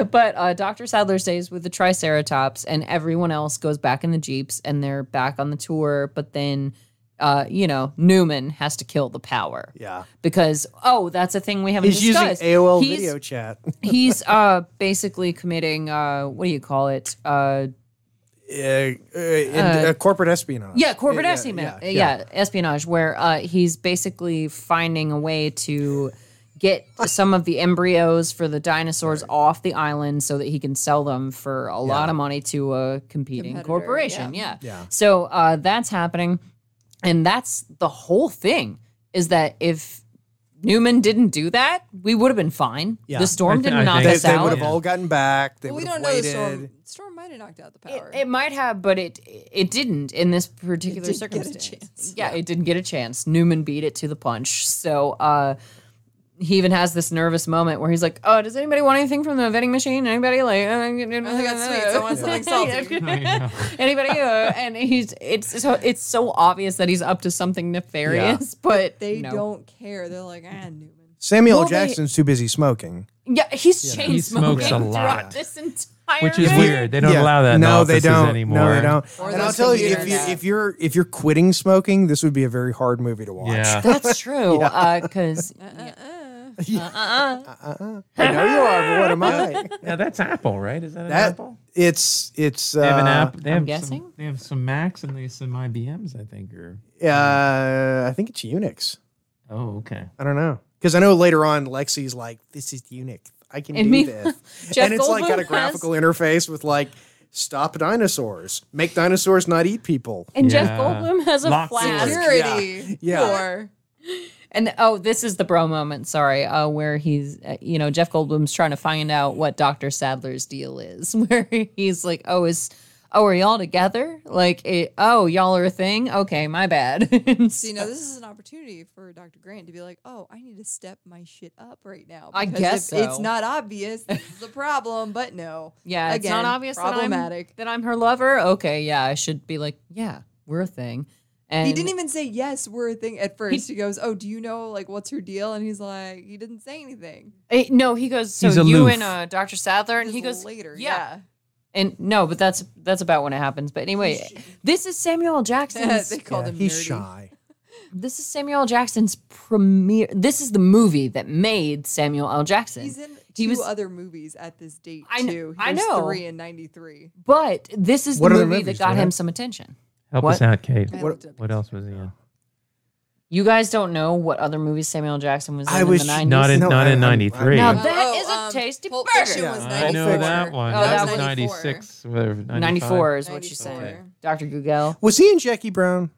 Speaker 2: [LAUGHS] but uh, dr sadler stays with the triceratops and everyone else goes back in the jeeps and they're back on the tour but then uh, you know newman has to kill the power
Speaker 4: Yeah.
Speaker 2: because oh that's a thing we haven't
Speaker 4: He's using
Speaker 2: discussed
Speaker 4: AOL
Speaker 2: He's- [LAUGHS]
Speaker 4: video chat.
Speaker 2: he's uh basically committing uh what do you call it uh
Speaker 4: Uh, uh, in, uh, corporate espionage.
Speaker 2: yeah corporate
Speaker 4: Yeah,
Speaker 2: espionage
Speaker 4: yeah,
Speaker 2: yeah,
Speaker 4: yeah.
Speaker 2: espionage where uh he's basically finding a way to get some of the embryos for the dinosaurs off the island so that he can sell them for a lot of money to a competing
Speaker 3: Competitor,
Speaker 2: corporation
Speaker 3: yeah.
Speaker 2: yeah. so uh that's happening and that's the whole thing is that if Newman didn't do that, we would have been fine.
Speaker 4: Yeah.
Speaker 2: The storm
Speaker 5: I thi-
Speaker 2: didn't
Speaker 5: I
Speaker 2: knock
Speaker 5: think-
Speaker 4: They,
Speaker 2: us
Speaker 4: they
Speaker 2: out.
Speaker 4: would have all gotten back. They
Speaker 3: Well, we
Speaker 4: would
Speaker 3: don't
Speaker 4: have
Speaker 3: know the
Speaker 4: waited.
Speaker 3: storm. Storm might have knocked out the power.
Speaker 2: It might have, but it it didn't in this particular
Speaker 3: didn't get a
Speaker 2: circumstance.
Speaker 3: chance.
Speaker 2: Yeah, it didn't get a chance. Newman beat it to the punch. So uh, he even has this nervous moment where he's like, "Oh, does anybody want anything from the vending machine? Anybody like?" Uh,
Speaker 3: I got sweets. I
Speaker 2: [LAUGHS]
Speaker 3: want something salty.
Speaker 2: Anybody? Uh, and he's it's so it's so obvious that he's up to something nefarious, but
Speaker 3: They
Speaker 2: no.
Speaker 3: don't care. They're like, ah, Newman.
Speaker 4: Samuel
Speaker 2: Well, they-
Speaker 4: Jackson's too busy smoking.
Speaker 2: Yeah, he's chain
Speaker 5: He smokes
Speaker 2: smoking
Speaker 5: a
Speaker 2: throughout
Speaker 5: lot.
Speaker 2: this entire.
Speaker 5: Which is
Speaker 2: thing.
Speaker 5: weird. They don't
Speaker 4: Yeah.
Speaker 5: allow that. in
Speaker 4: No, they
Speaker 5: offices
Speaker 4: don't.
Speaker 5: anymore.
Speaker 4: No, they don't.
Speaker 3: Or
Speaker 4: and I'll
Speaker 3: those
Speaker 4: tell you, if
Speaker 3: computers
Speaker 4: you
Speaker 3: that-
Speaker 4: if you're if you're quitting smoking, this would be a very hard movie to watch.
Speaker 5: [LAUGHS] Yeah.
Speaker 2: That's true. uh, Because
Speaker 4: [LAUGHS]
Speaker 2: Uh-uh.
Speaker 4: I know you are, but what
Speaker 2: [LAUGHS]
Speaker 4: am I?
Speaker 5: Now that's Apple, right? Is that, an
Speaker 4: That
Speaker 5: Apple?
Speaker 4: it's it's uh,
Speaker 5: They have an app. They
Speaker 2: I'm
Speaker 5: have
Speaker 2: guessing.
Speaker 5: Some, they have some Macs and they have some IBMs, I think. Or
Speaker 4: uh, I think it's Unix.
Speaker 5: oh, okay.
Speaker 4: I don't know because I know later on Lexi's like, "This is Unix. I can
Speaker 2: And
Speaker 4: do
Speaker 2: me-
Speaker 4: this,"
Speaker 2: [LAUGHS] Jeff
Speaker 4: and it's like got
Speaker 2: Goldblum
Speaker 4: a
Speaker 2: has-
Speaker 4: graphical interface with like, "Stop dinosaurs. Make dinosaurs not eat people."
Speaker 2: and Jeff
Speaker 5: Yeah.
Speaker 2: Goldblum has a
Speaker 5: Locked
Speaker 2: flash.
Speaker 5: doors.
Speaker 3: Security.
Speaker 4: Yeah.
Speaker 3: Or
Speaker 2: And oh, this is the bro moment. Sorry, uh, where he's uh, you know Jeff Goldblum's trying to find out what Doctor Sadler's deal is, [LAUGHS] where he's like, oh, is oh are y'all together? Like, it, oh, y'all are a thing. Okay, my bad. [LAUGHS] Uh,
Speaker 3: So you know, this is an opportunity for Dr. Grant to be like, "Oh, I need to step my shit up right now."
Speaker 2: I
Speaker 3: because
Speaker 2: guess
Speaker 3: if it's
Speaker 2: so.
Speaker 3: not obvious. This
Speaker 2: [LAUGHS]
Speaker 3: is the problem, but no.
Speaker 2: yeah, it's
Speaker 3: Again,
Speaker 2: not obvious
Speaker 3: Problematic.
Speaker 2: that I'm that I'm her lover. Okay, yeah, I should be like, yeah, we're a thing. And
Speaker 3: he didn't even say yes. We're a thing at first. He, goes, "Oh, do you know like what's her deal?" And he's like, he didn't say anything.
Speaker 2: eh, no, he goes. So
Speaker 5: He's
Speaker 2: you
Speaker 5: aloof.
Speaker 2: and uh, Doctor Sadler, and
Speaker 3: This
Speaker 2: he
Speaker 3: is
Speaker 2: goes
Speaker 3: later.
Speaker 2: yeah.
Speaker 3: Yeah,
Speaker 2: And no, but that's that's about when it happens. But
Speaker 3: [LAUGHS]
Speaker 2: anyway, this is Samuel L. Jackson's
Speaker 3: they called
Speaker 4: Yeah,
Speaker 3: him.
Speaker 4: he's
Speaker 3: nerdy.
Speaker 4: shy.
Speaker 2: This is Samuel L. Jackson's premiere. This is the movie that made Samuel L. Jackson.
Speaker 3: He's in
Speaker 2: He
Speaker 3: two
Speaker 2: was-
Speaker 3: other movies at this date
Speaker 2: I kn-
Speaker 3: too.
Speaker 2: I
Speaker 3: Here's
Speaker 2: know.
Speaker 3: three in '93.
Speaker 2: but this is the
Speaker 4: What other
Speaker 2: movie
Speaker 4: movies
Speaker 2: that
Speaker 4: do you
Speaker 2: got him
Speaker 4: have?
Speaker 2: some attention.
Speaker 5: Help
Speaker 2: What?
Speaker 5: us out, Kate.
Speaker 3: I
Speaker 5: What,
Speaker 3: looked up
Speaker 5: what else was he in?
Speaker 2: You guys don't know what other movies Samuel L. Jackson was in,
Speaker 4: I
Speaker 2: in
Speaker 4: wish-
Speaker 2: the 90s?
Speaker 5: Not in
Speaker 4: No,
Speaker 5: not
Speaker 4: I- I'm-
Speaker 5: in
Speaker 4: I'm-
Speaker 5: '93.
Speaker 2: Now
Speaker 4: Oh,
Speaker 2: that
Speaker 3: oh,
Speaker 2: is
Speaker 3: um,
Speaker 2: a tasty
Speaker 3: Pulp
Speaker 2: burger.
Speaker 3: Fiction was
Speaker 5: I know
Speaker 3: 94.
Speaker 5: that one.
Speaker 2: Oh,
Speaker 5: that,
Speaker 2: that
Speaker 5: was
Speaker 2: was-
Speaker 5: '96.
Speaker 2: 94 is what you said.
Speaker 3: 94.
Speaker 2: Dr. Gugel.
Speaker 4: Was he in Jackie Brown?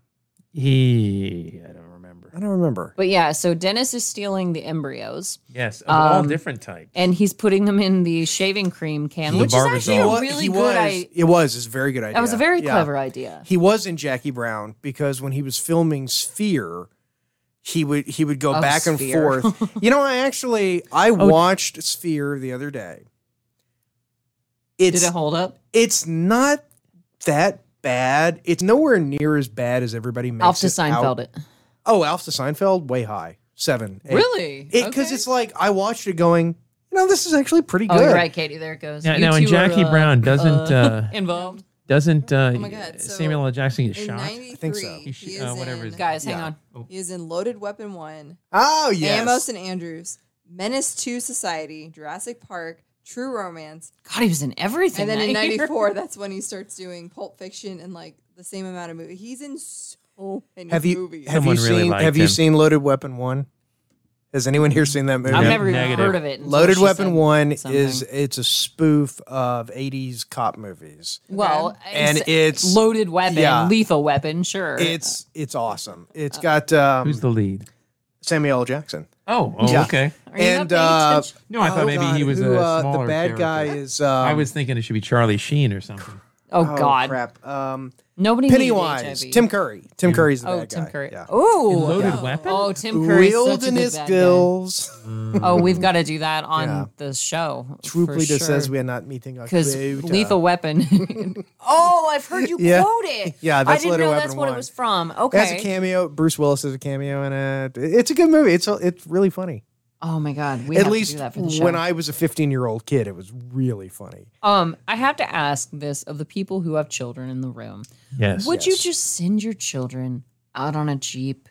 Speaker 5: He, I don't remember.
Speaker 4: I don't remember.
Speaker 2: But yeah, so Dennis is stealing the embryos
Speaker 5: Yes, of all different types.
Speaker 2: Um, and he's putting them in the shaving cream can,
Speaker 5: The
Speaker 2: which is actually
Speaker 5: Barbazole.
Speaker 2: a
Speaker 4: Wa-
Speaker 2: really
Speaker 4: he
Speaker 2: good
Speaker 4: was,
Speaker 2: idea.
Speaker 4: It was. It's a very good idea.
Speaker 2: That was a very
Speaker 4: Yeah.
Speaker 2: clever idea.
Speaker 4: He was in Jackie Brown because when he was filming Sphere, he would he would go
Speaker 2: Oh,
Speaker 4: back and
Speaker 2: Sphere. [LAUGHS] Oh,
Speaker 4: forth. you know, I actually I watched Sphere the other day.
Speaker 2: Did
Speaker 4: It's
Speaker 2: it hold up?
Speaker 4: it's not that bad. It's nowhere near as bad as everybody makes
Speaker 2: Off to
Speaker 4: it out
Speaker 2: Seinfeld it.
Speaker 4: Oh, Alf to Seinfeld, way high, seven. eight.
Speaker 2: Really?
Speaker 4: It because
Speaker 2: Okay.
Speaker 4: it's like I watched it going, you know, this is actually pretty
Speaker 2: Oh,
Speaker 4: good.
Speaker 2: you're right, Katie. There it goes.
Speaker 5: Now,
Speaker 2: You
Speaker 5: now in
Speaker 2: two are,
Speaker 5: Jackie
Speaker 2: uh,
Speaker 5: Brown, doesn't uh,
Speaker 2: [LAUGHS] involved.
Speaker 5: doesn't uh,
Speaker 4: Oh
Speaker 3: my God, so
Speaker 5: Samuel L. Jackson get
Speaker 3: In
Speaker 5: shot?
Speaker 3: 93,
Speaker 4: think so.
Speaker 3: he
Speaker 5: He sh-
Speaker 3: is
Speaker 5: uh, whatever
Speaker 3: in,
Speaker 5: his-
Speaker 2: Guys, hang
Speaker 4: Yeah.
Speaker 2: on.
Speaker 3: he is in Loaded Weapon 1,
Speaker 4: Oh yes.
Speaker 3: Amos and Andrews, Menace to Society, Jurassic Park, True Romance,
Speaker 2: God, he was in everything.
Speaker 3: and then
Speaker 2: [LAUGHS]
Speaker 3: in
Speaker 2: that year.
Speaker 3: '94, that's when he starts doing Pulp Fiction and like the same amount of movies. He's in
Speaker 2: Oh.
Speaker 3: so many
Speaker 4: have you
Speaker 3: movies.
Speaker 4: have
Speaker 5: Someone
Speaker 4: you
Speaker 5: really
Speaker 4: seen
Speaker 5: liked
Speaker 4: have you
Speaker 5: him.
Speaker 4: seen Loaded Weapon One? Has anyone here seen that movie?
Speaker 2: I've never even
Speaker 5: Negative.
Speaker 2: heard of it. until
Speaker 4: Loaded
Speaker 2: she
Speaker 4: Weapon
Speaker 2: said
Speaker 4: One
Speaker 2: something.
Speaker 4: is it's a spoof of '80s cop movies.
Speaker 2: well,
Speaker 4: And it's-
Speaker 2: loaded weapon,
Speaker 4: yeah.
Speaker 2: lethal weapon. Sure,
Speaker 4: It's it's awesome.
Speaker 2: Uh,
Speaker 4: It's got um,
Speaker 5: Who's the lead?
Speaker 4: Samuel L. Jackson.
Speaker 5: Oh, oh
Speaker 4: Yeah.
Speaker 5: okay.
Speaker 2: Are you not
Speaker 4: And
Speaker 2: paying
Speaker 4: uh,
Speaker 2: attention?
Speaker 5: No, I
Speaker 4: oh
Speaker 5: thought maybe
Speaker 4: God,
Speaker 5: he was
Speaker 4: who,
Speaker 5: a
Speaker 4: uh,
Speaker 5: smaller
Speaker 4: the bad
Speaker 5: character.
Speaker 4: guy is. Um,
Speaker 5: I was thinking it should be Charlie Sheen or something.
Speaker 2: oh,
Speaker 4: oh,
Speaker 2: God,
Speaker 4: crap. Um,
Speaker 2: nobody needed
Speaker 4: Pennywise,
Speaker 2: HIV.
Speaker 4: Tim Curry. Tim Curry's the
Speaker 2: Oh,
Speaker 4: bad
Speaker 2: Tim
Speaker 4: guy.
Speaker 2: Curry.
Speaker 4: Yeah.
Speaker 5: In
Speaker 2: Oh,
Speaker 5: Loaded
Speaker 3: yeah.
Speaker 5: Weapon.
Speaker 2: oh, Tim Curry.
Speaker 4: Wilderness Gills.
Speaker 2: Oh, we've got to do that on
Speaker 4: Yeah.
Speaker 2: the show.
Speaker 4: Troop
Speaker 2: for
Speaker 4: leader
Speaker 2: sure.
Speaker 4: says we are not meeting our
Speaker 2: because
Speaker 4: quota.
Speaker 2: Lethal Weapon. [LAUGHS] oh, I've heard you
Speaker 4: [LAUGHS] Yeah.
Speaker 2: quote it.
Speaker 4: Yeah, that's
Speaker 2: I didn't
Speaker 4: Lethal
Speaker 2: know
Speaker 4: Weapon
Speaker 2: that's what
Speaker 4: one.
Speaker 2: it was from.
Speaker 4: It has a
Speaker 2: Okay.
Speaker 4: cameo. Bruce Willis has a cameo in it. It- It's a good movie. It's a, it's really funny.
Speaker 2: Oh my God, we
Speaker 4: At
Speaker 2: have
Speaker 4: least
Speaker 2: to do that for the show.
Speaker 4: when I was a 15 year old kid, it was really funny.
Speaker 2: um, I have to ask this of the people who have children in the room:
Speaker 5: Yes,
Speaker 2: Would you just send your children out on a jeep?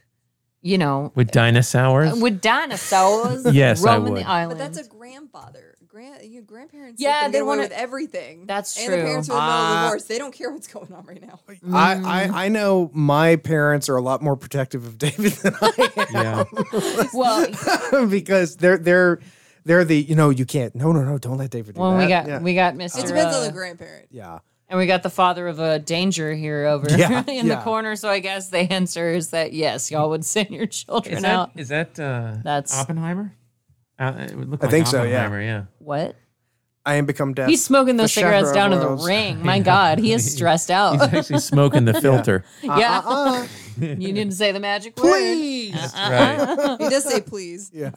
Speaker 2: You know,
Speaker 5: with dinosaurs.
Speaker 2: with
Speaker 4: [LAUGHS]
Speaker 2: dinosaurs
Speaker 5: Yes, I
Speaker 2: roaming
Speaker 5: would.
Speaker 2: the island.
Speaker 3: But that's a grandfather. Grand, your grandparents.
Speaker 2: Yeah,
Speaker 3: Yeah,
Speaker 2: they
Speaker 3: they want
Speaker 2: wanna-
Speaker 3: with everything.
Speaker 2: That's
Speaker 3: and
Speaker 2: true. Ah.
Speaker 3: the parents are in the middle of
Speaker 4: Uh,
Speaker 3: divorce. They don't care what's going on right now.
Speaker 4: I,
Speaker 2: Mm.
Speaker 4: I I know my parents are a lot more protective of [LAUGHS] David than I
Speaker 5: yeah.
Speaker 2: [LAUGHS] well,
Speaker 4: [LAUGHS]
Speaker 2: [LAUGHS]
Speaker 4: am because they're they're they're the you know you can't no no no don't let David do
Speaker 2: when
Speaker 4: that.
Speaker 2: we got
Speaker 4: yeah.
Speaker 2: we got Mr.
Speaker 3: It depends on
Speaker 2: uh,
Speaker 3: the grandparent.
Speaker 4: yeah.
Speaker 2: And we got the father of a danger here over
Speaker 4: Yeah,
Speaker 2: [LAUGHS] in the
Speaker 4: yeah.
Speaker 2: corner. So I guess the answer is that yes, y'all would send your children
Speaker 5: Is that,
Speaker 2: out.
Speaker 5: is that uh,
Speaker 2: That's-
Speaker 5: Oppenheimer? Uh, it would look
Speaker 4: I
Speaker 5: like
Speaker 4: think so, yeah.
Speaker 5: Oppenheimer, yeah.
Speaker 2: What?
Speaker 4: I am become deaf.
Speaker 2: He's smoking those
Speaker 4: The
Speaker 2: cigarettes
Speaker 4: Shepherd
Speaker 2: down in the
Speaker 4: Rose. [LAUGHS]
Speaker 2: ring. My God, he is stressed
Speaker 5: He's
Speaker 2: out.
Speaker 5: actually smoking [LAUGHS] the filter.
Speaker 2: [LAUGHS] yeah.
Speaker 4: Uh,
Speaker 2: You didn't say the magic
Speaker 4: please.
Speaker 2: word. Uh-uh. [LAUGHS]
Speaker 5: Right.
Speaker 3: He does say please.
Speaker 4: Yeah.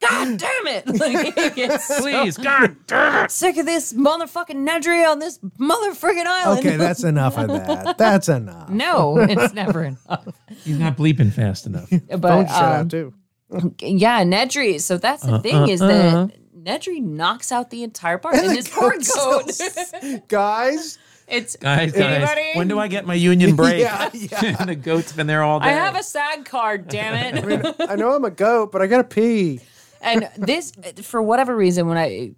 Speaker 2: God damn it. [LAUGHS] Like, he gets so
Speaker 5: Please, God damn it.
Speaker 2: sick of this motherfucking Nedry on this motherfucking island.
Speaker 4: Okay, that's enough
Speaker 2: [LAUGHS]
Speaker 4: of that. That's enough.
Speaker 2: no, it's never enough.
Speaker 5: He's not bleeping fast [LAUGHS] enough.
Speaker 2: But
Speaker 4: [LAUGHS] Don't shut
Speaker 2: um,
Speaker 4: out too.
Speaker 2: Yeah, Nedry. So that's the thing is
Speaker 4: Uh-uh.
Speaker 2: that Nedry knocks out the entire park in
Speaker 4: [LAUGHS]
Speaker 2: his fur coat.
Speaker 4: Guys,
Speaker 2: [LAUGHS] it's
Speaker 5: Guys, guys,
Speaker 2: Anybody?
Speaker 5: when do I get my union
Speaker 4: [LAUGHS]
Speaker 5: break? [LAUGHS]
Speaker 4: Yeah, yeah.
Speaker 5: the goat's been there all day.
Speaker 2: I have a sad card,
Speaker 4: [LAUGHS]
Speaker 2: damn it.
Speaker 4: I know I'm a goat, but I gotta pee.
Speaker 2: and this for whatever reason when i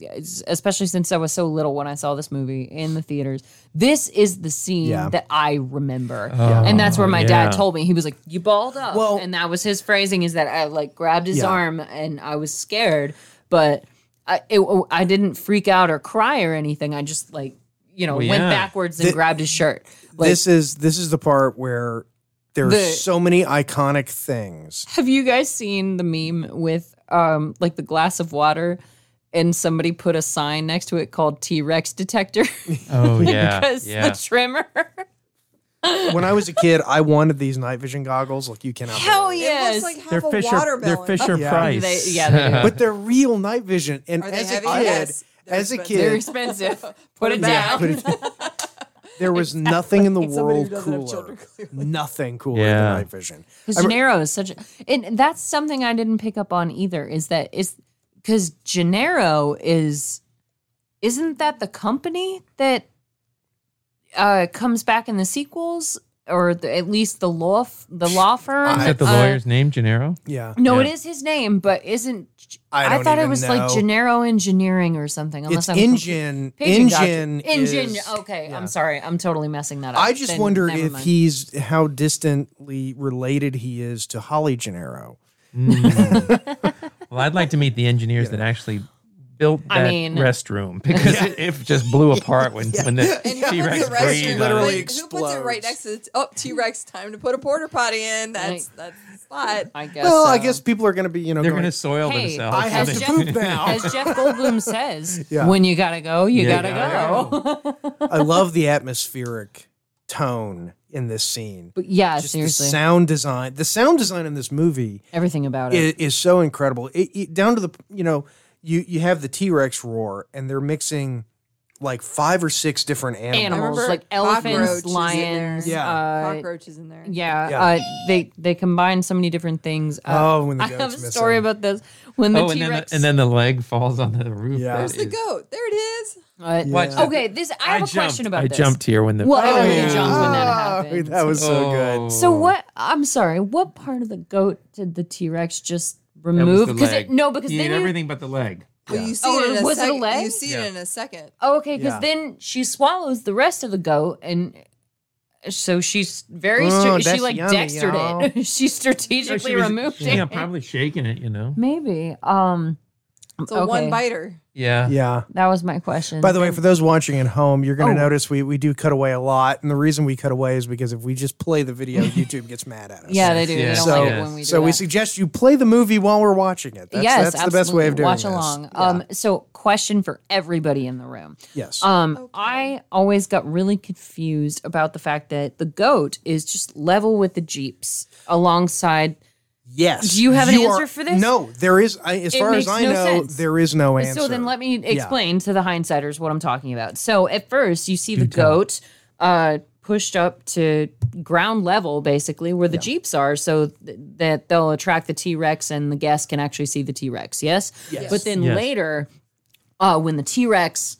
Speaker 2: especially since i was so little when i saw this movie in the theaters this is the scene
Speaker 4: Yeah.
Speaker 2: that i remember and that's where my
Speaker 5: Oh, yeah.
Speaker 2: dad told me he was like you balled up
Speaker 4: Well-
Speaker 2: and that was his phrasing is that i like grabbed his
Speaker 4: Yeah.
Speaker 2: arm and i was scared but i it, i didn't freak out or cry or anything i just like you know
Speaker 5: Well,
Speaker 2: went
Speaker 5: yeah.
Speaker 2: backwards and
Speaker 4: Thi-
Speaker 2: grabbed his shirt like
Speaker 4: this is this is the part where there's
Speaker 2: The-
Speaker 4: so many iconic things.
Speaker 2: Have you guys seen the meme with um like the glass of water and somebody put a sign next to it called T-Rex detector [LAUGHS]
Speaker 5: Oh, yeah.
Speaker 2: because [LAUGHS]
Speaker 5: yeah.
Speaker 2: the trimmer?
Speaker 4: When I was a kid, I wanted these night vision goggles. Like you cannot.
Speaker 2: [LAUGHS] Hell
Speaker 4: believe.
Speaker 2: yes.
Speaker 3: It looks like half
Speaker 5: They're
Speaker 3: a
Speaker 5: Fisher,
Speaker 3: watermelon.
Speaker 5: they're Fisher
Speaker 4: Yeah.
Speaker 5: Price.
Speaker 2: They- yeah, they
Speaker 5: [LAUGHS]
Speaker 2: do.
Speaker 4: But they're real night vision, and
Speaker 3: Are they
Speaker 4: as a kid,
Speaker 3: heavy? Yes. They're
Speaker 4: as a
Speaker 3: expensive.
Speaker 2: They're
Speaker 4: kid,
Speaker 2: expensive. Put it
Speaker 4: yeah,
Speaker 2: down. [LAUGHS]
Speaker 4: put it down. there was nothing in the
Speaker 3: Somebody who
Speaker 4: world
Speaker 3: doesn't have children,
Speaker 4: cooler, nothing cooler
Speaker 5: Yeah.
Speaker 4: than night vision.
Speaker 2: Because Gennaro is such a, and that's something I didn't pick up on either, is that is because Gennaro is isn't that the company that uh comes back in the sequels? Or the, at least the law, f- the law firm.
Speaker 5: Is that the
Speaker 2: uh,
Speaker 5: lawyer's name, Gennaro?
Speaker 4: Yeah,
Speaker 2: No,
Speaker 5: Yeah.
Speaker 2: it is his name, but isn't
Speaker 4: I don't
Speaker 2: thought it
Speaker 4: even
Speaker 2: was like
Speaker 4: know.
Speaker 2: Gennaro Engineering or something. Unless
Speaker 4: it's
Speaker 2: I'm
Speaker 4: engine.
Speaker 2: Pigeon Doctor-
Speaker 4: Engine.
Speaker 2: Engine.
Speaker 4: is-
Speaker 2: okay,
Speaker 4: yeah.
Speaker 2: I'm sorry, I'm totally messing that up.
Speaker 4: I just
Speaker 2: Then
Speaker 4: wonder
Speaker 2: never
Speaker 4: if
Speaker 2: mind.
Speaker 4: he's how distantly related he is to Holly Gennaro.
Speaker 5: Mm. well, I'd like to meet the engineers that actually built that
Speaker 2: I mean- [LAUGHS]
Speaker 5: restroom because it, it just blew apart when
Speaker 4: [LAUGHS]
Speaker 5: when the
Speaker 3: And who
Speaker 5: T
Speaker 3: puts
Speaker 5: Rex
Speaker 3: the restroom?
Speaker 5: breathed. on
Speaker 4: literally
Speaker 5: it.
Speaker 3: like, who puts it right
Speaker 4: explodes.
Speaker 3: next to the t- oh T Rex? Time to put a porta potty in. That's that's the spot.
Speaker 2: I guess. uh,
Speaker 4: Well, I
Speaker 2: so.
Speaker 4: guess people are going to be, you know,
Speaker 5: They're
Speaker 4: going,
Speaker 5: going to soil
Speaker 2: Hey,
Speaker 5: themselves.
Speaker 4: I have
Speaker 5: So
Speaker 4: to
Speaker 5: they-
Speaker 4: poop now.
Speaker 2: As Jeff Goldblum says,
Speaker 4: [LAUGHS] Yeah.
Speaker 2: when you gotta go, you
Speaker 5: Yeah,
Speaker 2: gotta
Speaker 5: gotta
Speaker 2: go.
Speaker 4: [LAUGHS] I love the atmospheric tone in this scene.
Speaker 2: but yeah,
Speaker 4: Just
Speaker 2: seriously,
Speaker 4: the sound design. The sound design in this movie
Speaker 2: everything about it.
Speaker 4: is, is so incredible. It, it- down to the you know you you have the T Rex roar, and they're mixing like five or six different animals.
Speaker 2: Animals
Speaker 3: remember
Speaker 2: like elephants,
Speaker 3: cockroaches in
Speaker 2: lions.
Speaker 3: there.
Speaker 4: Yeah.
Speaker 2: uh,
Speaker 3: Cockroaches in there.
Speaker 2: Yeah,
Speaker 4: Yeah.
Speaker 2: Uh, they they combine so many different things. Uh,
Speaker 4: Oh, when the
Speaker 2: I have a
Speaker 4: goat's
Speaker 2: story
Speaker 4: missing.
Speaker 2: about this. When the
Speaker 5: Oh, and
Speaker 2: T
Speaker 5: then the,
Speaker 2: Rex
Speaker 5: and then the leg falls on the roof.
Speaker 4: Yeah.
Speaker 5: That
Speaker 4: Where's
Speaker 3: There's the
Speaker 5: is-
Speaker 3: goat. There it is.
Speaker 5: Watch
Speaker 4: Yeah.
Speaker 5: the-
Speaker 2: Okay, this I
Speaker 5: I
Speaker 2: have a
Speaker 5: jumped,
Speaker 2: question about
Speaker 5: I
Speaker 2: this.
Speaker 5: jumped here when the
Speaker 2: Well, Oh, I
Speaker 5: Oh,
Speaker 2: really
Speaker 5: yeah.
Speaker 2: jumped when that
Speaker 4: Uh, Oh,
Speaker 2: happened.
Speaker 4: that was so good.
Speaker 2: So what? I'm sorry. What part of the goat did the T Rex just
Speaker 5: That was
Speaker 2: remove?
Speaker 5: the
Speaker 2: Because
Speaker 5: leg.
Speaker 2: no, because
Speaker 5: he
Speaker 2: then
Speaker 5: ate
Speaker 2: you-
Speaker 5: everything but the leg.
Speaker 3: Well, you see
Speaker 2: Oh,
Speaker 3: it in a
Speaker 2: was it a
Speaker 3: second.
Speaker 2: leg?
Speaker 3: You see
Speaker 5: Yeah.
Speaker 3: it in a second.
Speaker 2: Oh, okay, because
Speaker 4: Yeah.
Speaker 2: then she swallows the rest of the goat, and so she's very
Speaker 4: Oh,
Speaker 2: stra- she
Speaker 4: that's
Speaker 2: like
Speaker 4: yummy,
Speaker 2: dextered it. [LAUGHS] she
Speaker 5: So
Speaker 2: strategically
Speaker 5: she was-
Speaker 2: removed
Speaker 5: yeah,
Speaker 2: it.
Speaker 5: probably shaking it. You know.
Speaker 2: Maybe. Um,
Speaker 3: It's a
Speaker 2: Okay.
Speaker 3: one biter.
Speaker 5: Yeah.
Speaker 4: Yeah.
Speaker 2: that was my question.
Speaker 4: By the way, for those watching at home, you're going
Speaker 2: Oh.
Speaker 4: to notice we, we do cut away a lot. And the reason we cut away is because if we just play the video, [LAUGHS] YouTube gets mad at us.
Speaker 2: yeah, they do. They
Speaker 5: Yeah.
Speaker 2: don't
Speaker 4: So-
Speaker 2: like it when we do
Speaker 4: so we
Speaker 2: that.
Speaker 4: suggest you play the movie while we're watching it. That's,
Speaker 2: yes,
Speaker 4: that's the best way of
Speaker 2: absolutely.
Speaker 4: doing
Speaker 2: Watch
Speaker 4: this.
Speaker 2: along.
Speaker 4: Yeah.
Speaker 2: Um, so question for everybody in the room.
Speaker 4: yes.
Speaker 2: Um, I always got really confused about the fact that the goat is just level with the jeeps alongside.
Speaker 4: yes.
Speaker 2: do you have an answer
Speaker 4: are-
Speaker 2: for this?
Speaker 4: No, there is. I, as
Speaker 2: It
Speaker 4: far as
Speaker 2: makes
Speaker 4: I
Speaker 2: no
Speaker 4: know,
Speaker 2: sense.
Speaker 4: there is no answer.
Speaker 2: So then let me explain to the hindsighters what I'm talking about. So at first you see the
Speaker 5: tell.
Speaker 2: goat uh, pushed up to ground level, basically where the jeeps are, so th- that they'll attract the T Rex and the guests can actually see the T Rex. Yes? But then
Speaker 5: Yes.
Speaker 2: later, uh, when the T Rex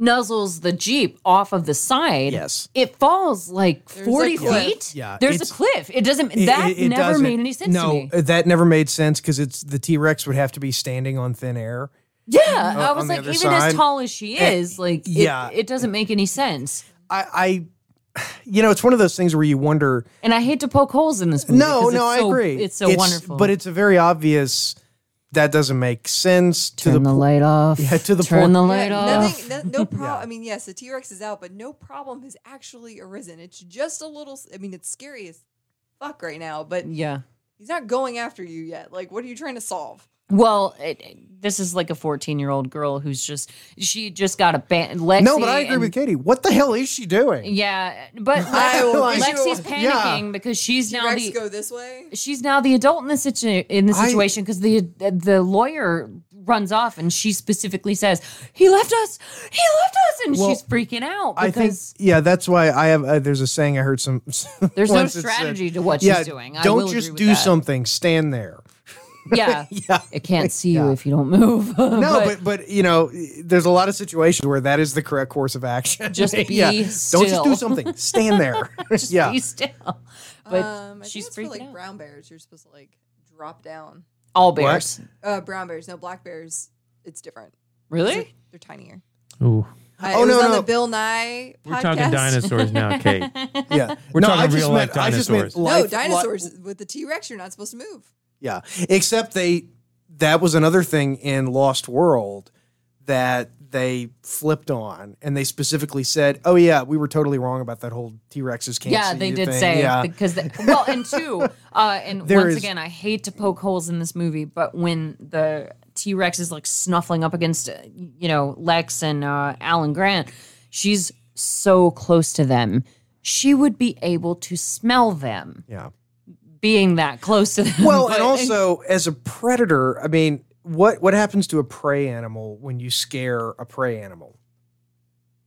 Speaker 2: nuzzles the jeep off of the side,
Speaker 4: Yes.
Speaker 2: it falls like forty
Speaker 3: cliff.
Speaker 2: feet.
Speaker 4: Yeah,
Speaker 2: there's
Speaker 4: it's-
Speaker 2: a cliff. It doesn't.
Speaker 4: It-
Speaker 2: that
Speaker 4: it- it
Speaker 2: never
Speaker 4: doesn't-
Speaker 2: made any sense
Speaker 4: No,
Speaker 2: to me.
Speaker 4: uh, that never made sense because it's the T Rex would have to be standing on thin air.
Speaker 2: Yeah, I
Speaker 4: on
Speaker 2: was
Speaker 4: the
Speaker 2: like,
Speaker 4: other
Speaker 2: even
Speaker 4: side.
Speaker 2: as tall as she is, like,
Speaker 4: yeah.
Speaker 2: it, it doesn't make any sense.
Speaker 4: I, I, [SIGHS] you know, it's one of those things where you wonder.
Speaker 2: And I hate to poke holes in this movie.
Speaker 4: No,
Speaker 2: 'cause
Speaker 4: no, I
Speaker 2: it's so-
Speaker 4: agree.
Speaker 2: It's so wonderful.
Speaker 4: but it's a very obvious. That doesn't make sense to
Speaker 2: turn the,
Speaker 4: the
Speaker 2: light off.
Speaker 4: Yeah, to the
Speaker 2: turn
Speaker 4: point-
Speaker 2: the light
Speaker 3: Yeah,
Speaker 2: off.
Speaker 3: nothing, no, no problem. I mean, yes, the T Rex is out, but no problem has actually arisen. It's just a little. s- I mean, it's scary as fuck right now, but
Speaker 2: Yeah.
Speaker 3: he's not going after you yet. Like, what are you trying to solve?
Speaker 2: Well, it, it- this is like a 14 year old girl who's just she just got a ban. Lexi
Speaker 4: No, but I agree
Speaker 2: and-
Speaker 4: with Katie. What the hell is she doing?
Speaker 2: Yeah,
Speaker 4: [LAUGHS]
Speaker 2: but
Speaker 3: I
Speaker 2: Lex-
Speaker 4: like-
Speaker 2: Lexi's
Speaker 4: Yeah.
Speaker 2: panicking because she's
Speaker 3: T
Speaker 2: now
Speaker 3: Rex
Speaker 2: the
Speaker 3: go this way.
Speaker 2: she's now the adult in the situ- in the
Speaker 4: I-
Speaker 2: situation because the the lawyer runs off and she specifically says he left us, he left us, and
Speaker 4: Well,
Speaker 2: she's freaking out
Speaker 4: I think
Speaker 2: because
Speaker 4: yeah, that's why I have. Uh, there's a saying I heard some. [LAUGHS]
Speaker 2: there's no
Speaker 4: once it said,
Speaker 2: strategy to what
Speaker 4: yeah,
Speaker 2: she's doing. I
Speaker 4: don't
Speaker 2: will
Speaker 4: just
Speaker 2: agree with
Speaker 4: do
Speaker 2: that.
Speaker 4: something. Stand there.
Speaker 2: [LAUGHS]
Speaker 4: [LAUGHS]
Speaker 2: Yeah,
Speaker 4: Yeah.
Speaker 2: it can't see you if you don't move. [LAUGHS]
Speaker 4: No, but, but you know, there's a lot of situations where that is the correct course of action. [LAUGHS]
Speaker 2: Just be
Speaker 4: Don't just do
Speaker 2: still. [LAUGHS]
Speaker 4: something. Stand there. yeah.
Speaker 2: be still. But
Speaker 3: um, I
Speaker 2: she's
Speaker 3: think it's for
Speaker 2: freaking
Speaker 3: like
Speaker 2: out.
Speaker 3: brown bears. You're supposed to like drop down.
Speaker 2: All bears,
Speaker 3: Uh, brown bears, no black bears. It's different. They're,
Speaker 2: really?
Speaker 3: they're tinier.
Speaker 5: Ooh,
Speaker 3: Uh,
Speaker 4: Oh,
Speaker 3: it was
Speaker 4: no,
Speaker 3: on
Speaker 4: no.
Speaker 3: the Bill Nye podcast.
Speaker 5: we're talking dinosaurs now, Kate.
Speaker 4: Yeah.
Speaker 5: We're
Speaker 4: no,
Speaker 5: talking
Speaker 4: I just
Speaker 5: real
Speaker 4: meant,
Speaker 5: life
Speaker 4: I just meant
Speaker 3: [LAUGHS]
Speaker 5: dinosaurs.
Speaker 3: No,
Speaker 4: life-
Speaker 3: dinosaurs with the T Rex. You're not supposed to move.
Speaker 4: Yeah. Except they that was another thing in Lost World that they flipped on and they specifically said, "Oh yeah, we were totally wrong about that whole T-Rexes can't
Speaker 2: Yeah,
Speaker 4: see
Speaker 2: they
Speaker 4: you
Speaker 2: did
Speaker 4: thing."
Speaker 2: say
Speaker 4: Yeah.
Speaker 2: because they, well, and
Speaker 4: [LAUGHS]
Speaker 2: two, uh, and
Speaker 4: There
Speaker 2: once
Speaker 4: is-
Speaker 2: again, I hate to poke holes in this movie, but when the T Rex is like snuffling up against, uh, you know, Lex and uh, Alan Grant, she's so close to them, she would be able to smell them
Speaker 4: yeah.
Speaker 2: [LAUGHS] being that close to them.
Speaker 4: Well,
Speaker 2: but-
Speaker 4: and also as a predator, I mean, what what happens to a prey animal when you scare a prey animal?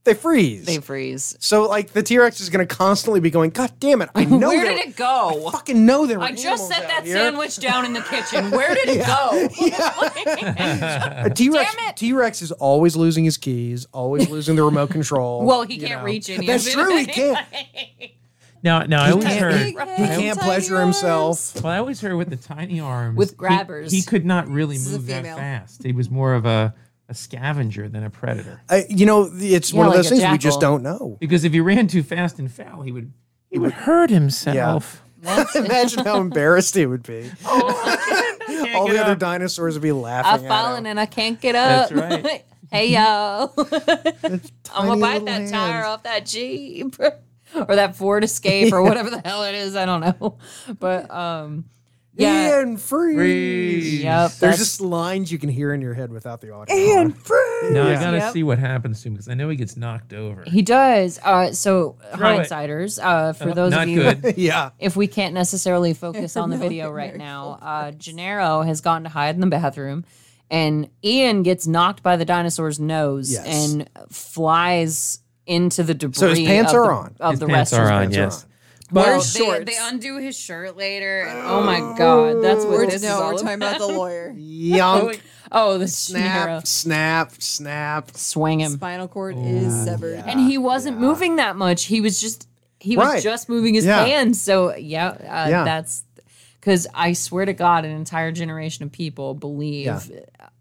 Speaker 4: They freeze.
Speaker 2: [LAUGHS] they freeze.
Speaker 4: so like the T-Rex is going to constantly be going, "God damn it,
Speaker 2: [LAUGHS]
Speaker 4: I know
Speaker 2: Where
Speaker 4: there-
Speaker 2: did it go?
Speaker 4: fucking know there were
Speaker 2: I just
Speaker 4: animals
Speaker 2: set
Speaker 4: out
Speaker 2: that
Speaker 4: here."
Speaker 2: sandwich down in the kitchen. Where
Speaker 4: [LAUGHS]
Speaker 2: did it go?
Speaker 4: A T-Rex,
Speaker 2: Damn it.
Speaker 4: T-Rex is always losing his keys,
Speaker 2: [LAUGHS]
Speaker 4: always losing the remote control.
Speaker 2: Well, he
Speaker 4: you
Speaker 2: can't
Speaker 4: know.
Speaker 2: reach any.
Speaker 4: That's
Speaker 2: of it. [LAUGHS]
Speaker 4: true. He can't.
Speaker 5: Now, now I always
Speaker 4: can't
Speaker 5: heard.
Speaker 4: He can't pleasure himself.
Speaker 5: Well, I always heard with the tiny arms,
Speaker 2: With
Speaker 5: he-
Speaker 2: grabbers.
Speaker 5: he, could not really
Speaker 3: This is a
Speaker 5: move that
Speaker 3: female.
Speaker 5: fast. He was more of a, a scavenger than a predator.
Speaker 4: I, you know, it's
Speaker 2: Yeah,
Speaker 4: one of
Speaker 2: like
Speaker 4: those
Speaker 2: a
Speaker 4: things we just
Speaker 2: jackal.
Speaker 4: don't know. [LAUGHS]
Speaker 5: Because if he ran too fast and fell, he would he would hurt himself.
Speaker 2: [LAUGHS]
Speaker 4: Imagine how embarrassed he would be.
Speaker 2: Oh, [LAUGHS]
Speaker 4: [LAUGHS]
Speaker 5: can't
Speaker 4: All
Speaker 5: get
Speaker 4: the other
Speaker 5: up.
Speaker 4: dinosaurs would be
Speaker 2: I've
Speaker 4: laughing. at
Speaker 2: fallen
Speaker 4: him.
Speaker 2: and I can't get up.
Speaker 5: That's right.
Speaker 2: [LAUGHS] hey yo, I'm
Speaker 6: tiny
Speaker 2: gonna bite
Speaker 6: little
Speaker 2: that tire
Speaker 6: hands.
Speaker 2: off that Jeep [LAUGHS] or that Ford Escape or whatever the hell it is. I don't know, [LAUGHS] but um, yeah,
Speaker 4: Ian Freeze.
Speaker 5: Freeze.
Speaker 2: yep.
Speaker 6: There's
Speaker 2: that's-
Speaker 6: just lines you can hear in your head without the audio. on.
Speaker 4: [LAUGHS]
Speaker 5: Now I gotta
Speaker 2: Yep.
Speaker 5: see what happens to him because I know he gets knocked over.
Speaker 2: He does. Uh, so
Speaker 5: Throw it.
Speaker 2: hindsiders, uh, for those
Speaker 5: Not
Speaker 2: of you,
Speaker 5: good.
Speaker 6: yeah.
Speaker 2: [LAUGHS] if we can't necessarily focus
Speaker 4: [LAUGHS]
Speaker 2: on the video right
Speaker 3: very
Speaker 2: now, uh, Gennaro has gone to hide in the bathroom, and Ian gets knocked by the dinosaur's nose
Speaker 6: Yes.
Speaker 2: and flies into the debris.
Speaker 4: his pants
Speaker 2: of
Speaker 4: are
Speaker 2: the-
Speaker 4: on.
Speaker 2: Of
Speaker 5: His
Speaker 2: the
Speaker 5: pants
Speaker 2: restaurant.
Speaker 5: are on.
Speaker 4: pants are
Speaker 5: Yes.
Speaker 4: on.
Speaker 2: Well,
Speaker 3: Wears
Speaker 2: they-
Speaker 3: shorts.
Speaker 2: They, undo his shirt later. and- oh my god, that's what
Speaker 3: We're,
Speaker 2: this is
Speaker 3: no,
Speaker 2: all
Speaker 3: we're talking
Speaker 2: about.
Speaker 3: about the
Speaker 4: [LAUGHS]
Speaker 3: lawyer.
Speaker 2: [LAUGHS]
Speaker 6: Yonk.
Speaker 2: Oh, the Gennaro
Speaker 6: snap, snap, snap.
Speaker 2: swing him,
Speaker 3: Spinal cord
Speaker 5: Oh,
Speaker 3: is severed.
Speaker 2: and he wasn't moving that much. He was just he
Speaker 6: Right.
Speaker 2: was just moving his
Speaker 6: Yeah.
Speaker 2: hands. So yeah, uh,
Speaker 6: Yeah.
Speaker 2: that's because I swear to God, an entire generation of people believe,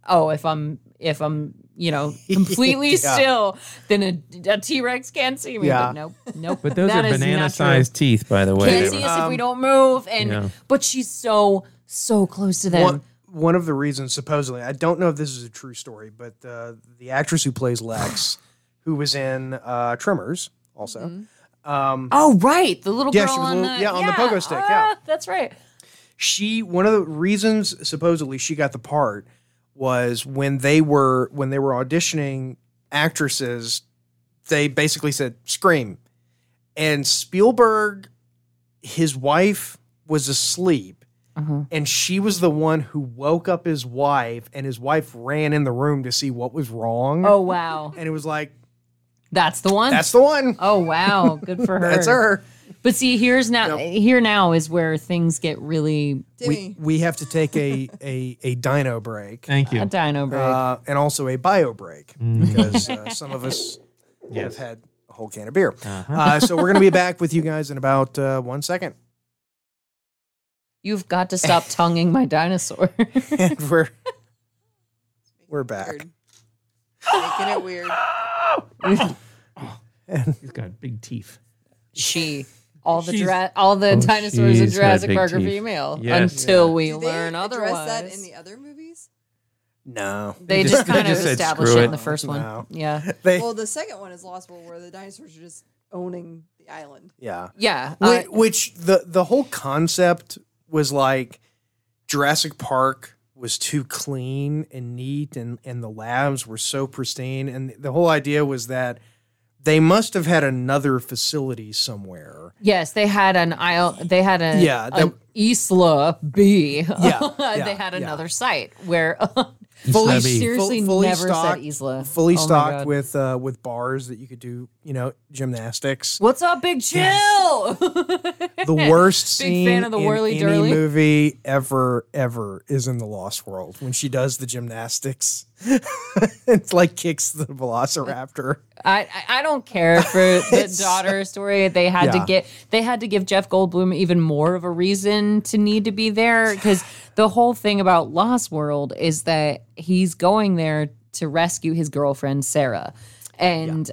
Speaker 2: oh, if I'm if I'm you
Speaker 6: [LAUGHS]
Speaker 2: know completely still, then a, a T Rex can't see me.
Speaker 6: Yeah. [LAUGHS]
Speaker 2: But nope, nope.
Speaker 5: But those
Speaker 2: that
Speaker 5: are
Speaker 2: is not true.
Speaker 5: banana-sized teeth, by the way.
Speaker 2: Can't
Speaker 5: They
Speaker 2: see
Speaker 5: were-
Speaker 2: us if
Speaker 6: Um,
Speaker 2: we don't move. And
Speaker 5: yeah.
Speaker 2: but she's so so close to them.
Speaker 4: One, one of the reasons, supposedly, I don't know if this is a true story, but uh, the actress who plays Lex, who was in uh, Tremors, also. Um,
Speaker 2: Oh right, the little
Speaker 4: Yeah,
Speaker 2: girl
Speaker 4: she was
Speaker 2: on
Speaker 4: little-
Speaker 2: the
Speaker 4: yeah, on the pogo stick, yeah.
Speaker 2: ah, that's right.
Speaker 4: she one of the reasons supposedly she got the part was when they were when they were auditioning actresses they basically said scream and spielberg his wife was asleep and she was the one who woke up his wife and his wife ran in the room to see what was wrong
Speaker 2: Oh wow,
Speaker 4: and it was [LAUGHS] like
Speaker 2: that's the one.
Speaker 4: that's the one
Speaker 2: Oh wow, good
Speaker 4: [LAUGHS]
Speaker 2: for her.
Speaker 4: that's her
Speaker 2: But see, here's now here now is where things get really
Speaker 3: Timmy,
Speaker 4: we have to take a a, a dino break
Speaker 5: Thank you.
Speaker 2: a dino break.
Speaker 4: uh, and also a bio break because uh, some of us
Speaker 5: Yes.
Speaker 4: have had a whole can of beer. uh so we're going to be back with you guys in about uh, one second. [LAUGHS]
Speaker 2: You've got to stop tonguing my
Speaker 4: [LAUGHS]
Speaker 2: dinosaur.
Speaker 4: And we're we're back.
Speaker 3: weird. making
Speaker 2: [LAUGHS]
Speaker 3: it weird.
Speaker 5: He's got big teeth.
Speaker 2: she. All the
Speaker 5: She's-
Speaker 2: dra- all the
Speaker 5: Oh,
Speaker 2: dinosaurs in
Speaker 5: she's got
Speaker 2: Jurassic
Speaker 5: big
Speaker 2: Park are
Speaker 5: teeth.
Speaker 2: female
Speaker 5: Yes.
Speaker 2: until we
Speaker 3: Do they
Speaker 2: learn
Speaker 3: address
Speaker 2: otherwise.
Speaker 3: that in the other movies?
Speaker 4: No,
Speaker 2: they,
Speaker 5: They
Speaker 2: just,
Speaker 5: just- they
Speaker 2: kind of
Speaker 5: just said,
Speaker 2: established
Speaker 5: "Screw
Speaker 2: it
Speaker 5: it."
Speaker 2: in the first one.
Speaker 4: No.
Speaker 2: Yeah,
Speaker 4: they
Speaker 3: Well, the second one is Lost World, where the dinosaurs are just owning the island.
Speaker 4: yeah.
Speaker 2: yeah. uh,
Speaker 4: Whi- Which, the the whole concept was like Jurassic Park was too clean and neat, and and the labs were so pristine, and the whole idea was that. They must have had another facility somewhere
Speaker 2: Yes, they had an isle. They had a
Speaker 4: Yeah, that-
Speaker 2: an Isla B. [LAUGHS]
Speaker 4: Yeah, yeah,
Speaker 2: they had
Speaker 4: yeah.
Speaker 2: another site where [LAUGHS]
Speaker 5: Fully-
Speaker 2: I
Speaker 5: B.
Speaker 2: seriously
Speaker 4: Full- fully
Speaker 2: never
Speaker 4: stocked-
Speaker 2: said Isla.
Speaker 4: fully
Speaker 2: Oh my
Speaker 4: stocked
Speaker 2: God.
Speaker 4: with uh, with bars that you could do, you know, gymnastics.
Speaker 2: What's up, Big Chill? [LAUGHS]
Speaker 4: The worst scene
Speaker 2: Big fan of the
Speaker 4: in
Speaker 2: whirly
Speaker 4: any
Speaker 2: durly.
Speaker 4: movie ever, ever is in The Lost World when she does the gymnastics. [LAUGHS] it's like kicks the Velociraptor.
Speaker 2: I, I I don't care
Speaker 4: [LAUGHS]
Speaker 2: for the daughter story. They had
Speaker 4: Yeah.
Speaker 2: to get they had to give Jeff Goldblum even more of a reason to need to be there because the whole thing about Lost World is that he's going there to rescue his girlfriend Sarah and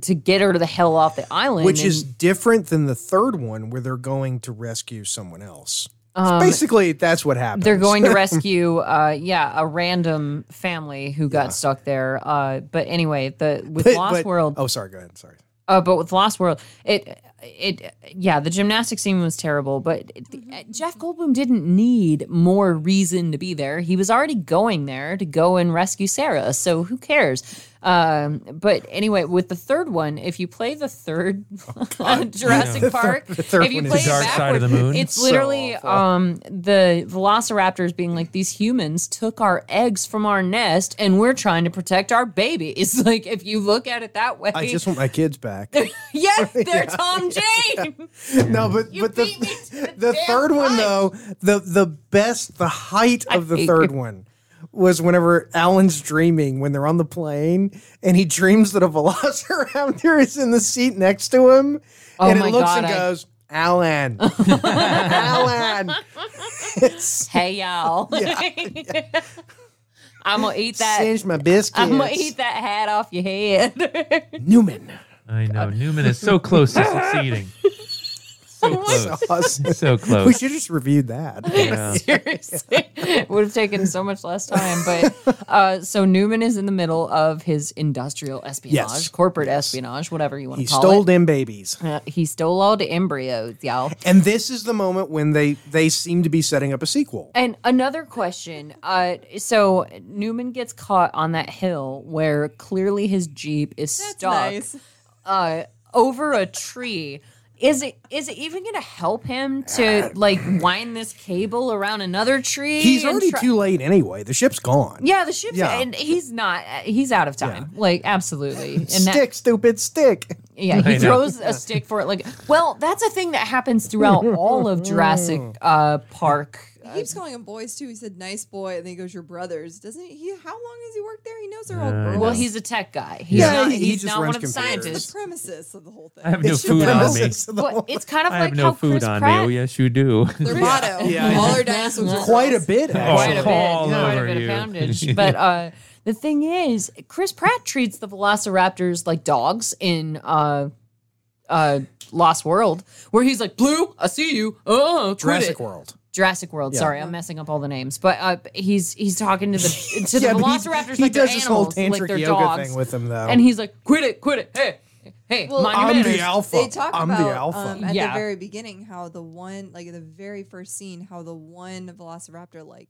Speaker 2: to get her to the hell off the island,
Speaker 4: Which
Speaker 2: and-
Speaker 4: is different than the third one where they're going to rescue someone else. Basically, that's what
Speaker 2: Um,
Speaker 4: happens.
Speaker 2: They're
Speaker 4: [LAUGHS]
Speaker 2: going to rescue, uh, yeah, a random family who got stuck there. Uh, but anyway, the with
Speaker 4: But-
Speaker 2: Lost
Speaker 4: but-
Speaker 2: World,
Speaker 4: Oh, sorry. Go ahead. Sorry.
Speaker 2: uh, but with Lost World, it, it, yeah, the gymnastic scene was terrible. But it- uh, Jeff Goldblum didn't need more reason to be there. He was already going there to go and rescue Sarah. So who cares? Um, but anyway, with the third one, if you play the third
Speaker 4: Oh,
Speaker 2: [LAUGHS] Jurassic Park,
Speaker 4: third
Speaker 2: if you
Speaker 4: one is
Speaker 2: play it
Speaker 4: The
Speaker 5: Dark Side of the
Speaker 2: backwards,
Speaker 5: Moon.
Speaker 2: it's
Speaker 4: So
Speaker 2: literally
Speaker 4: awful.
Speaker 2: um, the velociraptors being like, these humans took our eggs from our nest and we're trying to protect our [LAUGHS] babies. Like, if you look at it that way,
Speaker 4: I just want my kids
Speaker 2: [LAUGHS]
Speaker 4: back.
Speaker 2: yes, they're Tom [LAUGHS] James.
Speaker 4: [LAUGHS] No, but but the
Speaker 2: beat me to the
Speaker 4: the
Speaker 2: damn
Speaker 4: third one
Speaker 2: punch.
Speaker 4: though, the the best, the height of the
Speaker 2: hate
Speaker 4: third
Speaker 2: you.
Speaker 4: one was whenever Alan's dreaming when they're on the plane and he dreams that a velociraptor [LAUGHS] is in the seat next to him
Speaker 2: Oh
Speaker 4: and
Speaker 2: my
Speaker 4: it looks
Speaker 2: God,
Speaker 4: and
Speaker 2: I-
Speaker 4: goes,
Speaker 2: [LAUGHS]
Speaker 4: Alan. Alan. It's
Speaker 2: Hey, y'all. [LAUGHS] I'm going to eat that.
Speaker 4: singed my biscuits.
Speaker 2: I'm going to eat that hat off your head. [LAUGHS]
Speaker 4: Newman.
Speaker 5: I know. Newman is so close to succeeding. so close. [LAUGHS]
Speaker 4: Awesome. [LAUGHS]
Speaker 5: so
Speaker 4: we
Speaker 5: close.
Speaker 4: should just reviewed that.
Speaker 5: Yeah.
Speaker 2: Seriously, [LAUGHS] it would have taken so much less time. But uh, so Newman is in the middle of his industrial espionage,
Speaker 4: Yes.
Speaker 2: corporate espionage, whatever you want
Speaker 4: He
Speaker 2: to call
Speaker 4: stole
Speaker 2: it.
Speaker 4: them babies.
Speaker 2: Uh, he stole all the embryos, y'all.
Speaker 4: And this is the moment when they they seem to be setting up a sequel.
Speaker 2: And another question. Uh, so Newman gets caught on that hill where clearly his jeep is stuck
Speaker 3: nice.
Speaker 2: uh, over a tree. Is it is it even going to help him to like wind this cable around another tree?
Speaker 4: He's
Speaker 2: and
Speaker 4: already
Speaker 2: try-
Speaker 4: too late anyway. The ship's gone.
Speaker 2: Yeah, the ship's
Speaker 4: Yeah.
Speaker 2: and he's not. He's out of time. Like absolutely. And that-
Speaker 4: Stick, stupid stick.
Speaker 2: yeah, he
Speaker 5: know.
Speaker 2: throws a stick for it. Like, well, that's a thing that happens
Speaker 4: [LAUGHS]
Speaker 2: throughout all of Jurassic uh, Park.
Speaker 3: He keeps calling them boys too. He said nice boy, and then he goes your brothers. Doesn't he? How long has he worked there? He knows they're all girls.
Speaker 2: Well, he's a tech guy. He's
Speaker 4: Yeah,
Speaker 2: not,
Speaker 4: he-
Speaker 2: he's
Speaker 4: he just
Speaker 2: not one
Speaker 4: runs
Speaker 2: of the
Speaker 4: computers.
Speaker 3: the
Speaker 2: scientists.
Speaker 3: premises of the whole thing.
Speaker 5: I have no
Speaker 4: It's the
Speaker 5: food on me.
Speaker 4: premises of the
Speaker 2: Well,
Speaker 4: whole-
Speaker 2: it's kind of
Speaker 5: I
Speaker 2: like
Speaker 5: have no
Speaker 2: how
Speaker 5: food
Speaker 2: Chris
Speaker 5: on
Speaker 2: Pratt.
Speaker 5: me. Oh, yes, you do.
Speaker 3: Their motto.
Speaker 4: Yeah.
Speaker 3: All our dinosaurs are
Speaker 4: Quite a
Speaker 3: girls.
Speaker 4: bit,
Speaker 2: Quite
Speaker 5: Oh.
Speaker 4: actually.
Speaker 2: a bit,
Speaker 5: all
Speaker 2: quite a
Speaker 5: over
Speaker 2: bit of
Speaker 5: you. [LAUGHS]
Speaker 2: poundage. but uh, the thing is, Chris Pratt treats the Velociraptors like dogs in uh, uh, Lost World, where he's like, "Blue, I see you." Oh, quit
Speaker 4: Jurassic
Speaker 2: it."
Speaker 4: World.
Speaker 2: Jurassic World. Sorry, I'm messing up all the names, but uh, he's he's talking to
Speaker 4: [LAUGHS]
Speaker 2: the to
Speaker 4: Yeah,
Speaker 2: the
Speaker 4: but he-
Speaker 2: Velociraptors
Speaker 4: he
Speaker 2: like
Speaker 4: does
Speaker 2: they're
Speaker 4: this whole
Speaker 2: animals, like they're
Speaker 4: tantric yoga
Speaker 2: dogs,
Speaker 4: thing with him, though.
Speaker 2: and he's like, "Quit it, quit it, hey, hey, mind your
Speaker 4: I'm
Speaker 2: manners."
Speaker 4: the alpha.
Speaker 3: They talk
Speaker 4: I'm the
Speaker 3: about
Speaker 4: alpha.
Speaker 3: Um, at
Speaker 2: Yeah.
Speaker 3: the very beginning how the one, like in the very first scene, how the one Velociraptor, like,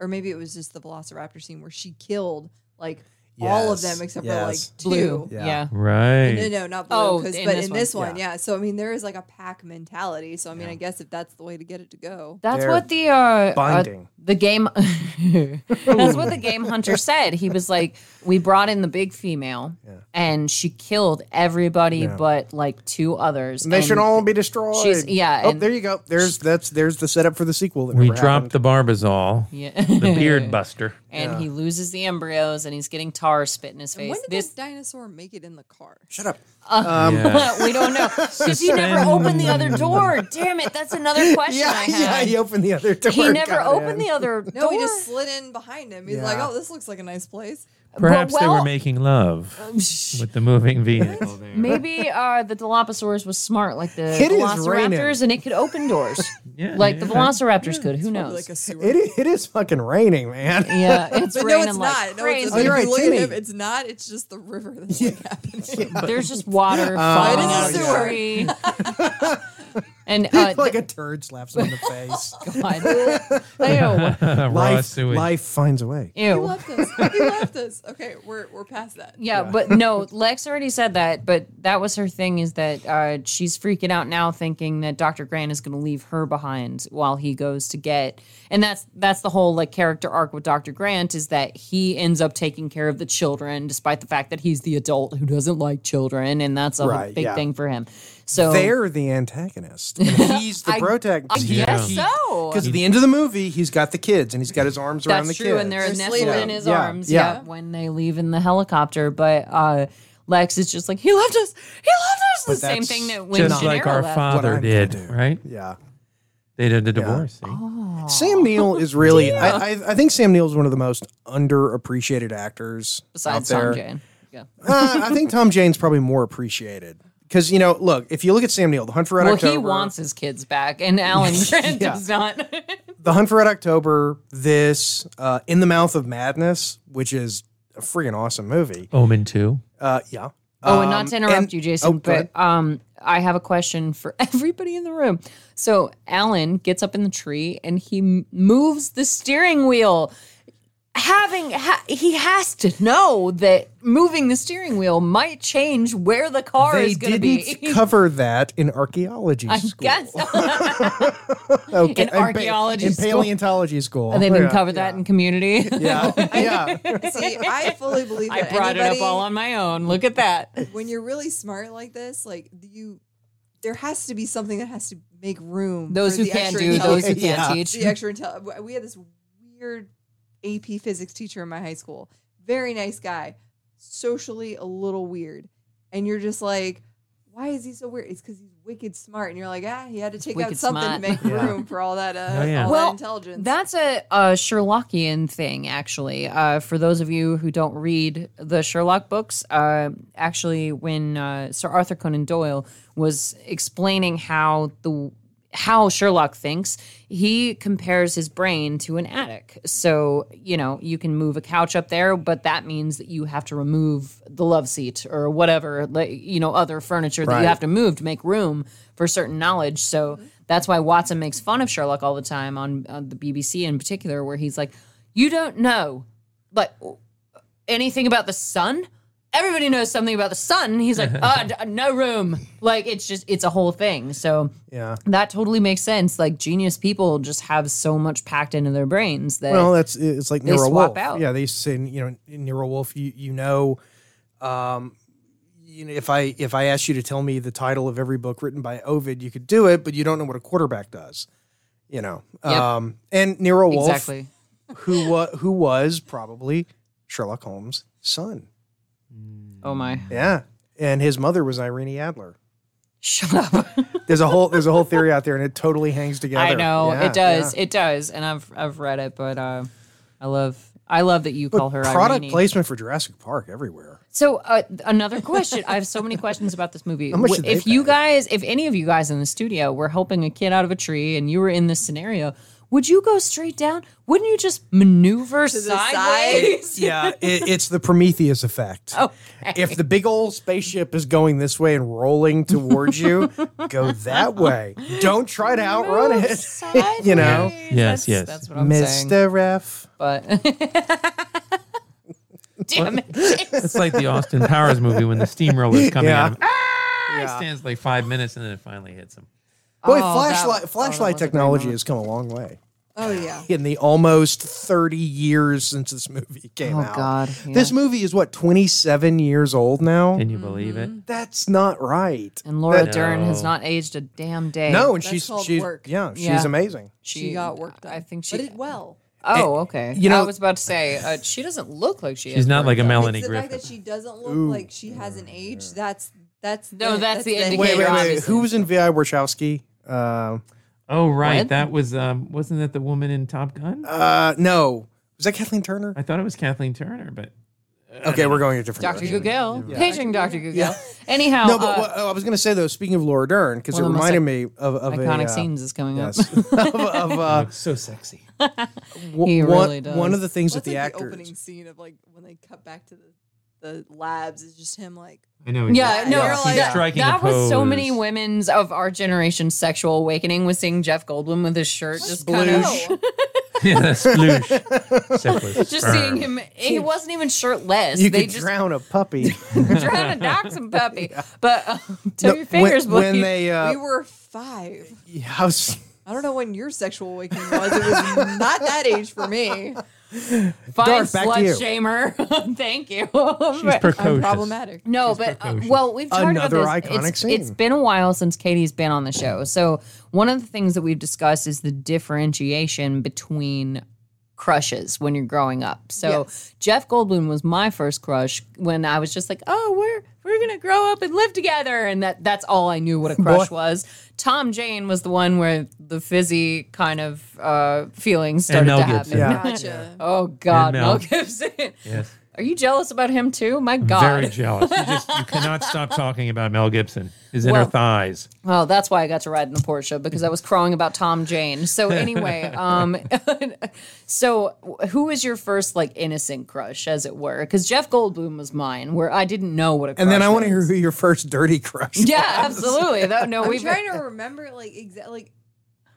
Speaker 3: or maybe it was just the Velociraptor scene where she killed like all of
Speaker 4: Yes,
Speaker 3: them except
Speaker 4: yes.
Speaker 3: for like two.
Speaker 2: blue,
Speaker 4: Yeah.
Speaker 2: yeah.
Speaker 5: Right.
Speaker 3: No, no, not blue.
Speaker 2: Oh,
Speaker 3: 'cause-
Speaker 2: in
Speaker 3: but
Speaker 2: this
Speaker 3: in
Speaker 2: one,
Speaker 3: this one,
Speaker 4: yeah.
Speaker 3: yeah. So I mean, there is like a pack mentality. So I mean, I guess if that's the way to get it to go,
Speaker 2: That's
Speaker 4: They're
Speaker 2: what the uh, uh,
Speaker 4: bonding.
Speaker 2: the game. [LAUGHS] that's what the
Speaker 4: [LAUGHS]
Speaker 2: game hunter said. He was like, "We brought in the big female, and she killed everybody but like two others.
Speaker 4: And they should
Speaker 2: and-
Speaker 4: all be destroyed.
Speaker 2: she's- yeah,
Speaker 4: Oh,
Speaker 2: and-
Speaker 4: there you go. There's that's there's the setup for the sequel. That
Speaker 5: we
Speaker 4: never
Speaker 5: dropped the Barbazol,
Speaker 2: Yeah.
Speaker 5: the beard buster.
Speaker 2: [LAUGHS] and he loses the embryos, and he's getting tar spit in his
Speaker 3: when
Speaker 2: face.
Speaker 3: did
Speaker 2: This
Speaker 3: this
Speaker 2: [LAUGHS]
Speaker 3: dinosaur make it in the car?
Speaker 4: Shut up.
Speaker 5: Yeah.
Speaker 2: we don't
Speaker 4: [LAUGHS]
Speaker 2: know because he never opened the other door. Damn it, that's another question I
Speaker 4: [LAUGHS] Yeah, yeah.
Speaker 2: had.
Speaker 4: He opened the other door.
Speaker 2: he never
Speaker 4: got
Speaker 2: opened
Speaker 4: in.
Speaker 2: the other
Speaker 3: No,
Speaker 2: door.
Speaker 3: he just slid in behind him. He's like,
Speaker 4: Yeah.
Speaker 3: "Oh, this looks like a nice place."
Speaker 5: Perhaps they
Speaker 2: well-
Speaker 5: were making love with the moving vehicle there.
Speaker 2: Maybe uh, the Dilophosaurus was smart, like the
Speaker 4: It is
Speaker 2: Velociraptors,
Speaker 4: raining.
Speaker 2: and it could open doors,
Speaker 4: [LAUGHS]
Speaker 5: Yeah,
Speaker 2: like the
Speaker 5: yeah.
Speaker 2: Velociraptors could. Who knows?
Speaker 3: Probably like a sewer.
Speaker 4: It is, it is fucking raining, man.
Speaker 2: [LAUGHS] yeah, it's
Speaker 3: [LAUGHS] But no,
Speaker 2: raining
Speaker 3: it's
Speaker 2: like
Speaker 3: not. No,
Speaker 2: crazy.
Speaker 3: it's,
Speaker 4: Oh,
Speaker 3: if
Speaker 4: you're
Speaker 3: you
Speaker 4: right,
Speaker 3: look at
Speaker 4: Timmy.
Speaker 3: him, it's not. It's just the river that's like happening.
Speaker 2: There's just
Speaker 3: [LAUGHS]
Speaker 2: water falling
Speaker 3: It
Speaker 2: out of
Speaker 3: is
Speaker 2: the
Speaker 3: sewer.
Speaker 2: tree.
Speaker 3: [LAUGHS]
Speaker 2: and uh,
Speaker 4: [LAUGHS] like a turd
Speaker 2: [LAUGHS]
Speaker 4: slaps him in the face.
Speaker 2: God, ew,
Speaker 5: Raw
Speaker 4: life,
Speaker 5: sewage.
Speaker 4: life finds a way.
Speaker 3: [LAUGHS] He
Speaker 2: ew.
Speaker 3: left us.
Speaker 4: [LAUGHS]
Speaker 3: He left us. Okay, we're we're past that.
Speaker 2: Yeah, but no, Lex already said that. But that was her thing is that uh, she's freaking out now, thinking that Doctor Grant is going to leave her behind while he goes to get. And that's that's the whole like character arc with Doctor Grant is that he ends up taking care of the children, despite the fact that he's the adult who doesn't like children, and that's a
Speaker 4: Right,
Speaker 2: big
Speaker 4: yeah.
Speaker 2: thing for him. So
Speaker 4: They're the antagonist.
Speaker 2: [LAUGHS]
Speaker 4: And he's the protagonist.
Speaker 2: I guess so.
Speaker 4: Because at the end of the movie, he's got the kids and he's got his arms around the
Speaker 2: That's
Speaker 4: kids.
Speaker 2: true, and they're,
Speaker 3: They're
Speaker 2: nestled
Speaker 3: sleeping.
Speaker 2: in his
Speaker 4: Yeah,
Speaker 2: arms. Yeah.
Speaker 4: yeah.
Speaker 2: when they leave in the helicopter, but uh, Lex is just like he left us. He left us. the same
Speaker 4: that's
Speaker 2: thing that when
Speaker 5: Just like
Speaker 2: Gennaro
Speaker 5: our
Speaker 2: left.
Speaker 4: What
Speaker 5: father
Speaker 4: I'm
Speaker 5: did,
Speaker 4: gonna do.
Speaker 5: right?
Speaker 4: yeah.
Speaker 5: They did a divorce. see?
Speaker 4: Sam Neill is
Speaker 2: [LAUGHS]
Speaker 4: really. I, I, I think Sam Neill is one of the most underappreciated actors
Speaker 2: besides
Speaker 4: out there.
Speaker 2: Tom Jane. Yeah.
Speaker 4: Uh, I think Tom Jane's probably more appreciated because you know, look, if you look at Sam Neill, The Hunt for Red
Speaker 2: Well,
Speaker 4: October,
Speaker 2: he wants his kids back, and Alan Grant
Speaker 4: Yeah.
Speaker 2: does not.
Speaker 4: The Hunt for Red October, this uh, In the Mouth of Madness, which is a freaking awesome movie.
Speaker 5: Omen 2.
Speaker 4: Uh, yeah.
Speaker 2: oh, and not to
Speaker 4: Um,
Speaker 2: interrupt
Speaker 4: and-
Speaker 2: you,
Speaker 4: oh,
Speaker 2: Jason,
Speaker 4: go ahead.
Speaker 2: but um, I have a question for [LAUGHS] everybody in the room. So Alan gets up in the tree and he m- moves the steering wheel. Having ha- he has to know that moving the steering wheel might change where the car
Speaker 4: they
Speaker 2: is going to
Speaker 4: didn't
Speaker 2: be. [LAUGHS]
Speaker 4: [LAUGHS] cover that in archaeology
Speaker 2: I
Speaker 4: school. [LAUGHS]
Speaker 2: guess
Speaker 4: Okay,
Speaker 2: in
Speaker 4: and pa-
Speaker 2: archaeology
Speaker 4: in
Speaker 2: school.
Speaker 4: paleontology school.
Speaker 2: they didn't
Speaker 4: Yeah.
Speaker 2: cover that in community.
Speaker 4: [LAUGHS] Yeah, yeah.
Speaker 3: [LAUGHS] See, I fully believe
Speaker 2: [LAUGHS] I
Speaker 3: that
Speaker 2: brought
Speaker 3: anybody,
Speaker 2: it up all on my own. Look at
Speaker 4: [LAUGHS]
Speaker 2: that.
Speaker 3: when you're really smart like this, like you, there has to be something that has to make room.
Speaker 2: Those
Speaker 3: for
Speaker 2: who
Speaker 3: the
Speaker 2: can't
Speaker 3: extra
Speaker 2: do, those who
Speaker 3: intelligence-
Speaker 2: can't
Speaker 4: E. [LAUGHS] Yeah. E.
Speaker 2: teach.
Speaker 3: the extra intel. uh, We had this weird AP physics teacher in my high school. Very nice guy, socially a little weird, and you're just like. why is he so weird? It's because he's wicked smart, and you're like, ah, he had to take out
Speaker 2: wicked
Speaker 3: something
Speaker 2: smart.
Speaker 3: to make
Speaker 5: [LAUGHS] Yeah.
Speaker 3: room for all that, uh,
Speaker 5: Oh, yeah.
Speaker 3: all
Speaker 2: Well,
Speaker 3: that intelligence.
Speaker 2: That's a, a Sherlockian thing, actually. Uh, for those of you who don't read the Sherlock books, uh, actually, when uh, Sir Arthur Conan Doyle was explaining how the how Sherlock thinks, he compares his brain to an attic. So you know you can move a couch up there, but that means that you have to remove the love seat or whatever, like, you know, other furniture that you
Speaker 4: Right.
Speaker 2: have to move to make room for certain knowledge. So that's why Watson makes fun of Sherlock all the time on, on the BBC in particular, where he's like, "You don't know, like anything about the sun." Everybody knows something about the sun. He's
Speaker 4: [LAUGHS]
Speaker 2: like, uh, d- no room. Like, it's just, it's a whole thing. So,
Speaker 4: Yeah.
Speaker 2: that totally makes sense. Like, genius people just have so much packed into their brains that
Speaker 4: Well, that's it's like
Speaker 2: They
Speaker 4: Nero
Speaker 2: swap
Speaker 4: Wolf.
Speaker 2: out.
Speaker 4: Yeah, they used to say you know Nero Wolf. You you know, um, you know if I if I asked you to tell me the title of every book written by Ovid, you could do it, but you don't know what a quarterback does. You know,
Speaker 2: Yep.
Speaker 4: um, and Nero Wolf,
Speaker 2: exactly.
Speaker 4: who wa- who was probably Sherlock Holmes' son.
Speaker 2: Oh my. [LAUGHS]
Speaker 4: Yeah, and his mother was Irene Adler.
Speaker 2: Shut up.
Speaker 4: There's a whole there's a whole theory out there, and it totally hangs together.
Speaker 2: I know.
Speaker 4: Yeah,
Speaker 2: it does.
Speaker 4: yeah.
Speaker 2: It does. And I've I've read it, but uh, I love I love that you
Speaker 4: But
Speaker 2: call her
Speaker 4: product
Speaker 2: Irene.
Speaker 4: placement for Jurassic Park everywhere.
Speaker 2: So uh, another question. I have so many questions about this movie.
Speaker 4: [LAUGHS] How much
Speaker 2: Wh-
Speaker 4: did they
Speaker 2: if you
Speaker 4: pay?
Speaker 2: guys, if any of you guys in the studio were helping a kid out of a tree and you were in this scenario, would you go straight down? Wouldn't you just maneuver [LAUGHS]
Speaker 3: the
Speaker 2: sideways?
Speaker 4: yeah, it, it's the Prometheus effect.
Speaker 2: Oh, Okay.
Speaker 4: If the big old spaceship is going this way and rolling towards you,
Speaker 2: [LAUGHS]
Speaker 4: go that way. Don't try to outrun
Speaker 2: Move
Speaker 4: [LAUGHS] it. you know,
Speaker 2: sideways.
Speaker 5: Yes,
Speaker 2: That's-
Speaker 5: yes.
Speaker 2: That's what I'm saying.
Speaker 4: Mr. F.
Speaker 2: But [LAUGHS] damn it.
Speaker 5: It's like the Austin Powers movie when the steamroller is coming
Speaker 4: Yeah.
Speaker 5: at him. Ah! He
Speaker 4: Yeah.
Speaker 5: stands like five minutes and then it finally hits him.
Speaker 4: Boy,
Speaker 2: that-
Speaker 4: flashlight
Speaker 2: oh, that
Speaker 4: flashlight
Speaker 2: was a great
Speaker 4: technology
Speaker 2: moment.
Speaker 4: has come a long way
Speaker 3: oh yeah,
Speaker 4: in the almost 30 years since this movie came
Speaker 2: Oh
Speaker 4: out.
Speaker 2: God.
Speaker 4: This movie is what 27 years old now.
Speaker 5: Can you believe it?
Speaker 4: That's not right.
Speaker 2: and Laura
Speaker 4: that-
Speaker 2: Dern has
Speaker 5: No.
Speaker 2: not aged a damn day.
Speaker 4: No, and
Speaker 3: That's
Speaker 4: she's
Speaker 3: called
Speaker 4: she's
Speaker 3: work.
Speaker 4: yeah, she's
Speaker 2: Yeah.
Speaker 4: amazing.
Speaker 3: she, got worked. On.
Speaker 2: I think
Speaker 3: but
Speaker 2: she.
Speaker 3: it well.
Speaker 2: Oh, okay.
Speaker 4: you know-
Speaker 2: I was about to say uh, she doesn't look like she.
Speaker 5: She's
Speaker 2: is
Speaker 5: not like a
Speaker 2: worked up.
Speaker 5: Melanie
Speaker 3: it's the fact that
Speaker 5: Griffith.
Speaker 3: she doesn't look
Speaker 4: Ooh.
Speaker 3: like she hasn't aged. That's that's
Speaker 2: No,
Speaker 3: it.
Speaker 2: that's the indicator.
Speaker 4: Wait,
Speaker 2: Gator,
Speaker 4: wait, wait.
Speaker 2: obviously.
Speaker 4: Who was in Vi Warshawski? Uh,
Speaker 5: Oh right,
Speaker 2: What?
Speaker 5: that was um, wasn't that the woman in Top Gun?
Speaker 4: uh, no. Was that Kathleen Turner?
Speaker 5: I thought it was Kathleen Turner, but
Speaker 4: Okay, we're going a different
Speaker 2: Dr.
Speaker 4: direction.
Speaker 2: Google,
Speaker 4: Yeah.
Speaker 2: paging Dr. Google. Anyhow,
Speaker 4: No, but
Speaker 2: uh,
Speaker 4: what, oh, I was going to say though. Speaking of Laura Dern, because it
Speaker 2: One of the most
Speaker 4: reminded me of, of
Speaker 2: iconic
Speaker 4: a, uh,
Speaker 2: scenes is coming up.
Speaker 4: Yes, [LAUGHS] of, of uh,
Speaker 5: so sexy.
Speaker 2: He
Speaker 4: w- one,
Speaker 2: really does.
Speaker 4: one of the things
Speaker 3: That's
Speaker 4: that the
Speaker 3: like
Speaker 4: actors.
Speaker 3: the opening scene of like when they cut back to the the labs is just him like
Speaker 5: I
Speaker 2: [LAUGHS]
Speaker 5: know.
Speaker 2: Yeah,
Speaker 5: exactly.
Speaker 2: no,
Speaker 5: She's
Speaker 2: like, that,
Speaker 5: striking a
Speaker 2: that was so
Speaker 5: pose.
Speaker 2: many women's of our generation's sexual awakening was seeing Jeff Goldblum with his shirt just kind of.
Speaker 3: "Oh,
Speaker 4: Sploosh.
Speaker 5: [LAUGHS] yeah, that
Speaker 2: [LAUGHS]
Speaker 5: sploosh. Except for
Speaker 2: Just
Speaker 5: sperm.
Speaker 2: seeing him, he wasn't even shirtless.
Speaker 4: you
Speaker 2: they
Speaker 4: could
Speaker 2: just [LAUGHS]
Speaker 4: drown a puppy.
Speaker 2: trying to dock
Speaker 4: [LAUGHS]
Speaker 2: some puppy. But uh, to
Speaker 4: No,
Speaker 2: your fingers,
Speaker 4: when, when
Speaker 2: boy.
Speaker 4: they uh,
Speaker 3: we were five.
Speaker 4: [LAUGHS] I was-
Speaker 3: I don't know when your sexual awakening was. It was not that age
Speaker 2: [LAUGHS]
Speaker 3: for me.
Speaker 2: Fine
Speaker 4: Darth, back to
Speaker 2: slut
Speaker 4: you.
Speaker 2: shamer. [LAUGHS] Thank you. [LAUGHS]
Speaker 5: She's
Speaker 3: I'm
Speaker 5: precocious.
Speaker 3: problematic.
Speaker 2: No, but uh, well, we've talked
Speaker 4: Another
Speaker 2: about this.
Speaker 4: iconic
Speaker 2: it's,
Speaker 4: scene.
Speaker 2: it's been a while since Katie's been on the show, so one of the things that we've discussed is the differentiation between crushes when you're growing up. So Jeff Goldblum was my first crush when I was just like, oh, we're we're gonna grow up and live together, and that that's all I knew what a
Speaker 5: [LAUGHS]
Speaker 2: crush was. Tom Jane was the one where the fizzy kind of uh, feelings started
Speaker 5: And Mel
Speaker 2: to
Speaker 5: Gibson.
Speaker 2: happen.
Speaker 4: Yeah.
Speaker 3: Gotcha.
Speaker 2: [LAUGHS] Oh God,
Speaker 5: And Mel.
Speaker 2: Mel Gibson. [LAUGHS]
Speaker 5: Yes.
Speaker 2: Are you jealous about him too? My God.
Speaker 5: Very jealous. You, just, you cannot stop talking about Mel Gibson. His inner
Speaker 2: Well-
Speaker 5: thighs.
Speaker 2: Well, that's why I got to ride in a Porsche because I was crowing about Tom Jane. So
Speaker 4: [LAUGHS]
Speaker 2: anyway, um, [LAUGHS] so who was your first like innocent crush, as it were? Because Jeff Goldblum was mine, where I didn't know what a crush
Speaker 4: and then I want to
Speaker 2: [LAUGHS]
Speaker 4: hear
Speaker 2: was.
Speaker 4: who your first dirty crush. was.
Speaker 2: Yeah, absolutely. That, no,
Speaker 3: I'm
Speaker 2: we've
Speaker 3: trying to remember like exactly like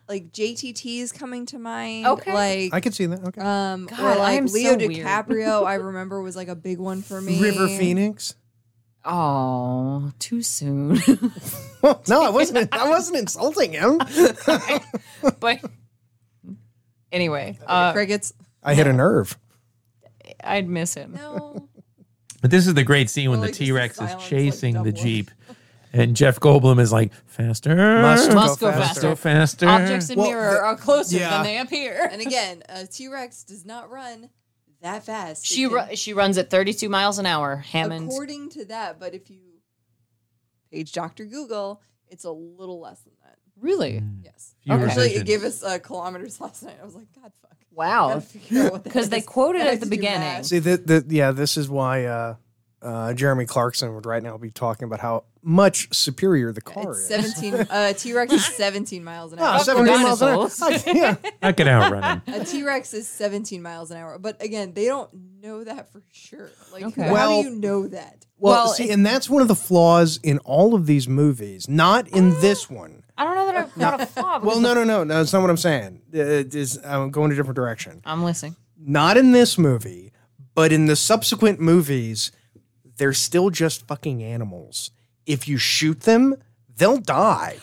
Speaker 3: like JTT is coming to mind.
Speaker 2: Okay.
Speaker 4: [LAUGHS]
Speaker 3: Like
Speaker 4: I could see that. Okay,
Speaker 3: um
Speaker 2: God,
Speaker 3: or
Speaker 2: I
Speaker 3: like
Speaker 2: am so
Speaker 3: Leo
Speaker 2: weird. [LAUGHS]
Speaker 3: DiCaprio. I remember was like a big one for me.
Speaker 4: River Phoenix. [LAUGHS]
Speaker 2: Oh, too soon. [LAUGHS]
Speaker 4: no, I wasn't. I wasn't insulting him.
Speaker 2: but anyway, uh,
Speaker 3: Crickets.
Speaker 4: I hit a nerve.
Speaker 2: I'd miss him.
Speaker 3: No.
Speaker 5: But this is the great scene when
Speaker 3: Well,
Speaker 5: the
Speaker 3: like, just the
Speaker 5: T Rex is
Speaker 3: silence, like,
Speaker 5: chasing the
Speaker 3: double. [LAUGHS]
Speaker 5: Jeep, and Jeff Goldblum is like, faster,
Speaker 4: Must-
Speaker 2: Must
Speaker 4: Go
Speaker 2: go
Speaker 4: faster.
Speaker 5: go
Speaker 2: faster.
Speaker 5: faster.
Speaker 2: Objects in
Speaker 4: Well,
Speaker 2: mirror
Speaker 4: the-
Speaker 2: are closer
Speaker 4: yeah.
Speaker 2: than they appear.
Speaker 3: And again, a T Rex does not run that fast. It
Speaker 2: She
Speaker 3: can-
Speaker 2: ru- she runs at 32 miles an hour. Hammond.
Speaker 3: according to that, but if you page Dr. Google, it's a little less than that.
Speaker 2: Really?
Speaker 4: Mm. Hmm.
Speaker 3: Yes.
Speaker 5: Fewer
Speaker 3: Actually, it
Speaker 5: versions.
Speaker 3: gave us uh, kilometers last night. I was like, God, fuck. [LAUGHS] Gotta
Speaker 2: Wow.
Speaker 3: figure out what that
Speaker 2: Because they
Speaker 3: is.
Speaker 2: quoted
Speaker 3: I
Speaker 2: at
Speaker 3: had
Speaker 2: the
Speaker 3: to do
Speaker 2: beginning.
Speaker 3: math.
Speaker 4: See, the, the, yeah, this is why uh, uh, Jeremy Clarkson would right now be talking about how much superior the car
Speaker 3: It's Oh,
Speaker 4: is.
Speaker 3: 17. Uh, T
Speaker 4: [LAUGHS]
Speaker 3: Rex is 17 miles an hour.
Speaker 4: Ah, 17 miles an hour.
Speaker 2: Dinosaurs.
Speaker 4: yeah.
Speaker 5: I
Speaker 3: [LAUGHS]
Speaker 5: could outrun him.
Speaker 3: A T Rex is 17 miles an hour. But again, they don't know that for sure. Like,
Speaker 2: Okay.
Speaker 3: how
Speaker 4: Well-
Speaker 3: do you know that?
Speaker 4: Well,
Speaker 2: Well,
Speaker 4: see, and that's one of the flaws in all of these movies, not in this one.
Speaker 2: I don't know that I've got a flaw.
Speaker 4: [LAUGHS] Well,
Speaker 2: because
Speaker 4: no, no, no, no. That's not what I'm saying. It is, I'm going a different direction.
Speaker 2: I'm listening.
Speaker 4: Not in this movie, but in the subsequent movies, they're still just fucking animals. If you shoot them, they'll die.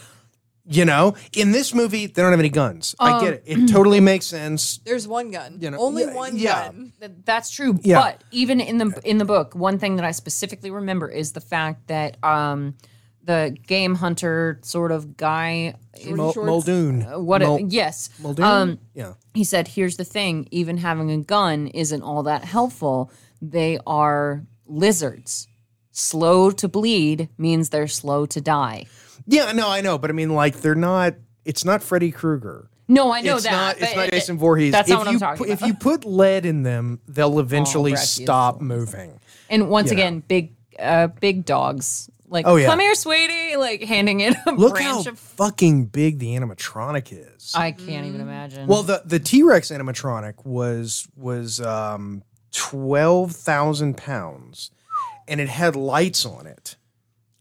Speaker 4: You know, in this movie, they don't have any guns.
Speaker 2: Um,
Speaker 4: I get it. It
Speaker 2: [CLEARS THROAT]
Speaker 4: totally makes sense.
Speaker 3: There's one gun.
Speaker 4: You know,
Speaker 3: Only
Speaker 4: yeah,
Speaker 3: one
Speaker 4: yeah.
Speaker 3: gun.
Speaker 2: Th- That's true.
Speaker 4: Yeah.
Speaker 2: But even in the in the book, one thing that I specifically remember is the fact that um, the game hunter sort of guy,
Speaker 4: Mul- Muldoon.
Speaker 2: Uh, what? um,
Speaker 4: Mul-
Speaker 2: yes,
Speaker 4: Muldoon? yeah.
Speaker 2: he said, here's the thing even having a gun isn't all that helpful. They are lizards. Slow to bleed means they're slow to die.
Speaker 4: Yeah, no, I know, but I mean, like, they're not. It's not Freddy Krueger.
Speaker 2: No, I know
Speaker 4: it's
Speaker 2: that.
Speaker 4: Not, it's
Speaker 2: but
Speaker 4: not
Speaker 2: it-
Speaker 4: Jason Voorhees.
Speaker 2: that's
Speaker 4: if
Speaker 2: not what I'm
Speaker 4: you
Speaker 2: talking
Speaker 4: pu- If
Speaker 2: about. Oh,
Speaker 4: you put lead in them, they'll eventually
Speaker 2: that's
Speaker 4: stop moving.
Speaker 2: and once again, big uh, big dogs. Like,
Speaker 4: Oh, yeah.
Speaker 2: come here, sweetie. Like, handing it a
Speaker 4: Look how
Speaker 2: branch of.
Speaker 4: fucking big the animatronic is.
Speaker 2: I can't even imagine.
Speaker 4: well, the the T Rex animatronic was was um, twelve thousand pounds, and it had lights on it,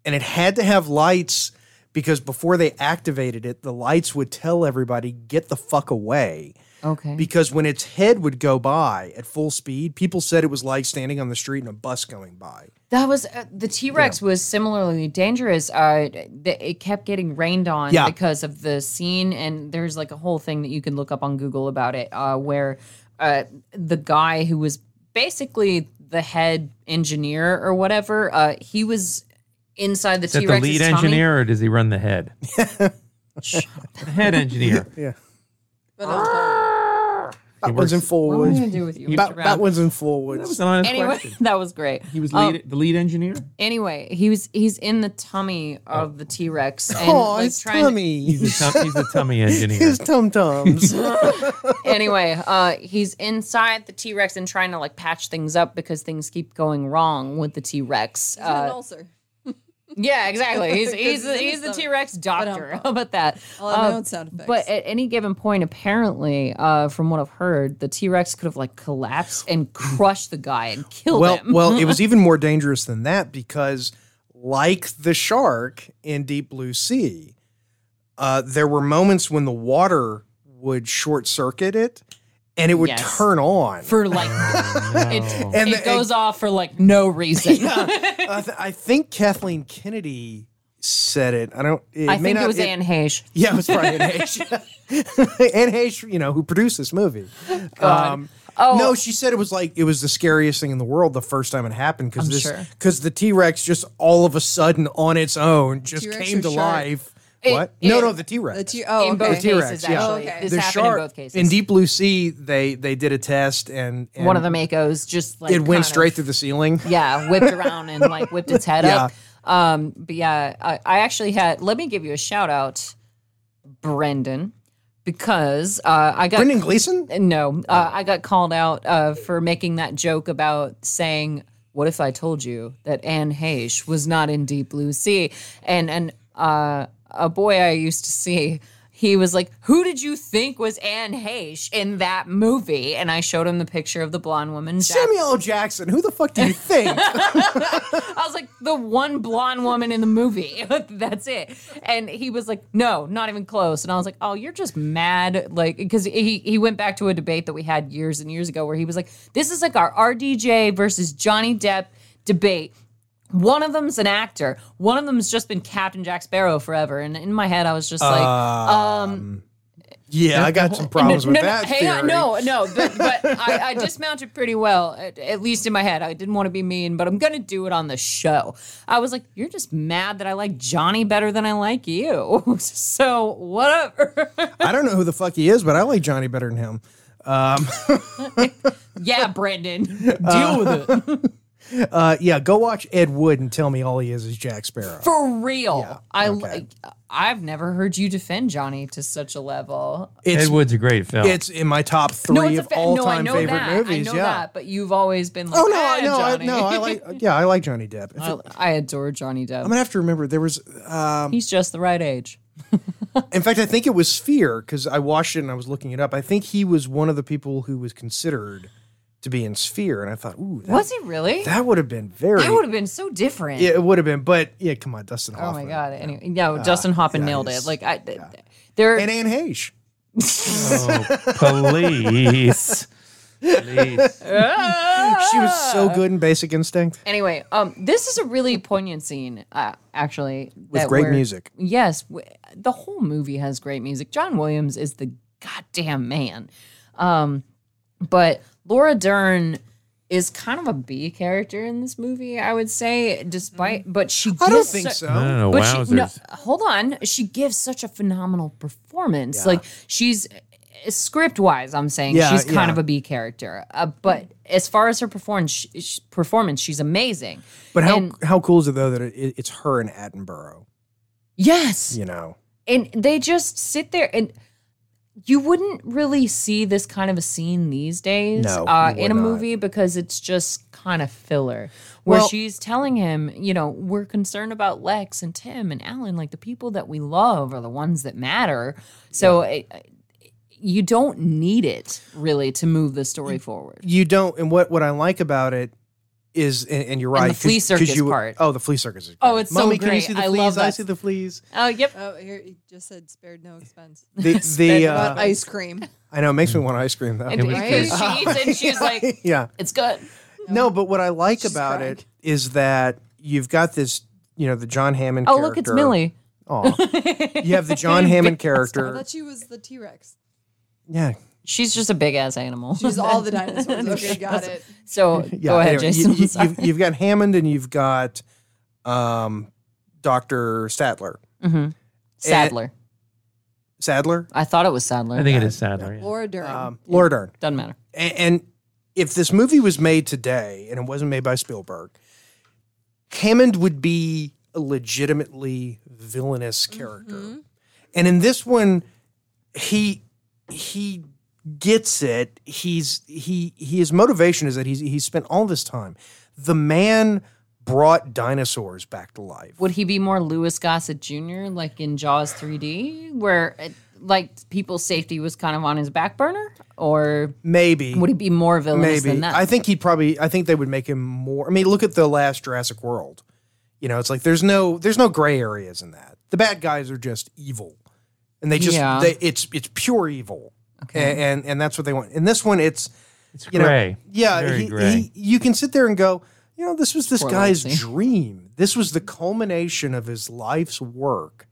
Speaker 4: and it had to have lights because before they activated it, the lights would tell everybody get the fuck away.
Speaker 2: okay.
Speaker 4: because when its head would go by at full speed, people said it was like standing on the street and a bus going by.
Speaker 2: That was uh, the T Rex was similarly dangerous. Uh, th- it kept getting rained on
Speaker 4: Yeah.
Speaker 2: because of the scene, and there's like a whole thing that you can look up on Google about it, uh, where uh, the guy who was basically the head engineer or whatever, uh, he was inside the
Speaker 5: Is that
Speaker 2: T
Speaker 5: the
Speaker 2: Rex.
Speaker 5: lead engineer or does he run the head? the head [LAUGHS] engineer.
Speaker 3: But
Speaker 2: Ah.
Speaker 3: I'm told.
Speaker 4: That one's in
Speaker 2: What
Speaker 4: forward.
Speaker 2: to do with you?
Speaker 4: That, that one's in forward.
Speaker 5: That was an honest
Speaker 2: anyway,
Speaker 5: question.
Speaker 2: [LAUGHS] that was great. Um,
Speaker 5: He was lead, the lead engineer.
Speaker 2: Anyway, he was he's in the tummy of the T Rex.
Speaker 4: Oh, his
Speaker 5: [LAUGHS]
Speaker 4: tummy.
Speaker 5: He's a, tum- he's a tummy engineer.
Speaker 4: His tum tums.
Speaker 2: anyway, uh, he's inside the T Rex and trying to like patch things up because things keep going wrong with the T Rex.
Speaker 3: He's got an
Speaker 2: Uh,
Speaker 3: ulcer.
Speaker 2: yeah,
Speaker 3: [LAUGHS]
Speaker 2: exactly. He's he's
Speaker 3: Because it's in
Speaker 2: he's the
Speaker 3: his
Speaker 2: T Rex doctor. [LAUGHS]
Speaker 3: But, um,
Speaker 2: How about that?
Speaker 3: I'll have my
Speaker 2: Um,
Speaker 3: own sound effects.
Speaker 2: But at any given point, apparently, uh, from what I've heard, the T Rex could have like collapsed and
Speaker 3: Hmm.
Speaker 2: crushed the guy and killed
Speaker 4: well,
Speaker 2: him.
Speaker 4: well, it was even more dangerous than that because, like the shark in Deep Blue Sea, uh, there were moments when the water would short circuit it, and it would
Speaker 2: Yes.
Speaker 4: turn on.
Speaker 2: [LAUGHS] for like it,
Speaker 4: [LAUGHS] And
Speaker 2: it
Speaker 4: the-
Speaker 2: goes off for like no
Speaker 4: [LAUGHS]
Speaker 2: reason.
Speaker 4: I, th- I think Kathleen Kennedy said it. I don't. It
Speaker 2: I
Speaker 4: may
Speaker 2: think
Speaker 4: not,
Speaker 2: it was Anne Heche.
Speaker 4: Yeah, it was probably Anne [LAUGHS] Heche. Anne Heche, you know, who produced this movie. Um,
Speaker 2: Oh.
Speaker 4: No, she said it was like it was the scariest thing in the world the first time it happened because
Speaker 2: I'm
Speaker 4: this
Speaker 2: sure.
Speaker 4: because the T Rex just all of a sudden on its own just
Speaker 3: T-Rex
Speaker 4: came
Speaker 3: or
Speaker 4: to
Speaker 3: shark?
Speaker 4: life.
Speaker 2: It-
Speaker 4: what? no,
Speaker 2: it-
Speaker 4: no, the T Rex.
Speaker 3: the t- oh,
Speaker 2: in
Speaker 3: okay.
Speaker 2: both
Speaker 4: T-Rex,
Speaker 2: cases,
Speaker 4: yeah.
Speaker 2: actually,
Speaker 3: Oh, okay.
Speaker 2: this
Speaker 4: the
Speaker 2: happened
Speaker 4: shark
Speaker 2: in both cases.
Speaker 4: in Deep Blue Sea, they they did a test and, and
Speaker 2: one of the Makos just like
Speaker 4: it went
Speaker 2: kind of-
Speaker 4: straight through the ceiling.
Speaker 2: yeah, whipped around and like whipped its head up. Um, but yeah, I, I actually had. Let me give you a shout out, Brendan, because uh, I got
Speaker 4: Brendan Oh. Gleeson.
Speaker 2: no, uh, I got called out uh, for making that joke about saying, "What if I told you that Anne Heche was not in Deep Blue Sea?" And and uh, a boy I used to see. He was like, "Who did you think was Anne Heche in that movie?" And I showed him the picture of the blonde woman. Jack-
Speaker 4: Samuel L. Jackson. Who the fuck do you think?
Speaker 2: [LAUGHS] I was like, the one blonde woman in the movie. [LAUGHS] That's it. And he was like, no, not even close. And I was like, oh, you're just mad. Like, because he, he went back to a debate that we had years and years ago where he was like, this is like our RDJ versus Johnny Depp debate. One of them's an actor. One of them's just been Captain Jack Sparrow forever. And in my head, I was just like,
Speaker 4: yeah, I got some problems with
Speaker 2: no,
Speaker 4: that.
Speaker 2: No, hang on,
Speaker 4: theory.
Speaker 2: no, no, but,
Speaker 4: [LAUGHS]
Speaker 2: but I, I dismounted pretty well, at, at least in my head. I didn't want to be mean, but I'm going to do it on the show. I was like, you're just mad that I like Johnny better than I like you. [LAUGHS] so whatever.
Speaker 4: I don't know who the fuck he is, but I like Johnny better than him. [LAUGHS]
Speaker 2: yeah, Brandon, deal with it.
Speaker 4: Uh, yeah, go watch Ed Wood and tell me all he is is Jack Sparrow.
Speaker 2: For real. I
Speaker 4: okay.
Speaker 2: I've never heard you defend Johnny to such a level.
Speaker 4: it's
Speaker 5: Ed Wood's a great film.
Speaker 4: it's in my top three
Speaker 2: no, it's a
Speaker 4: of
Speaker 2: fa-
Speaker 4: all
Speaker 2: no, I
Speaker 4: time
Speaker 2: know
Speaker 4: favorite
Speaker 2: that.
Speaker 4: movies.
Speaker 2: I know
Speaker 4: yeah.
Speaker 2: that, but you've always been like,
Speaker 4: Oh no,
Speaker 2: ah,
Speaker 4: I no, I,
Speaker 2: Johnny.
Speaker 4: no, I like yeah, I like Johnny Depp. If-
Speaker 2: I, [LAUGHS] I adore Johnny Depp.
Speaker 4: I'm gonna have to remember there was. Um,
Speaker 2: He's just the right age.
Speaker 4: in fact, I think it was Sphere because I watched it and I was looking it up. I think he was one of the people who was considered to be in Sphere, and I thought, ooh, that,
Speaker 2: Was he really? That,
Speaker 4: that would have been very.
Speaker 2: would have been so different.
Speaker 4: yeah, it would have been, but yeah, come on, Dustin
Speaker 2: oh
Speaker 4: Hoffman.
Speaker 2: my god. Anyway, no, Justin Hoffman
Speaker 4: yeah,
Speaker 2: nailed it.
Speaker 4: he's-
Speaker 2: Like I th- there
Speaker 4: And Anne Heche.
Speaker 5: oh, police. Police.
Speaker 4: She was
Speaker 2: Ah.
Speaker 4: so good in Basic Instinct.
Speaker 2: Anyway, um, this is a really poignant scene, uh, actually. With
Speaker 4: great music.
Speaker 2: Yes, w- the whole movie has great music. John Williams is the goddamn man. Um, but Laura Dern is kind of a B character in this movie, I would say, despite, but she gives
Speaker 4: Mm. I don't think
Speaker 2: su-
Speaker 4: so.
Speaker 5: I don't know.
Speaker 2: But
Speaker 5: Wowzers.
Speaker 2: she, no, hold on. She gives such a phenomenal performance. Like she's script wise, I'm saying
Speaker 4: Yeah,
Speaker 2: she's kind
Speaker 4: yeah.
Speaker 2: of a B character. Uh, but as far as her performance, she, she- performance, she's amazing.
Speaker 4: But how
Speaker 2: And-
Speaker 4: how cool is it though that it, it's her and Attenborough?
Speaker 2: Yes,
Speaker 4: You know,
Speaker 2: and they just sit there and. You wouldn't really see this kind of a scene these days
Speaker 4: No,
Speaker 2: uh,
Speaker 4: you
Speaker 2: in a
Speaker 4: would not.
Speaker 2: movie because it's just kind of filler. Where
Speaker 4: Well-
Speaker 2: she's telling him, you know, we're concerned about Lex and Tim and Alan. Like the people that we love are the ones that matter. So it, you don't need it really to move the story
Speaker 4: Mm.
Speaker 2: forward.
Speaker 4: you don't. And what what I like about it is, and, and you're
Speaker 2: And
Speaker 4: right.
Speaker 2: the flea
Speaker 4: 'cause- 'cause
Speaker 2: circus
Speaker 4: you-
Speaker 2: part.
Speaker 4: Oh, the flea circus is. Great.
Speaker 2: Oh, it's so
Speaker 4: Mommy, Can you
Speaker 2: great.
Speaker 4: see the
Speaker 2: I
Speaker 4: fleas?
Speaker 2: love
Speaker 4: I
Speaker 2: that.
Speaker 4: see
Speaker 2: [LAUGHS]
Speaker 4: the fleas.
Speaker 2: Oh, yep.
Speaker 3: Oh, here it just said spared no expense.
Speaker 4: The the
Speaker 3: But
Speaker 4: uh,
Speaker 2: [LAUGHS]
Speaker 3: ice cream.
Speaker 4: I know it makes me want ice cream though.
Speaker 2: And
Speaker 5: was
Speaker 2: because
Speaker 5: great.
Speaker 2: she eats it, [LAUGHS] and she's like,
Speaker 4: [LAUGHS] yeah.
Speaker 2: "It's good."
Speaker 4: No, but what I like
Speaker 3: She's
Speaker 4: about
Speaker 3: crying.
Speaker 4: it is that you've got this, you know, the John Hammond.
Speaker 2: Oh,
Speaker 4: character.
Speaker 2: look, it's Millie.
Speaker 4: Aw. you have
Speaker 2: [LAUGHS]
Speaker 4: the John Hammond
Speaker 3: I
Speaker 4: character.
Speaker 3: thought she was the T Rex.
Speaker 4: Yeah,
Speaker 2: She's just a big ass animal.
Speaker 3: She was all
Speaker 2: [LAUGHS]
Speaker 3: the dinosaurs. Okay, got it.
Speaker 2: so
Speaker 4: [LAUGHS] yeah.
Speaker 2: go ahead,
Speaker 4: anyway,
Speaker 2: Jason. [LAUGHS]
Speaker 4: You,
Speaker 2: Sorry.
Speaker 4: have got Hammond and you've got um, Doctor Statler.
Speaker 2: Mm-hmm.
Speaker 4: Eh,
Speaker 2: Sadler.
Speaker 4: Sadler.
Speaker 2: I thought it was Sadler.
Speaker 5: I think it is Sadler. yeah.
Speaker 3: Laura Dern.
Speaker 2: [LAUGHS]
Speaker 4: Um, Laura Dern.
Speaker 2: doesn't matter.
Speaker 4: and, and if this movie was made today and it wasn't made by Spielberg, Hammond would be a legitimately villainous
Speaker 2: Mm-hmm.
Speaker 4: character. And in this one, he he gets it. He's he, he his motivation is that he's he spent all this time. The man brought dinosaurs back to life.
Speaker 2: Would he be more Lewis Gossett Jr. like in Jaws 3D, where it, like people's safety was kind of on his back burner, or
Speaker 4: Maybe
Speaker 2: would he be more villainous
Speaker 4: Maybe
Speaker 2: than that?
Speaker 4: I think he'd probably. I think they would make him more. I mean, look at the last Jurassic World. You know, it's like there's no there's no gray areas in that. The bad guys are just evil, and they just
Speaker 2: Yeah.
Speaker 4: they, it's it's pure evil. Okay, and, and that's what they want. In this one, it's
Speaker 5: It's
Speaker 4: you know,
Speaker 5: gray.
Speaker 4: yeah,
Speaker 5: Very
Speaker 4: he,
Speaker 5: gray.
Speaker 4: he- you can sit there and go, you know, this was this
Speaker 2: Poor
Speaker 4: guy's
Speaker 2: Lindsay.
Speaker 4: dream. This was the culmination of his life's work,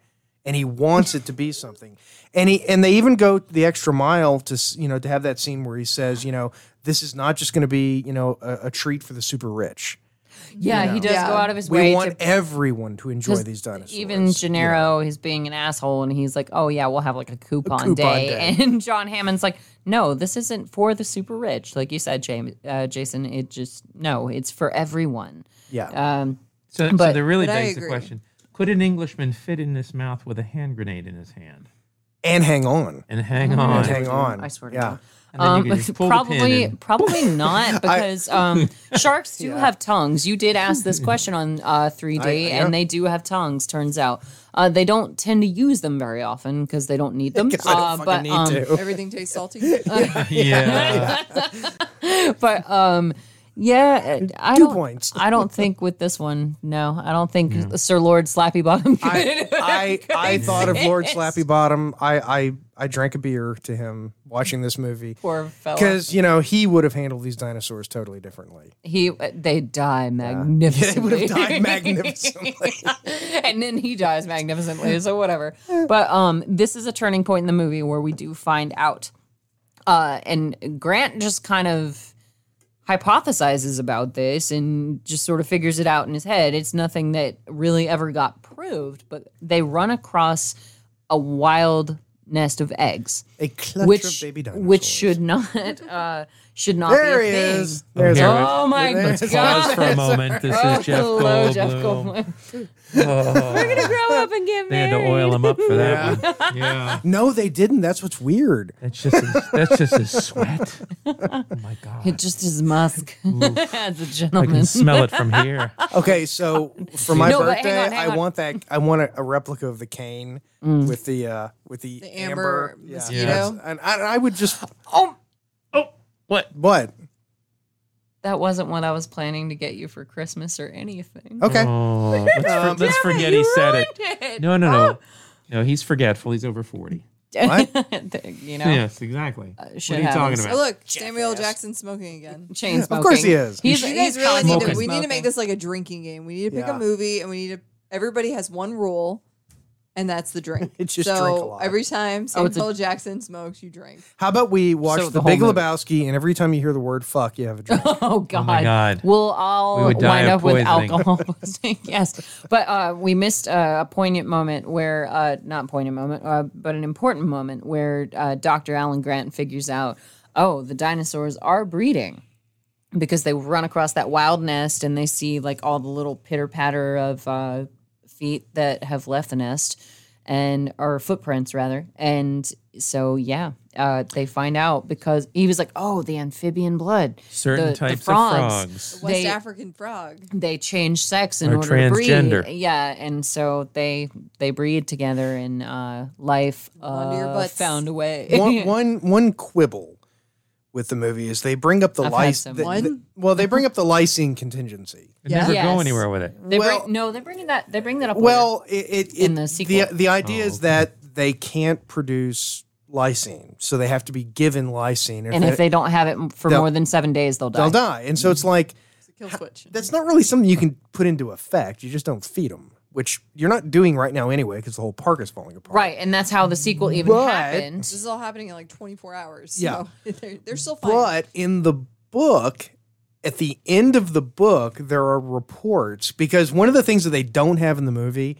Speaker 4: and he wants it to be something. And he and they even go the extra mile to s- you know to have that scene where he says, you know, this is not just going to be you know a, a treat for the super rich.
Speaker 2: yeah, he does
Speaker 3: Yeah.
Speaker 2: go out of his
Speaker 4: We
Speaker 2: way
Speaker 4: want
Speaker 2: to.
Speaker 4: everyone to enjoy
Speaker 2: 'cause
Speaker 4: these dinosaurs.
Speaker 2: Even Gennaro, he's being an asshole, and he's like, "Oh yeah, we'll have like a coupon,
Speaker 4: coupon
Speaker 2: day.
Speaker 4: day.
Speaker 2: [LAUGHS] And John Hammond's like, "No, this isn't for the super rich, like you said, James, uh, Jason. It just no, it's for everyone."
Speaker 4: yeah.
Speaker 2: Um,
Speaker 5: So, so
Speaker 2: But-
Speaker 5: that really
Speaker 3: But I
Speaker 5: begs the
Speaker 3: agree.
Speaker 5: question: Could an Englishman fit in his mouth with a hand grenade in his hand
Speaker 4: and hang on,
Speaker 5: and hang on?
Speaker 4: and hang on.
Speaker 2: I swear to
Speaker 4: yeah.
Speaker 2: God.
Speaker 5: And then you could just pull the pin
Speaker 2: Um, probably,
Speaker 5: and-
Speaker 2: probably
Speaker 5: [LAUGHS]
Speaker 2: not because um, sharks do have tongues. You did ask this question on uh, 3D,
Speaker 4: I- yeah.
Speaker 2: and they do have tongues. Turns out, uh, they don't tend to use them very often because they don't need them.
Speaker 4: [LAUGHS] 'Cause I don't
Speaker 2: Uh,
Speaker 4: fucking
Speaker 2: but
Speaker 4: need
Speaker 2: um,
Speaker 4: to.
Speaker 3: Everything tastes salty.
Speaker 5: [LAUGHS]
Speaker 3: Uh,
Speaker 5: yeah.
Speaker 2: but um, yeah, uh, I
Speaker 4: Two
Speaker 2: don't.
Speaker 4: points.
Speaker 2: I don't think with this one. No, I don't think Sir Lord Slappy Bottom.
Speaker 4: I,
Speaker 2: [LAUGHS] could-
Speaker 4: I, I
Speaker 2: could
Speaker 4: thought of Lord
Speaker 2: exist.
Speaker 4: Slappy Bottom. I, I I drank a beer to him watching this movie.
Speaker 2: Poor fella.
Speaker 4: Because you know he would have handled these dinosaurs
Speaker 2: [LAUGHS]
Speaker 4: totally differently.
Speaker 2: He uh, they die
Speaker 4: [LAUGHS] They
Speaker 2: magnificently.
Speaker 4: would have [LAUGHS] died magnificently.
Speaker 2: [LAUGHS] and then he dies magnificently so whatever but um this is a turning point in the movie where we do find out uh and grant just kind of hypothesizes about this and just sort of figures it out in his head it's nothing that really ever got proved but they run across a wild nest of eggs
Speaker 4: A clutch
Speaker 2: which
Speaker 4: of baby dinosaurs.
Speaker 2: which should not uh should not
Speaker 4: There
Speaker 2: be
Speaker 4: he
Speaker 2: a thing.
Speaker 4: is. There's
Speaker 5: Here,
Speaker 4: our-
Speaker 2: Oh my
Speaker 5: Let's pause
Speaker 2: god.
Speaker 5: for a moment. This
Speaker 2: Oh,
Speaker 5: is Jeff
Speaker 2: hello, Jeff
Speaker 5: Goldblum.
Speaker 2: Goldblum.
Speaker 5: Oh,
Speaker 2: Grow up and get
Speaker 5: they had to
Speaker 2: married.
Speaker 5: oil him up for that one. Yeah.
Speaker 4: No, they didn't. That's what's weird.
Speaker 5: That's just his, that's just his sweat. Oh my
Speaker 2: It
Speaker 5: god!
Speaker 2: just his musk [LAUGHS] as a
Speaker 5: I
Speaker 2: gentleman.
Speaker 5: can smell it from here.
Speaker 2: [LAUGHS]
Speaker 4: Okay, so for my
Speaker 2: No, but hang
Speaker 4: birthday,
Speaker 2: on, hang
Speaker 4: I
Speaker 2: on. Mm.
Speaker 4: want that. I want a, a replica of the cane with the uh, with the,
Speaker 3: The amber mosquito.
Speaker 5: Yes.
Speaker 4: And I, I would just
Speaker 5: Oh, what?
Speaker 4: what?
Speaker 2: That wasn't what I was planning to get you for Christmas or anything.
Speaker 4: Okay,
Speaker 5: Oh, let's, for-
Speaker 4: Um,
Speaker 5: let's
Speaker 2: Damn
Speaker 5: forget
Speaker 2: you
Speaker 5: he said it.
Speaker 2: ruined it.
Speaker 5: No, no, no, no. He's forgetful. He's over forty.
Speaker 2: Oh. [LAUGHS] you know,
Speaker 5: [LAUGHS] Yes, exactly. what are
Speaker 2: shit
Speaker 5: you talking
Speaker 2: happens.
Speaker 5: about?
Speaker 3: Oh, look, Samuel Jackson smoking again.
Speaker 2: chain smoking.
Speaker 4: Of course he is.
Speaker 2: He's,
Speaker 3: You guys really need to.
Speaker 5: smoking.
Speaker 3: We need to make this like a drinking game. We need to pick
Speaker 4: Yeah.
Speaker 3: a movie, and we need to. Everybody has one rule, and that's
Speaker 4: [LAUGHS]
Speaker 3: the drink.
Speaker 4: It's just
Speaker 3: so
Speaker 4: drink a lot.
Speaker 3: every time
Speaker 2: Oh, it's a-
Speaker 3: Samuel Jackson smokes, you drink.
Speaker 4: how about we watch
Speaker 2: So
Speaker 4: the,
Speaker 2: the whole
Speaker 4: Big
Speaker 2: movie.
Speaker 4: Lebowski, and every time you hear the word "fuck," you have a drink.
Speaker 2: [LAUGHS] Oh God.
Speaker 5: my God.
Speaker 2: We'll all
Speaker 5: We would die
Speaker 2: wind
Speaker 5: of
Speaker 2: up with
Speaker 5: poisoning.
Speaker 2: alcohol [LAUGHS] poisoning. yes, but uh, we missed uh, a poignant moment where, uh, not poignant moment, uh, but an important moment where uh, Dr. Alan Grant figures out, oh, the dinosaurs are breeding. Because they run across that wild nest and they see like all the little pitter patter of uh, feet that have left the nest and or footprints rather and so yeah uh, they find out because he was like oh the amphibian blood
Speaker 5: Certain
Speaker 2: the- the
Speaker 5: types
Speaker 2: frogs.
Speaker 5: of frogs.
Speaker 3: West
Speaker 2: They-
Speaker 3: African frog.
Speaker 2: they change sex in
Speaker 5: Or
Speaker 2: order to
Speaker 5: transgender.
Speaker 2: breed yeah and so they they breed together and uh, life
Speaker 3: Onto your
Speaker 2: uh,
Speaker 3: butts.
Speaker 2: found a way
Speaker 4: one, one, one quibble with the movie is they bring up the
Speaker 2: I've had
Speaker 4: lysine.
Speaker 2: some.
Speaker 4: well, they bring up the lysine contingency.
Speaker 5: They Never
Speaker 2: Yes.
Speaker 5: go anywhere with it.
Speaker 2: [LAUGHS] they
Speaker 4: well-
Speaker 2: bring no they bring that they bring that up
Speaker 4: Well, it, it,
Speaker 2: In
Speaker 4: it-
Speaker 2: the sequel.
Speaker 4: the idea
Speaker 5: Oh,
Speaker 4: is that they can't produce lysine, so they have to be given lysine,
Speaker 2: later. and if they don't have it for
Speaker 4: They'll-
Speaker 2: more than seven days they'll die
Speaker 4: they'll die. And so it's like
Speaker 3: It's a kill switch.
Speaker 4: that's not really something you can put into effect. You just don't feed them, which you're not doing right now anyway, because the whole park is falling apart.
Speaker 2: right and that's how the sequel even
Speaker 4: But-
Speaker 2: happened
Speaker 3: This is all happening in like 24 hours.
Speaker 4: Yeah.
Speaker 3: So [LAUGHS] they're, they're still fine.
Speaker 4: But in the book, at the end of the book, there are reports because one of the things that they don't have in the movie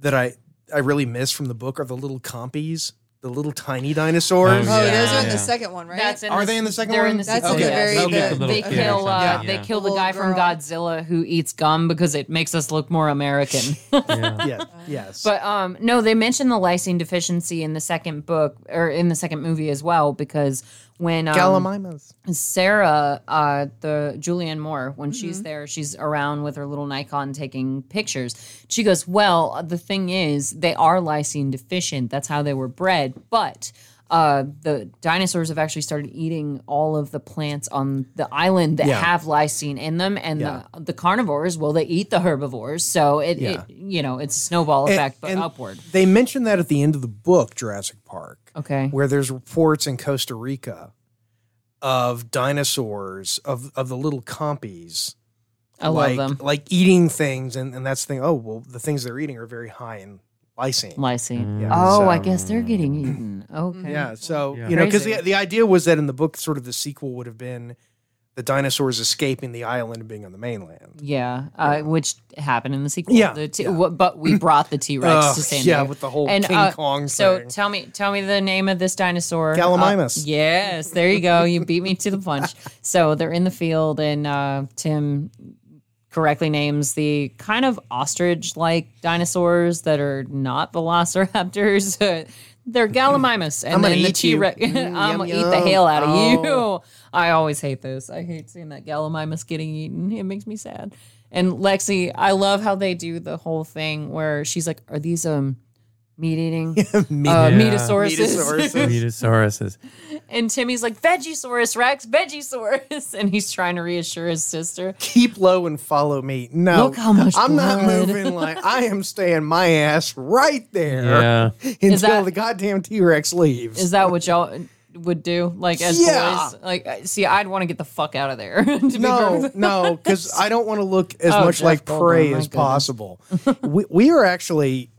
Speaker 4: that I I really miss from the book are the little compies, the little tiny dinosaurs.
Speaker 5: Oh,
Speaker 3: oh,
Speaker 5: yeah,
Speaker 3: those are in
Speaker 5: yeah.
Speaker 3: the second one, right?
Speaker 2: That's in
Speaker 4: Are they in the second
Speaker 2: they're
Speaker 4: one?
Speaker 2: In the
Speaker 3: That's
Speaker 2: sequel,
Speaker 3: in the
Speaker 2: yes.
Speaker 3: very Okay.
Speaker 5: end.
Speaker 2: They
Speaker 5: Okay.
Speaker 2: kill uh,
Speaker 5: Yeah.
Speaker 2: they
Speaker 5: Yeah.
Speaker 2: kill the
Speaker 3: Little
Speaker 2: guy from
Speaker 3: girl.
Speaker 2: Godzilla who eats gum because it makes us look more American. [LAUGHS]
Speaker 4: Yeah, yes.
Speaker 2: but um, no, they mentioned the lysine deficiency in the second book or in the second movie as well because when um,
Speaker 4: Gallimimus.
Speaker 2: Sarah, uh, the Julianne Moore, when
Speaker 4: Mm-hmm.
Speaker 2: she's there, she's around with her little Nikon taking pictures. She goes, "Well, the thing is, they are lysine deficient. That's how they were bred, but." Uh, the dinosaurs have actually started eating all of the plants on the island that
Speaker 4: Yeah.
Speaker 2: have lysine in them, and the, the carnivores, well, they eat the herbivores, so it,
Speaker 4: Yeah.
Speaker 2: it you know, it's a snowball effect, but
Speaker 4: and
Speaker 2: upward.
Speaker 4: They mention that at the end of the book, Jurassic Park,
Speaker 2: Okay,
Speaker 4: where there's reports in Costa Rica of dinosaurs, of, of the little compies.
Speaker 2: I love
Speaker 4: like,
Speaker 2: them.
Speaker 4: Like eating things, and, and that's the thing. Oh, well, the things they're eating are very high in lysine.
Speaker 2: Lysine.
Speaker 4: Yeah, Mm-hmm.
Speaker 2: oh, I
Speaker 4: Mm. so-
Speaker 2: guess they're getting eaten. Okay.
Speaker 4: yeah. So,
Speaker 5: Yeah.
Speaker 4: you know, because
Speaker 2: Crazy.
Speaker 4: the, the idea was that in the book, sort of the sequel would have been the dinosaurs escaping the island and being on the mainland.
Speaker 2: Yeah, uh, which happened in the sequel.
Speaker 4: Yeah,
Speaker 2: the t-
Speaker 4: yeah.
Speaker 2: wha- but we brought the T Rex
Speaker 4: Ugh,
Speaker 2: to San
Speaker 4: yeah,
Speaker 2: Diego.
Speaker 4: with the whole
Speaker 2: And,
Speaker 4: King
Speaker 2: uh,
Speaker 4: Kong
Speaker 2: So
Speaker 4: thing.
Speaker 2: tell me, tell me the name of this dinosaur.
Speaker 4: Gallimimus.
Speaker 2: Uh, yes, there you go. You beat me to the
Speaker 4: [LAUGHS]
Speaker 2: punch. so they're in the field, and uh, Tim correctly names the kind of ostrich-like dinosaurs that are not velociraptors. [LAUGHS] They're Gallimimus, and
Speaker 4: I'm gonna
Speaker 2: then the
Speaker 4: eat you.
Speaker 2: T Rex. [LAUGHS] I'm
Speaker 4: Mm, yum,
Speaker 2: gonna eat the
Speaker 4: yum.
Speaker 2: hell out of
Speaker 4: Oh.
Speaker 2: you. [LAUGHS] I always hate those. I hate seeing that Gallimimus getting eaten. It makes me sad. And Lexi, I love how they do the whole thing where she's like, "Are these um meat
Speaker 4: [LAUGHS]
Speaker 2: eating uh, meatosauruses?"
Speaker 4: Meatosauruses.
Speaker 5: Metasauruses.
Speaker 2: [LAUGHS] and Timmy's like, "Veggiesaurus Rex, Veggiesaurus," [LAUGHS] and he's trying to reassure his sister.
Speaker 4: [LAUGHS] Keep low and follow me. No,
Speaker 2: Look how much
Speaker 4: I'm not
Speaker 2: blood.
Speaker 4: moving. Like I am staying my ass right there
Speaker 5: Yeah.
Speaker 4: until
Speaker 2: that-
Speaker 4: the goddamn T Rex leaves.
Speaker 2: Is that what y'all would do? Like as
Speaker 4: Yeah.
Speaker 2: boys, like I- see, I'd want to get the fuck out of there. [LAUGHS] to be
Speaker 4: No,
Speaker 2: perfectly-
Speaker 4: no, because I don't want to look as
Speaker 2: Oh,
Speaker 4: much
Speaker 2: Jeff
Speaker 4: like
Speaker 2: Goldblum,
Speaker 4: prey
Speaker 2: my goodness.
Speaker 4: as [LAUGHS] possible. we, we are actually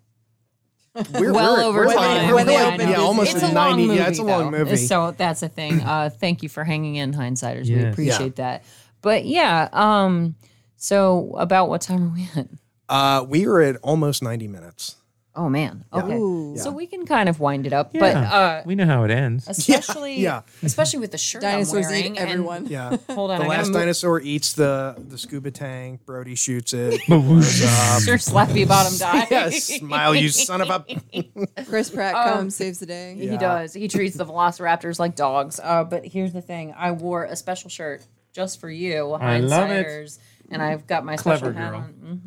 Speaker 4: we're,
Speaker 2: well
Speaker 4: we're,
Speaker 2: over
Speaker 4: we're
Speaker 2: time.
Speaker 4: Like, we're
Speaker 3: When they
Speaker 4: like,
Speaker 3: open
Speaker 4: yeah,
Speaker 3: Disney.
Speaker 4: almost
Speaker 2: it's
Speaker 4: at
Speaker 2: a long
Speaker 4: 90.
Speaker 2: movie,
Speaker 4: yeah, it's a long
Speaker 2: though.
Speaker 4: movie.
Speaker 2: So that's the thing. Uh, thank you for hanging in, hindsiders. We
Speaker 5: Yes.
Speaker 2: appreciate that. But yeah, um, so about what time are we at?
Speaker 4: uh, we are at almost 90 minutes.
Speaker 2: Oh man. Okay.
Speaker 3: Ooh.
Speaker 2: So we can kind of wind it up, but
Speaker 4: [LAUGHS]
Speaker 5: Yeah.
Speaker 2: uh,
Speaker 5: we know how it ends.
Speaker 2: especially
Speaker 4: yeah.
Speaker 2: especially with the shirt
Speaker 3: Dinosaurs
Speaker 2: I'm
Speaker 3: eat
Speaker 2: wearing. and-
Speaker 3: everyone.
Speaker 4: Yeah.
Speaker 2: hold on,
Speaker 4: The
Speaker 2: I gotta
Speaker 4: last
Speaker 2: move- [LAUGHS]
Speaker 4: dinosaur eats the the scuba tank. Brody shoots it.
Speaker 2: Sir Slappy
Speaker 4: [LAUGHS]
Speaker 2: Bottom dies.
Speaker 4: yes, smile, you son of a. [LAUGHS]
Speaker 3: Chris Pratt comes, saves the day.
Speaker 2: He does. He treats the velociraptors like dogs. Uh, but here's the thing: I wore a special shirt just for you,
Speaker 5: I love it.
Speaker 2: Hindsiders, and I've got my
Speaker 5: Clever
Speaker 2: special hat
Speaker 5: girl.
Speaker 2: on.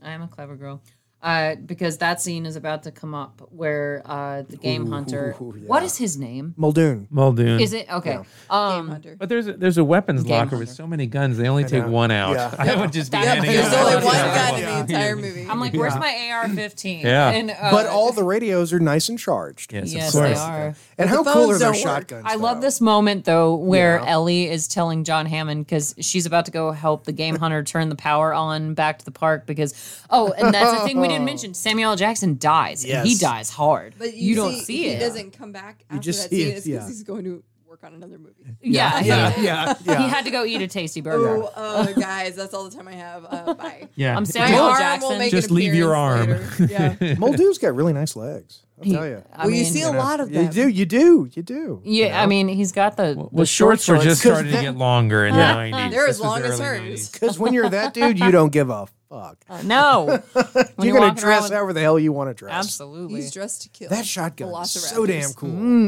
Speaker 2: hmm I am a clever girl. Uh, because that scene is about to come up where uh, the game
Speaker 5: [LAUGHS]
Speaker 2: hunter. What is his name?
Speaker 4: Muldoon.
Speaker 5: Muldoon.
Speaker 2: Is it okay?
Speaker 3: Game
Speaker 2: Um,
Speaker 3: Hunter.
Speaker 5: But there's a, there's a weapons
Speaker 2: Game
Speaker 5: locker with
Speaker 2: hunter.
Speaker 5: so many guns. They only take one out.
Speaker 4: Yeah.
Speaker 5: [LAUGHS] I would just be
Speaker 2: That's-
Speaker 5: handing
Speaker 3: There's
Speaker 5: out
Speaker 3: only
Speaker 5: weapons
Speaker 3: one
Speaker 5: out.
Speaker 3: gun in the entire movie.
Speaker 2: I'm like, where's my AR-15?
Speaker 5: Yeah.
Speaker 2: And, uh,
Speaker 4: But all the radios are nice and charged.
Speaker 5: Yes,
Speaker 2: yes,
Speaker 5: of
Speaker 2: they
Speaker 5: course.
Speaker 2: are.
Speaker 4: And how
Speaker 3: the
Speaker 4: cool
Speaker 3: phones
Speaker 4: are their
Speaker 3: don't work.
Speaker 4: shotguns?
Speaker 2: I love
Speaker 4: though?
Speaker 2: this moment though, where Ellie is telling John Hammond because she's about to go help the game hunter turn the power on back to the park because oh, and that's the thing we [LAUGHS] didn't mention. Samuel L. Jackson dies. And he
Speaker 4: Yes.
Speaker 2: dies hard.
Speaker 3: But
Speaker 2: you, don't see,
Speaker 3: he
Speaker 2: it.
Speaker 3: doesn't come back after
Speaker 4: just
Speaker 3: that
Speaker 4: see
Speaker 3: scene.
Speaker 4: it,
Speaker 3: It's because
Speaker 4: yeah.
Speaker 3: he's going to work on another movie.
Speaker 2: yeah, [LAUGHS] yeah,
Speaker 4: Yeah, yeah.
Speaker 2: He had to go eat a
Speaker 3: [LAUGHS]
Speaker 2: tasty burger.
Speaker 3: Oh, uh, guys, that's all the time I have. Uh, bye.
Speaker 5: Yeah.
Speaker 2: I'm
Speaker 3: My
Speaker 2: Samuel L.
Speaker 3: arm will
Speaker 2: Jackson.
Speaker 3: make
Speaker 5: Just
Speaker 3: an
Speaker 5: leave your
Speaker 3: appearance
Speaker 5: arm.
Speaker 3: later. Yeah.
Speaker 4: [LAUGHS] Muldoon's got really nice legs. I'll tell you.
Speaker 2: I
Speaker 3: well, you
Speaker 2: mean,
Speaker 3: see a lot of
Speaker 4: You
Speaker 3: them.
Speaker 4: do, you do, you do.
Speaker 2: Yeah, I mean, he's got the,
Speaker 5: Well,
Speaker 2: the short
Speaker 5: shorts, were just
Speaker 2: [LAUGHS] shorts.
Speaker 5: starting to get longer in the 90s.
Speaker 3: They're
Speaker 5: This
Speaker 3: as
Speaker 5: was
Speaker 3: long
Speaker 5: the
Speaker 3: as
Speaker 5: early
Speaker 3: hers.
Speaker 5: 90s.
Speaker 4: Because when you're that dude, you don't give a fuck.
Speaker 2: No, When
Speaker 4: you're gonna
Speaker 2: walking around
Speaker 4: dress
Speaker 2: with-
Speaker 4: however the hell you want to dress.
Speaker 2: absolutely.
Speaker 3: He's dressed to kill.
Speaker 4: That shotgun is so
Speaker 3: Velociraptors.
Speaker 4: damn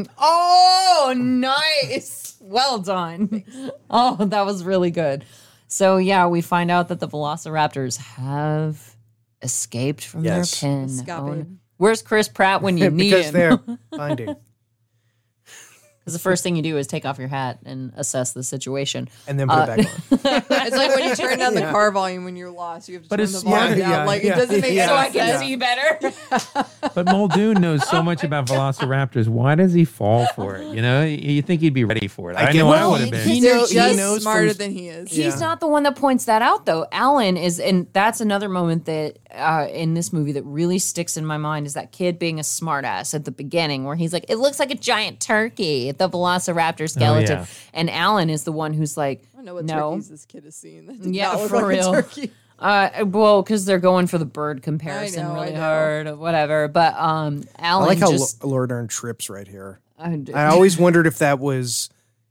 Speaker 4: cool.
Speaker 2: Oh, nice. Well done. Oh, that was really good. So, yeah, we find out that the velociraptors have escaped from
Speaker 4: Yes.
Speaker 2: their pen.
Speaker 3: Escapade.
Speaker 2: Oh, Where's Chris Pratt when you need
Speaker 4: [LAUGHS] because
Speaker 2: him?
Speaker 4: they're binding.
Speaker 2: Because the first thing you do is take off your hat and assess the situation.
Speaker 4: And then put it back on.
Speaker 3: It's like when you turn down the car volume when you're lost. You have to
Speaker 5: But
Speaker 3: turn
Speaker 5: it's-
Speaker 3: the
Speaker 4: yeah,
Speaker 3: volume down.
Speaker 4: yeah,
Speaker 3: like
Speaker 4: yeah.
Speaker 3: it doesn't make
Speaker 4: Yeah.
Speaker 2: So I
Speaker 3: sense.
Speaker 2: can see better.
Speaker 5: But Muldoon knows so much about velociraptors. Why does he fall for it? You know, you think he'd be ready for it. I,
Speaker 4: get
Speaker 5: know I
Speaker 4: why.
Speaker 5: would have been.
Speaker 2: He
Speaker 3: They're
Speaker 2: knows-
Speaker 3: just
Speaker 4: knows from-
Speaker 3: smarter than he is.
Speaker 2: He's not the one that points that out, though. Alan is, and that's another moment that uh, in this movie that really sticks in my mind is that kid being a smartass at the beginning, where he's like, "It looks like a giant turkey," the
Speaker 4: Oh,
Speaker 2: Velociraptor skeleton,
Speaker 5: yeah.
Speaker 2: and Alan is the one who's like,
Speaker 3: I don't know what
Speaker 2: "No,
Speaker 3: turkeys this kid has seen. [LAUGHS] That did
Speaker 2: Yeah,
Speaker 3: not look
Speaker 2: for
Speaker 3: like a
Speaker 2: real.
Speaker 3: turkey.
Speaker 2: [LAUGHS] uh, well, because they're going for the bird comparison
Speaker 3: know, I
Speaker 2: really
Speaker 3: know.
Speaker 2: hard, or whatever." But um,
Speaker 4: I
Speaker 2: Alan
Speaker 4: like how
Speaker 2: just,
Speaker 4: Lo- Lord Earn trips right here.
Speaker 2: I d-
Speaker 4: I always wondered if that was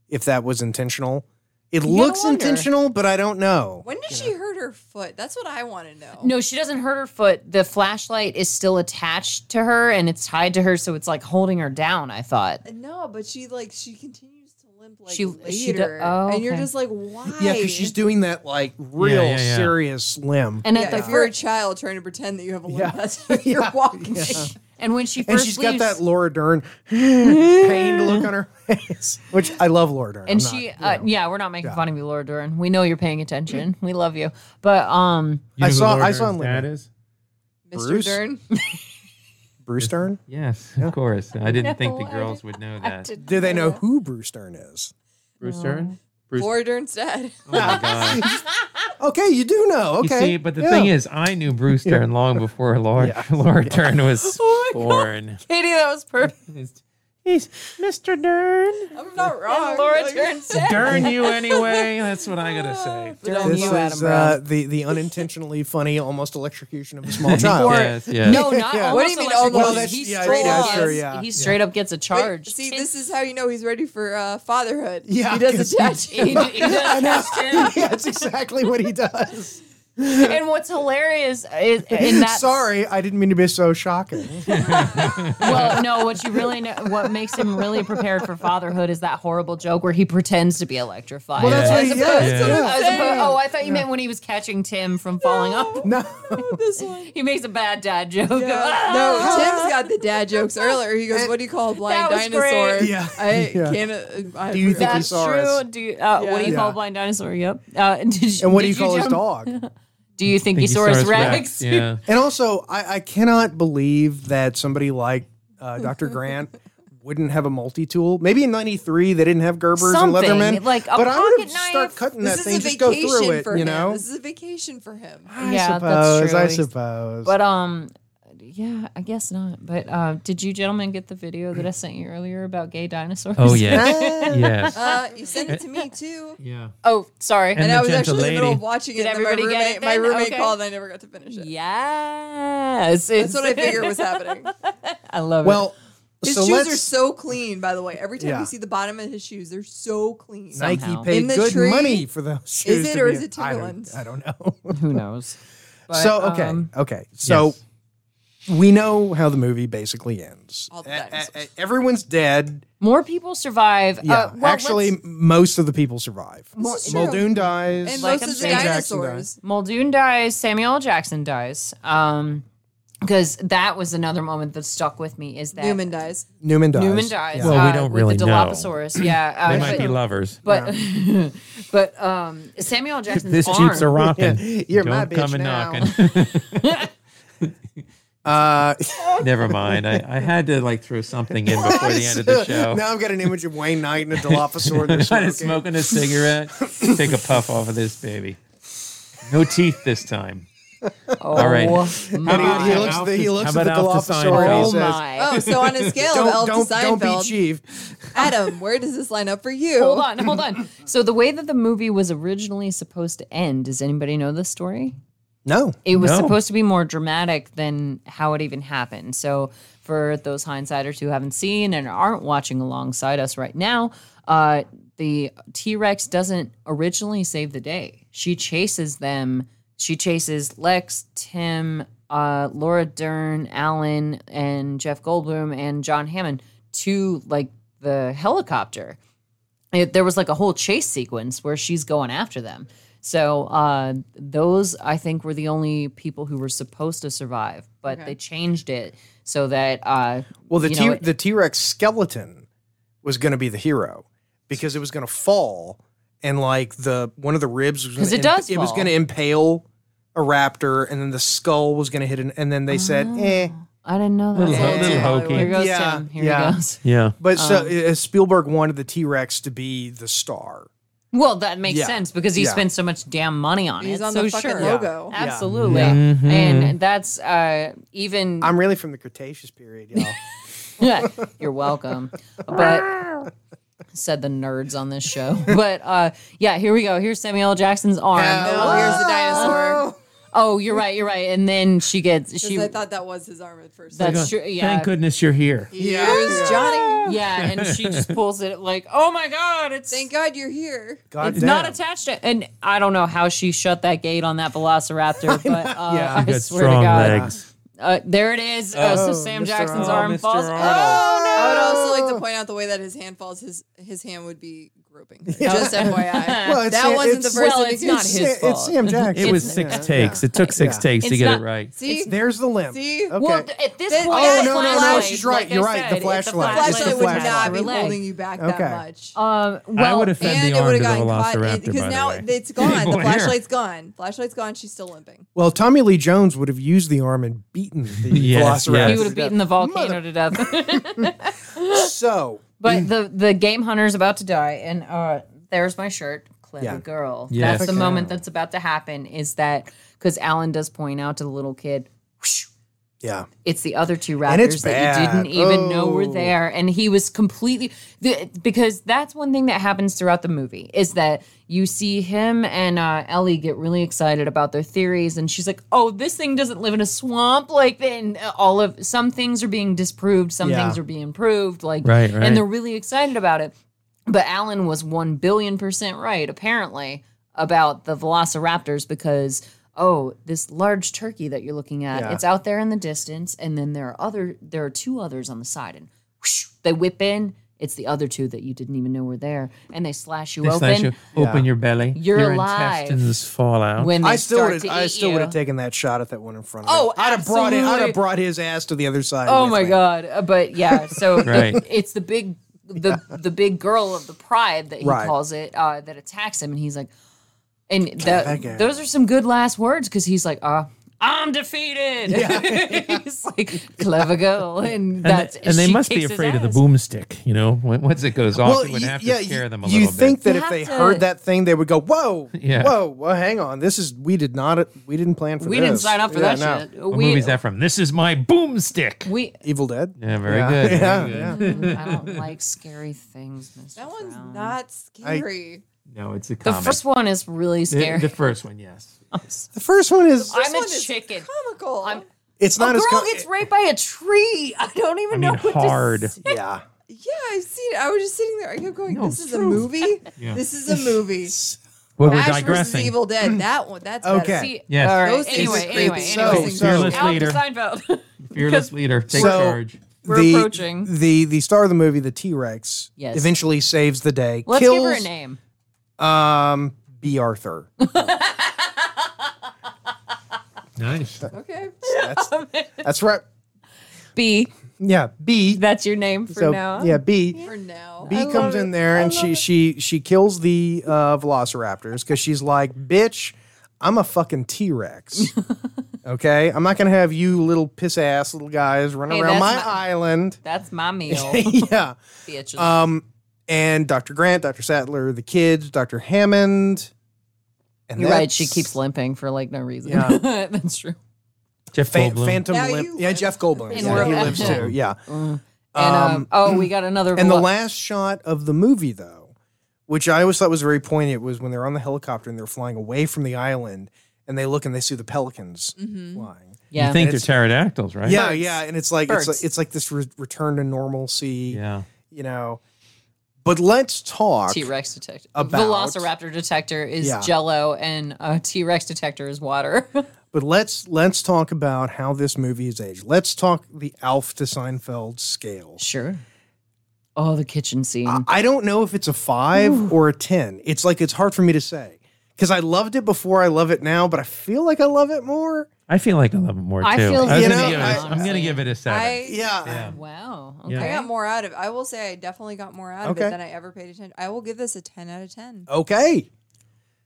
Speaker 4: if that was intentional. It looks
Speaker 2: wonder.
Speaker 4: intentional, but I don't know.
Speaker 3: When did she hurt her foot? That's what I want to know.
Speaker 2: No, she doesn't hurt her foot. The flashlight is still attached to her and it's tied to her, so it's like holding her down. I thought.
Speaker 3: No, but she like she continues to limp like
Speaker 2: She- she
Speaker 3: later,
Speaker 2: do- oh,
Speaker 3: and you're
Speaker 2: okay.
Speaker 3: just like, why?
Speaker 4: Yeah, because she's doing that like real
Speaker 5: yeah, yeah.
Speaker 4: serious limb.
Speaker 2: And at
Speaker 3: Yeah,
Speaker 2: the
Speaker 3: if you're a
Speaker 2: fir-
Speaker 3: child trying to pretend that you have a limp,
Speaker 4: Yeah.
Speaker 3: that's how [LAUGHS] you're walking. [LAUGHS]
Speaker 2: [LAUGHS] and when she first
Speaker 4: And she's got
Speaker 2: leaves-
Speaker 4: that Laura [LAUGHS] Dern pained look on her face, which I love Laura Dern.
Speaker 2: and
Speaker 4: I'm
Speaker 2: she
Speaker 4: not-
Speaker 2: uh, yeah we're not making fun of you laura dern we know you're paying attention we love you but um
Speaker 5: You know
Speaker 4: I
Speaker 5: who
Speaker 4: saw-
Speaker 5: Lord
Speaker 4: I saw
Speaker 5: Dern's
Speaker 4: him
Speaker 5: dad
Speaker 4: later.
Speaker 5: is?
Speaker 3: Mr.
Speaker 4: Bruce?
Speaker 3: Dern.
Speaker 4: Bruce Dern.
Speaker 5: Yes, of course. I didn't think the
Speaker 2: No, I
Speaker 5: girls would know
Speaker 2: [LAUGHS]
Speaker 5: that.
Speaker 4: Do they know who Bruce Dern is?
Speaker 5: Bruce Dern? Bruce.
Speaker 3: Laura Dern's dad.
Speaker 5: Oh my God.
Speaker 4: Okay, you do know.
Speaker 5: You
Speaker 4: Okay,
Speaker 5: see, but the thing is, I knew Bruce Dern long before Laura, [LAUGHS] Laura Dern
Speaker 2: [LAUGHS]
Speaker 5: was born.
Speaker 2: Oh katie that was perfect
Speaker 5: [LAUGHS] He's Mr.
Speaker 2: [LAUGHS]
Speaker 5: Dern.
Speaker 3: I'm not wrong.
Speaker 2: laura
Speaker 3: Like, [LAUGHS]
Speaker 2: dern's
Speaker 5: Dern you anyway. That's what I gotta say.
Speaker 2: [LAUGHS] Dern,
Speaker 4: this
Speaker 2: you, Adam
Speaker 4: is
Speaker 2: Brown.
Speaker 4: uh, the the unintentionally funny, almost electrocution of
Speaker 5: [LAUGHS]
Speaker 4: a small child.
Speaker 5: Yes, yes.
Speaker 2: no not
Speaker 4: Yeah.
Speaker 2: almost
Speaker 3: What do you mean
Speaker 2: electrocuted.
Speaker 3: almost? Well,
Speaker 4: that's-
Speaker 2: he
Speaker 4: yeah,
Speaker 2: straight
Speaker 3: yeah,
Speaker 2: up
Speaker 3: sure,
Speaker 4: yeah,
Speaker 2: he straight up gets a
Speaker 3: wait,
Speaker 2: charge
Speaker 3: see,
Speaker 2: [LAUGHS]
Speaker 3: this is how you know he's ready for uh, fatherhood.
Speaker 4: [LAUGHS] Yeah,
Speaker 3: he does
Speaker 4: 'cause
Speaker 3: a
Speaker 4: he-
Speaker 3: tattoo.
Speaker 2: He- he does this too.
Speaker 4: [LAUGHS]
Speaker 3: [LAUGHS]
Speaker 4: yeah, that's exactly what he does.
Speaker 2: and what's hilarious is in that
Speaker 4: [LAUGHS] Sorry, I didn't mean to be
Speaker 2: [LAUGHS]
Speaker 4: so shocking.
Speaker 2: well no what you really know what makes him really prepared for fatherhood is that horrible joke where he pretends to be electrified
Speaker 4: Well, that's
Speaker 5: Yeah.
Speaker 4: what he
Speaker 2: As
Speaker 4: yeah,
Speaker 2: opposed-
Speaker 4: that's what I'm
Speaker 2: as
Speaker 4: saying.
Speaker 2: opposed- oh i thought you meant when he was catching tim from falling off [LAUGHS]
Speaker 4: No,
Speaker 3: [LAUGHS] this one.
Speaker 2: He makes a bad dad joke. "Ah,
Speaker 3: Yeah. No, [LAUGHS] Tim's got the dad jokes earlier. He goes, "What do you call a blind
Speaker 2: That was
Speaker 3: dinosaur?"
Speaker 2: great.
Speaker 4: Yeah.
Speaker 3: I
Speaker 4: Yeah.
Speaker 3: can't. Uh, I
Speaker 4: Do you think he
Speaker 3: forgot.
Speaker 2: That's
Speaker 4: saw
Speaker 2: true.
Speaker 4: us.
Speaker 2: Do you, uh, What do you
Speaker 4: Yeah.
Speaker 2: call a blind dinosaur? Yep. Uh, [LAUGHS] did you,
Speaker 4: and what do
Speaker 2: did
Speaker 4: you call his
Speaker 2: jump-
Speaker 4: dog?
Speaker 2: Do you think, he saw
Speaker 5: Stegosaurus
Speaker 2: his Rex?
Speaker 5: [LAUGHS] Yeah.
Speaker 4: And also, I, I cannot believe that somebody like uh,
Speaker 2: [LAUGHS]
Speaker 4: Dr. Grant wouldn't have a multi tool. Maybe in '93 they didn't have Gerbers
Speaker 2: Something,
Speaker 4: and Leatherman,
Speaker 2: like a
Speaker 4: but I would
Speaker 2: pocket
Speaker 4: start
Speaker 2: knife.
Speaker 4: cutting
Speaker 3: This
Speaker 4: that thing,
Speaker 3: is a
Speaker 4: just go through
Speaker 3: vacation
Speaker 4: it,
Speaker 3: for
Speaker 4: you
Speaker 3: him.
Speaker 4: know.
Speaker 3: This is a vacation for him.
Speaker 4: I
Speaker 2: Yeah, that's
Speaker 4: suppose.
Speaker 2: true.
Speaker 4: I
Speaker 2: He's- [LAUGHS]
Speaker 4: suppose.
Speaker 2: But um, yeah, I guess not. But uh, did you gentlemen get the video that I sent you earlier about gay dinosaurs?
Speaker 5: Oh yes, [LAUGHS] yes,
Speaker 3: Uh, you sent it to [LAUGHS] me too.
Speaker 5: yeah.
Speaker 2: [LAUGHS] oh, sorry.
Speaker 5: And
Speaker 3: And
Speaker 5: the
Speaker 3: I was
Speaker 5: gentle
Speaker 3: actually in the middle
Speaker 5: lady.
Speaker 3: of watching it.
Speaker 2: Did
Speaker 3: and then my
Speaker 2: everybody get
Speaker 3: roommate,
Speaker 2: it
Speaker 3: my
Speaker 2: then?
Speaker 3: roommate
Speaker 2: Okay.
Speaker 3: called and I never got to finish it.
Speaker 2: Yes,
Speaker 3: That's what I
Speaker 2: [LAUGHS]
Speaker 3: figured [LAUGHS] was happening.
Speaker 2: I love
Speaker 4: Well,
Speaker 3: His
Speaker 4: so
Speaker 3: shoes
Speaker 4: let's.
Speaker 3: are so clean, by the way. Every time
Speaker 4: Yeah.
Speaker 3: you see the bottom of his shoes, they're so clean.
Speaker 4: Nike
Speaker 2: somehow.
Speaker 3: In
Speaker 4: paid
Speaker 3: the
Speaker 4: good
Speaker 3: tree.
Speaker 4: money for those shoes.
Speaker 3: it
Speaker 4: to
Speaker 3: or
Speaker 4: be
Speaker 3: is
Speaker 4: in-
Speaker 3: it
Speaker 4: I don't-
Speaker 3: Timberlands?
Speaker 4: I don't know.
Speaker 2: it. Who knows? But,
Speaker 4: so okay,
Speaker 2: um,
Speaker 4: okay. So
Speaker 5: Yes.
Speaker 4: we know how the movie basically ends.
Speaker 3: All the
Speaker 4: E- e-
Speaker 3: dinosaurs.
Speaker 4: everyone's dead.
Speaker 2: more people survive.
Speaker 4: Yeah,
Speaker 2: uh, well,
Speaker 4: actually,
Speaker 2: let's-
Speaker 4: most of the people survive.
Speaker 3: This is true.
Speaker 4: Muldoon dies.
Speaker 3: and
Speaker 2: Like I'm
Speaker 3: most of the
Speaker 2: saying.
Speaker 4: Jackson
Speaker 3: dinosaurs.
Speaker 2: Muldoon dies. Samuel L. Jackson dies. Um, because that was another moment that stuck with me. Is that
Speaker 3: Newman dies.
Speaker 4: Newman dies.
Speaker 2: Newman dies.
Speaker 5: Well, we
Speaker 2: uh,
Speaker 5: don't
Speaker 2: with
Speaker 5: really
Speaker 2: the
Speaker 5: know.
Speaker 2: Dilophosaurus.
Speaker 5: [LAUGHS]
Speaker 2: Yeah,
Speaker 5: They
Speaker 2: uh,
Speaker 5: might be lovers.
Speaker 2: [LAUGHS] but [LAUGHS] but um, Samuel L. Jackson's
Speaker 5: This
Speaker 2: arm.
Speaker 5: Jeep's a rockin'.
Speaker 4: You're
Speaker 5: Don't
Speaker 4: my bitch
Speaker 5: come and [LAUGHS]
Speaker 4: now.
Speaker 5: knocking.
Speaker 4: Uh,
Speaker 5: Never mind. I, I had to like throw something in before the [LAUGHS] end
Speaker 2: [LAUGHS]
Speaker 5: of the show.
Speaker 4: [LAUGHS] now I've got an image of Wayne Knight and a Dilophosaurus.
Speaker 5: [LAUGHS] I'm
Speaker 4: they're
Speaker 5: smoking.
Speaker 4: smoking.
Speaker 5: a cigarette. Take a puff off of this baby. No teeth this time.
Speaker 2: Oh,
Speaker 5: All right.
Speaker 4: [LAUGHS]
Speaker 2: my.
Speaker 4: He, he looks,
Speaker 5: Alf
Speaker 4: the, he
Speaker 5: is-
Speaker 4: looks
Speaker 5: how
Speaker 4: at the
Speaker 5: about Alf to
Speaker 4: Dilophosaurus.
Speaker 5: Seinfeld?
Speaker 4: He
Speaker 2: Oh
Speaker 4: says,
Speaker 2: my.
Speaker 3: Oh, so on a scale of
Speaker 4: don't,
Speaker 3: Elf
Speaker 4: don't,
Speaker 3: to
Speaker 4: don't be
Speaker 3: Seinfeld,
Speaker 4: chief.
Speaker 3: Adam, where does this line up for you?
Speaker 2: hold on, hold on. So the way that the movie was originally supposed to end, does anybody know this story?
Speaker 4: No.
Speaker 2: It was
Speaker 5: No.
Speaker 2: supposed to be more dramatic than how it even happened. So, for those hindsiders who haven't seen and aren't watching alongside us right now, uh, the T Rex doesn't originally save the day. She chases them. She chases Lex, Tim, uh, Laura Dern, Alan, and Jeff Goldblum and John Hammond to like the helicopter it, there was like a whole chase sequence where she's going after them. So uh, those, I think, were the only people who were supposed to survive, but they changed it so that. Uh,
Speaker 4: Well, the
Speaker 2: you
Speaker 4: T
Speaker 2: know, it-
Speaker 4: the T Rex skeleton was going to be the hero because it was going to fall and like the one of the ribs was gonna
Speaker 2: 'Cause it
Speaker 4: imp-
Speaker 2: does
Speaker 4: it was
Speaker 2: fall.
Speaker 4: going to impale a raptor and then the skull was going to hit an and then they said
Speaker 2: Oh.
Speaker 4: eh.
Speaker 2: I didn't know that.
Speaker 5: Little,
Speaker 4: ho-
Speaker 5: little
Speaker 4: Yeah.
Speaker 2: Here
Speaker 5: hokey.
Speaker 2: goes
Speaker 4: Yeah,
Speaker 2: Tim. Here
Speaker 4: yeah.
Speaker 2: he goes. [LAUGHS]
Speaker 5: Yeah.
Speaker 4: But so
Speaker 2: Oh.
Speaker 4: uh, Spielberg wanted the T Rex to be the star.
Speaker 2: Well, that makes
Speaker 4: Yeah.
Speaker 2: sense because he
Speaker 4: Yeah.
Speaker 2: spent so much damn money on
Speaker 3: He's
Speaker 2: it.
Speaker 3: on
Speaker 2: so
Speaker 3: the fucking
Speaker 2: sure,
Speaker 3: logo.
Speaker 2: absolutely, and that's uh, even. [LAUGHS]
Speaker 4: Mm-hmm. I'm really from the Cretaceous period, y'all.
Speaker 2: You're welcome. But said the nerds on this show. [LAUGHS] But uh yeah, here we go. Here's Samuel L. Jackson's arm.
Speaker 3: Oh, here's the dinosaur.
Speaker 2: Oh, you're right, you're right. And then she gets
Speaker 3: 'Cause
Speaker 2: she
Speaker 3: I thought that was his arm at first.
Speaker 2: that's true. Yeah.
Speaker 5: Thank goodness you're here.
Speaker 3: Here's Johnny.
Speaker 2: Yeah, and she
Speaker 5: [LAUGHS]
Speaker 2: just pulls it like, oh my god, it's
Speaker 3: Thank God you're here.
Speaker 4: God
Speaker 2: it's not
Speaker 4: damn.
Speaker 2: attached to and I don't know how she shut that gate on that Velociraptor, but uh,
Speaker 4: Yeah.
Speaker 2: I
Speaker 5: Got
Speaker 2: swear to
Speaker 5: strong
Speaker 2: God.
Speaker 5: legs.
Speaker 2: Uh, there it is. Uh, so
Speaker 4: Oh,
Speaker 2: Sam
Speaker 4: Mr.
Speaker 2: Jackson's
Speaker 4: Arnold.
Speaker 2: arm
Speaker 5: Mr.
Speaker 2: falls.
Speaker 5: Arnold.
Speaker 2: Oh no.
Speaker 3: I would also like to point out the way that his hand falls. His his hand would be groping. her. Just FYI.
Speaker 4: Well, it's-
Speaker 3: that wasn't the
Speaker 4: it's-
Speaker 3: first
Speaker 2: Well,
Speaker 3: one.
Speaker 2: it's not
Speaker 4: It's
Speaker 2: his
Speaker 4: Sa-
Speaker 2: fault.
Speaker 4: It's Sam Jackson.
Speaker 5: It was six takes. It took six takes to
Speaker 2: It's
Speaker 5: get
Speaker 2: not-
Speaker 5: it right.
Speaker 3: See,
Speaker 4: There's the limb.
Speaker 3: See?
Speaker 4: Okay.
Speaker 2: Well, th- at this
Speaker 3: This-
Speaker 2: point,
Speaker 3: Oh,
Speaker 2: it's
Speaker 3: no, no, no,
Speaker 2: flashlight.
Speaker 4: she's right.
Speaker 2: Like I
Speaker 4: You're right. The
Speaker 2: said, it's
Speaker 4: flashlight.
Speaker 2: flashlight
Speaker 4: It's the
Speaker 3: flashlight would not
Speaker 4: flashlight.
Speaker 3: be
Speaker 2: with a
Speaker 3: holding
Speaker 2: leg.
Speaker 3: you back
Speaker 4: Okay.
Speaker 3: that much.
Speaker 2: Um,
Speaker 5: I
Speaker 2: well,
Speaker 5: would have fed
Speaker 3: and
Speaker 5: the
Speaker 3: it
Speaker 5: arm
Speaker 3: would
Speaker 5: to the
Speaker 3: have gotten caught
Speaker 5: Velociraptor,
Speaker 3: and- because
Speaker 5: by
Speaker 3: now
Speaker 5: the way.
Speaker 3: it's gone. The
Speaker 5: Boy,
Speaker 3: flashlight's gone. Flashlight's gone. She's still limping.
Speaker 4: Well, Tommy Lee Jones would have used the arm and beaten the
Speaker 5: [LAUGHS] Yes,
Speaker 4: Velociraptor.
Speaker 5: yes.
Speaker 2: he would have
Speaker 4: to death.
Speaker 2: beaten the volcano to death.
Speaker 4: So
Speaker 2: but the the game hunter's about to die, and uh, there's my shirt. Clever
Speaker 4: Yeah.
Speaker 2: girl.
Speaker 5: Yes.
Speaker 2: That's the moment that's about to happen. Is that because Alan does point out to the little kid? "Whoosh,
Speaker 4: yeah,
Speaker 2: it's the other two
Speaker 4: And it's
Speaker 2: raptors that you
Speaker 4: bad.
Speaker 2: didn't even know were
Speaker 4: Oh.
Speaker 2: there and he was completely the, because that's one thing that happens throughout the movie is that you see him and uh, ellie get really excited about their theories and she's like oh this thing doesn't live in a swamp like then all of some things are being disproved some
Speaker 4: Yeah.
Speaker 2: things are being proved like
Speaker 5: Right, right.
Speaker 2: and they're really excited about it but Alan was 1 billion percent right, apparently, about the velociraptors because, oh, this large turkey that you're looking at,
Speaker 4: Yeah.
Speaker 2: it's out there in the distance. And then there are other, there are two others on the side. And whoosh, they whip in. It's the other two that you didn't even know were there. And they slash you
Speaker 5: They
Speaker 2: open.
Speaker 5: slash you open your belly.
Speaker 2: You're
Speaker 5: your
Speaker 2: alive.
Speaker 5: intestines fall out.
Speaker 2: When they
Speaker 4: I still
Speaker 2: start
Speaker 4: would
Speaker 2: to
Speaker 4: have. I
Speaker 2: eat
Speaker 4: still
Speaker 2: you.
Speaker 4: would have taken that shot at that one in front of
Speaker 2: Oh,
Speaker 4: me. I'd have brought it. I'd
Speaker 2: absolutely.
Speaker 4: have brought his ass to the other side.
Speaker 2: Oh
Speaker 4: with
Speaker 2: my
Speaker 4: me.
Speaker 2: god! Uh, But yeah,
Speaker 5: [LAUGHS]
Speaker 2: so
Speaker 5: Right.
Speaker 2: it- it's the big the the big girl of the pride that he
Speaker 4: Right.
Speaker 2: calls it uh, that attacks him, and he's like, and
Speaker 4: back here.
Speaker 2: that, those are some good last words because he's like, uh, I'm defeated. [LAUGHS]
Speaker 4: [LAUGHS]
Speaker 2: He's like, clever girl. And,
Speaker 5: And,
Speaker 2: that's
Speaker 5: th- and they
Speaker 2: she
Speaker 5: must be
Speaker 2: kicks his
Speaker 5: afraid of the
Speaker 2: ass.
Speaker 5: boomstick. You know, when, once it goes off, it would
Speaker 4: y-
Speaker 5: have to scare them a
Speaker 4: you
Speaker 5: little
Speaker 4: think
Speaker 2: You
Speaker 4: that if
Speaker 2: have
Speaker 4: they
Speaker 2: to-
Speaker 4: heard that thing, they would go, "Whoa,
Speaker 5: [LAUGHS] Yeah.
Speaker 4: whoa, well, hang on, this is we did not we didn't plan for
Speaker 2: We
Speaker 4: this.
Speaker 2: didn't sign up for
Speaker 4: Yeah, no.
Speaker 2: that shit.
Speaker 5: bit. What
Speaker 2: we,
Speaker 5: movie is that from? This is my boomstick. [LAUGHS]
Speaker 2: We,
Speaker 4: Evil Dead.
Speaker 5: Yeah, very
Speaker 4: Yeah.
Speaker 5: good. very
Speaker 4: Yeah,
Speaker 5: good.
Speaker 4: yeah.
Speaker 2: I don't like scary things, Mr.
Speaker 3: That one's
Speaker 2: Brown.
Speaker 3: not scary.
Speaker 5: No, it's a
Speaker 2: The
Speaker 5: comic.
Speaker 2: first one is really
Speaker 5: The-
Speaker 2: scary.
Speaker 5: the first one, yes.
Speaker 4: The first one is
Speaker 2: I'm
Speaker 3: one
Speaker 2: a
Speaker 3: is
Speaker 2: chicken.
Speaker 3: Comical.
Speaker 2: I'm-
Speaker 4: it's
Speaker 2: a
Speaker 4: not
Speaker 2: girl
Speaker 4: as co-
Speaker 2: gets raped by a tree. I don't
Speaker 5: I
Speaker 2: even
Speaker 5: mean,
Speaker 2: know what to
Speaker 5: hard.
Speaker 2: say.
Speaker 4: yeah.
Speaker 3: yeah, I've seen it. I was just sitting there. I kept going,
Speaker 5: No,
Speaker 3: this
Speaker 5: it's
Speaker 3: is a
Speaker 5: true.
Speaker 3: movie.
Speaker 5: [LAUGHS] Yeah.
Speaker 3: This is a
Speaker 5: [LAUGHS]
Speaker 3: movie.
Speaker 5: Well, we're
Speaker 3: Ash versus
Speaker 5: digressing.
Speaker 3: Evil
Speaker 5: [LAUGHS]
Speaker 3: Dead. That one. That's
Speaker 4: Okay.
Speaker 3: Better.
Speaker 2: See,
Speaker 5: Yes. Oh,
Speaker 2: All right.
Speaker 3: Those things
Speaker 2: Anyway,
Speaker 3: are creepy.
Speaker 2: anyway,
Speaker 3: So-
Speaker 2: anyway.
Speaker 5: [LAUGHS]
Speaker 4: so-
Speaker 5: Fearless
Speaker 2: Out to
Speaker 5: leader.
Speaker 2: Seinfeld. [LAUGHS]
Speaker 5: Fearless leader. Take
Speaker 4: So-
Speaker 5: charge.
Speaker 2: We're
Speaker 4: the,
Speaker 2: approaching.
Speaker 4: the the star of the movie, the T Rex,
Speaker 2: Yes.
Speaker 4: eventually saves the day.
Speaker 2: Let's
Speaker 4: kills
Speaker 2: give her a name.
Speaker 4: um B Arthur.
Speaker 5: Nice.
Speaker 3: Okay.
Speaker 2: [LAUGHS]
Speaker 4: That's right.
Speaker 2: B.
Speaker 4: Yeah, B.
Speaker 2: That's your name for
Speaker 4: so
Speaker 2: now.
Speaker 4: yeah, B.
Speaker 3: For now.
Speaker 4: B
Speaker 3: I
Speaker 4: comes
Speaker 3: love
Speaker 4: in
Speaker 3: it.
Speaker 4: there
Speaker 3: I
Speaker 4: and
Speaker 3: love
Speaker 4: she
Speaker 3: it.
Speaker 4: she she kills the uh, velociraptors because she's like, bitch, I'm a fucking
Speaker 2: [LAUGHS]
Speaker 4: T Rex. okay, I'm not gonna have you little piss ass little guys run
Speaker 2: Hey,
Speaker 4: around my,
Speaker 2: that's my-
Speaker 4: island.
Speaker 2: That's my
Speaker 4: [LAUGHS]
Speaker 2: meal.
Speaker 4: yeah.
Speaker 2: bitches.
Speaker 4: Um, and Dr. Grant, Dr. Sattler, the kids, Dr. Hammond. And
Speaker 2: You're right. She
Speaker 4: that's-
Speaker 2: keeps limping for like no reason. [LAUGHS]
Speaker 4: Yeah.
Speaker 2: that's true.
Speaker 5: Jeff
Speaker 4: Fa-
Speaker 5: Goldblum.
Speaker 4: Phantom
Speaker 3: Now
Speaker 4: Limp.
Speaker 3: you
Speaker 4: Yeah,
Speaker 3: live.
Speaker 4: Jeff Goldblum.
Speaker 2: And
Speaker 4: Yeah,
Speaker 2: we're
Speaker 4: he
Speaker 2: back.
Speaker 4: lives too. Yeah.
Speaker 2: And um,
Speaker 4: Um,
Speaker 2: oh, we got another.
Speaker 4: And the
Speaker 2: velo-
Speaker 4: last shot of the movie, though, which I always thought was very poignant, was when they're on the helicopter and they're flying away from the island and they look and they see the pelicans flying.
Speaker 2: yeah.
Speaker 5: you think they're
Speaker 4: It's-
Speaker 5: pterodactyls, right?
Speaker 4: Yeah, yeah. And it's like, it's
Speaker 2: Birds.
Speaker 4: like, it's like this re- return to normalcy,
Speaker 5: Yeah.
Speaker 4: you know. But let's talk.
Speaker 2: T Rex detector.
Speaker 4: About-
Speaker 2: Velociraptor detector is
Speaker 4: Yeah.
Speaker 2: Jello, and uh, T Rex detector is water. [LAUGHS]
Speaker 4: But let's let's talk about how this movie is aged. Let's talk the Alf to Seinfeld scale.
Speaker 2: sure. Oh, the kitchen scene.
Speaker 4: I- I don't know if it's a five or a ten. It's like it's hard for me to say because I loved it before. I love it now, but I feel like I love it more.
Speaker 5: I feel like I love it more too.
Speaker 2: I feel
Speaker 5: was
Speaker 4: You
Speaker 5: gonna
Speaker 4: know,
Speaker 5: give it a- I'm
Speaker 2: I-
Speaker 5: gonna give it a seven.
Speaker 3: I,
Speaker 4: Yeah,
Speaker 5: yeah.
Speaker 2: wow. Okay.
Speaker 5: Yeah.
Speaker 3: I got more out of I will say I definitely got more out of
Speaker 4: Okay.
Speaker 3: it than I ever paid attention. I will give this a 10 out of 10.
Speaker 4: Okay.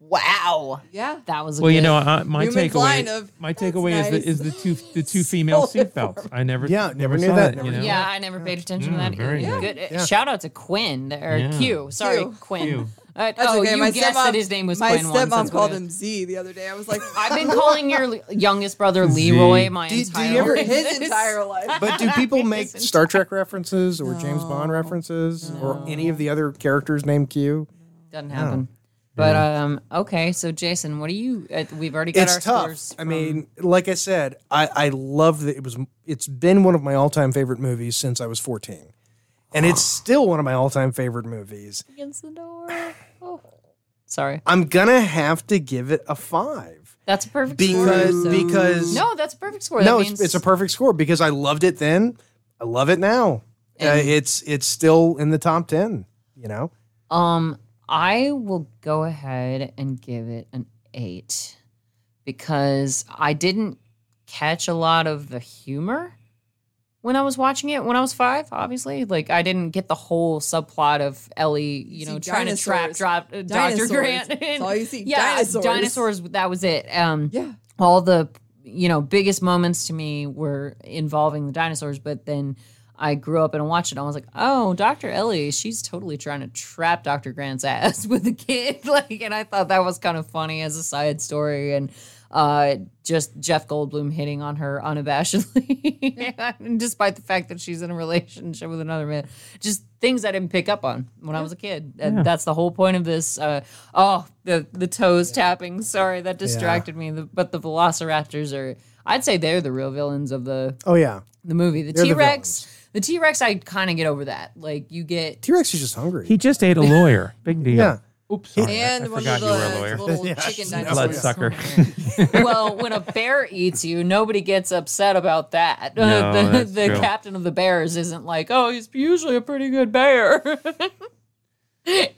Speaker 2: Wow.
Speaker 3: Yeah.
Speaker 2: That was a
Speaker 5: Well, you
Speaker 2: good-
Speaker 5: know, uh, my
Speaker 3: Newman's
Speaker 5: takeaway,
Speaker 3: line of,
Speaker 5: my
Speaker 3: "That's
Speaker 5: takeaway
Speaker 3: nice."
Speaker 5: is the, is the two the two female
Speaker 3: Stole it
Speaker 5: seatbelts. I never,
Speaker 4: Yeah, never knew
Speaker 5: saw
Speaker 4: that,
Speaker 5: You
Speaker 4: never
Speaker 5: know?
Speaker 4: knew
Speaker 2: Yeah, I never paid attention
Speaker 5: Yeah,
Speaker 2: to that.
Speaker 5: very
Speaker 2: either.
Speaker 5: good.
Speaker 2: Good. Shout out to Quinn or
Speaker 5: Yeah.
Speaker 2: Q. Sorry,
Speaker 3: Q.
Speaker 2: Quinn.
Speaker 5: Q.
Speaker 2: Uh,
Speaker 3: That's
Speaker 2: oh,
Speaker 3: okay.
Speaker 2: you
Speaker 3: my
Speaker 2: guessed
Speaker 3: stepmom,
Speaker 2: that his name was
Speaker 3: my
Speaker 2: Quinn. once,
Speaker 3: stepmom
Speaker 2: that's what
Speaker 3: called
Speaker 2: it is.
Speaker 3: him Z the other day. I was like,
Speaker 2: [LAUGHS] I've
Speaker 3: [LAUGHS]
Speaker 2: been calling your le- youngest brother Leroy my
Speaker 4: Do- do you
Speaker 2: entire
Speaker 4: ever-
Speaker 2: life.
Speaker 3: his entire life.
Speaker 4: But do [LAUGHS] people make
Speaker 2: Isn't-
Speaker 4: Star Trek references or James Bond references or any of the other characters named Q?
Speaker 2: [LAUGHS] Doesn't happen. But um, okay. So Jason, what do you? Uh, we've already got
Speaker 4: It's
Speaker 2: our
Speaker 4: tough.
Speaker 2: scores.
Speaker 4: I
Speaker 2: from-
Speaker 4: mean, like I said, I I love that it was. It's been one of my all time favorite movies since I was fourteen, and it's
Speaker 2: Ah.
Speaker 4: still one of my all time favorite movies.
Speaker 2: against the door. Oh. Sorry,
Speaker 4: I'm gonna have to give it a five
Speaker 2: that's a perfect
Speaker 4: because
Speaker 2: score. so-
Speaker 4: because
Speaker 2: no, that's a perfect score.
Speaker 4: no,
Speaker 2: that
Speaker 4: it's,
Speaker 2: means
Speaker 4: it's a perfect score because I loved it then, I love it now. Uh, it's it's still in the top ten. You know,
Speaker 2: Um, I will go ahead and give it an eight because I didn't catch a lot of the humor when I was watching it when I was five. Obviously, like I didn't get the whole subplot of Ellie, you know,
Speaker 3: see
Speaker 2: trying to trap
Speaker 3: dinosaurs.
Speaker 2: drop uh, Doctor
Speaker 3: Dinosaurs.
Speaker 2: Grant.
Speaker 3: That's all you see.
Speaker 2: [LAUGHS] yeah,
Speaker 3: Dinosaurs.
Speaker 2: That was it. Um,
Speaker 3: [LAUGHS] yeah.
Speaker 2: all the you know biggest moments to me were involving the dinosaurs but then i grew up and watched it and i was like oh dr ellie she's totally trying to trap dr grant's [LAUGHS] ass with a kid [LAUGHS] like and i thought that was kind of funny as a side story and uh, just Jeff Goldblum hitting on her unabashedly, [LAUGHS] and despite the fact that she's in a relationship with another man. Just things I didn't pick up on when I was a kid. And that's the whole point of this. Uh, oh, the the toes tapping. Sorry, that distracted me. The, but the Velociraptors are. I'd say they're the real villains of the
Speaker 4: oh yeah,
Speaker 2: the movie. The
Speaker 4: They're the
Speaker 2: T Rex. The T Rex. I kind of get over that. Like you get.
Speaker 4: T Rex is just hungry.
Speaker 5: He just ate a lawyer. Big deal.
Speaker 4: Yeah.
Speaker 5: Oops. Sorry. I-
Speaker 3: And
Speaker 5: I
Speaker 3: one of
Speaker 5: forgot you
Speaker 3: the
Speaker 5: were a lawyer. [LAUGHS]
Speaker 3: little
Speaker 4: Yeah.
Speaker 3: chicken
Speaker 4: Blood
Speaker 3: dinosaurs.
Speaker 5: Bloodsucker. [LAUGHS]
Speaker 2: well, when a bear eats you, nobody gets upset about that.
Speaker 5: No,
Speaker 2: [LAUGHS] the
Speaker 5: that's
Speaker 2: the
Speaker 5: true.
Speaker 2: captain of the bears isn't like, oh, he's usually a pretty good bear. [LAUGHS]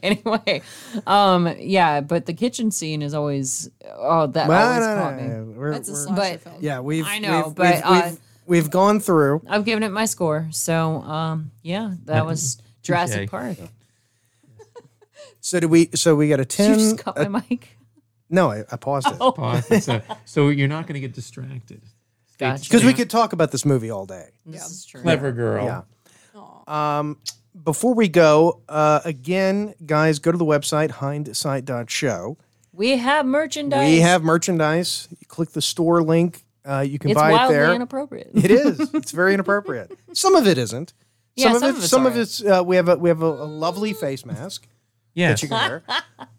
Speaker 2: anyway, um, yeah, but the kitchen scene is always oh that
Speaker 4: Well,
Speaker 2: always
Speaker 4: no, no,
Speaker 2: caught me.
Speaker 4: no, we're-
Speaker 3: That's a
Speaker 4: we're-
Speaker 3: slasher
Speaker 2: But-
Speaker 3: film.
Speaker 4: Yeah, we've.
Speaker 2: I know,
Speaker 4: we've,
Speaker 2: but,
Speaker 4: we've,
Speaker 2: uh,
Speaker 4: we've, we've gone through.
Speaker 2: I've given it my score, so um, yeah, that was Jurassic Park.
Speaker 4: So did we? So we got a
Speaker 2: Did you [LAUGHS]
Speaker 4: ten.
Speaker 2: just Oh, cut
Speaker 4: a-
Speaker 2: my mic.
Speaker 4: No, I, I paused it.
Speaker 5: Pause. It's a- so you're not going to get distracted. Stay-
Speaker 2: Gotcha.
Speaker 4: Because we could talk about this movie all day.
Speaker 2: This is true.
Speaker 5: Clever girl.
Speaker 4: Yeah. Um, before we go, uh, again, guys, go to the website, hindsight.show.
Speaker 2: We have merchandise.
Speaker 4: We have merchandise. You click the store link. Uh, you can
Speaker 2: it's
Speaker 4: buy it
Speaker 2: wildly
Speaker 4: there.
Speaker 2: inappropriate.
Speaker 4: it is. It's very inappropriate.
Speaker 2: [LAUGHS]
Speaker 4: Some of it isn't.
Speaker 2: Yeah, some
Speaker 4: some, of it.
Speaker 2: of it's
Speaker 4: Some
Speaker 2: all
Speaker 4: of
Speaker 2: right.
Speaker 4: it's. Uh, we have a we have a, a lovely face mask
Speaker 5: Yes.
Speaker 4: that you can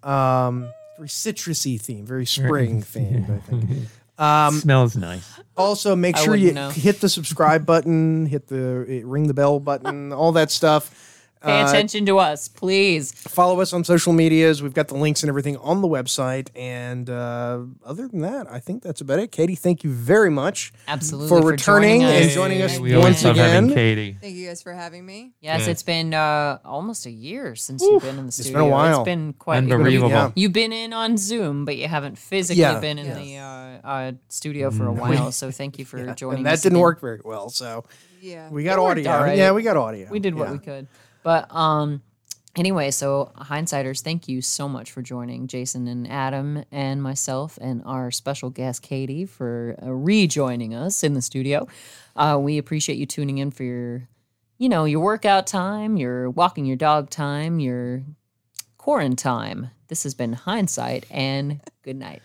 Speaker 4: wear. Um, very citrusy theme, very spring themed. I think. Um,
Speaker 5: smells nice.
Speaker 4: Also, make
Speaker 2: I
Speaker 4: sure
Speaker 2: wouldn't
Speaker 4: you
Speaker 2: know.
Speaker 4: hit the subscribe button, hit the eh, ring the bell button, all that stuff.
Speaker 2: Pay
Speaker 4: Uh,
Speaker 2: attention to us, please.
Speaker 4: Follow us on social medias. We've got the links and everything on the website. And uh, other than that, I think that's about it. Katie, thank you very much.
Speaker 2: Absolutely.
Speaker 4: for returning
Speaker 2: joining
Speaker 4: and
Speaker 2: us.
Speaker 4: joining us
Speaker 5: we
Speaker 4: once
Speaker 5: always love having
Speaker 4: again.
Speaker 5: Katie.
Speaker 3: Thank you guys for having me.
Speaker 2: Yes,
Speaker 5: Yeah.
Speaker 2: it's been uh, almost a year since you've been in the studio.
Speaker 4: been a while.
Speaker 2: It's been quite
Speaker 5: Unbelievable.
Speaker 4: Yeah.
Speaker 2: You've been in on Zoom, but you haven't physically
Speaker 4: Yeah.
Speaker 2: been in the uh, uh, studio for a while. So thank you for joining.
Speaker 4: And that
Speaker 2: us
Speaker 4: didn't
Speaker 2: again.
Speaker 4: work very well. So
Speaker 3: Yeah.
Speaker 4: we got
Speaker 2: worked
Speaker 4: audio.
Speaker 2: all right.
Speaker 4: Yeah, we got audio.
Speaker 2: We did what
Speaker 4: Yeah.
Speaker 2: we could, but um, anyway. So hindsighters, thank you so much for joining Jason and Adam and myself and our special guest Katie for uh, rejoining us in the studio. Uh, we appreciate you tuning in for your, you know, your workout time, your walking your dog time, your quarantine. This has been hindsight, and good night.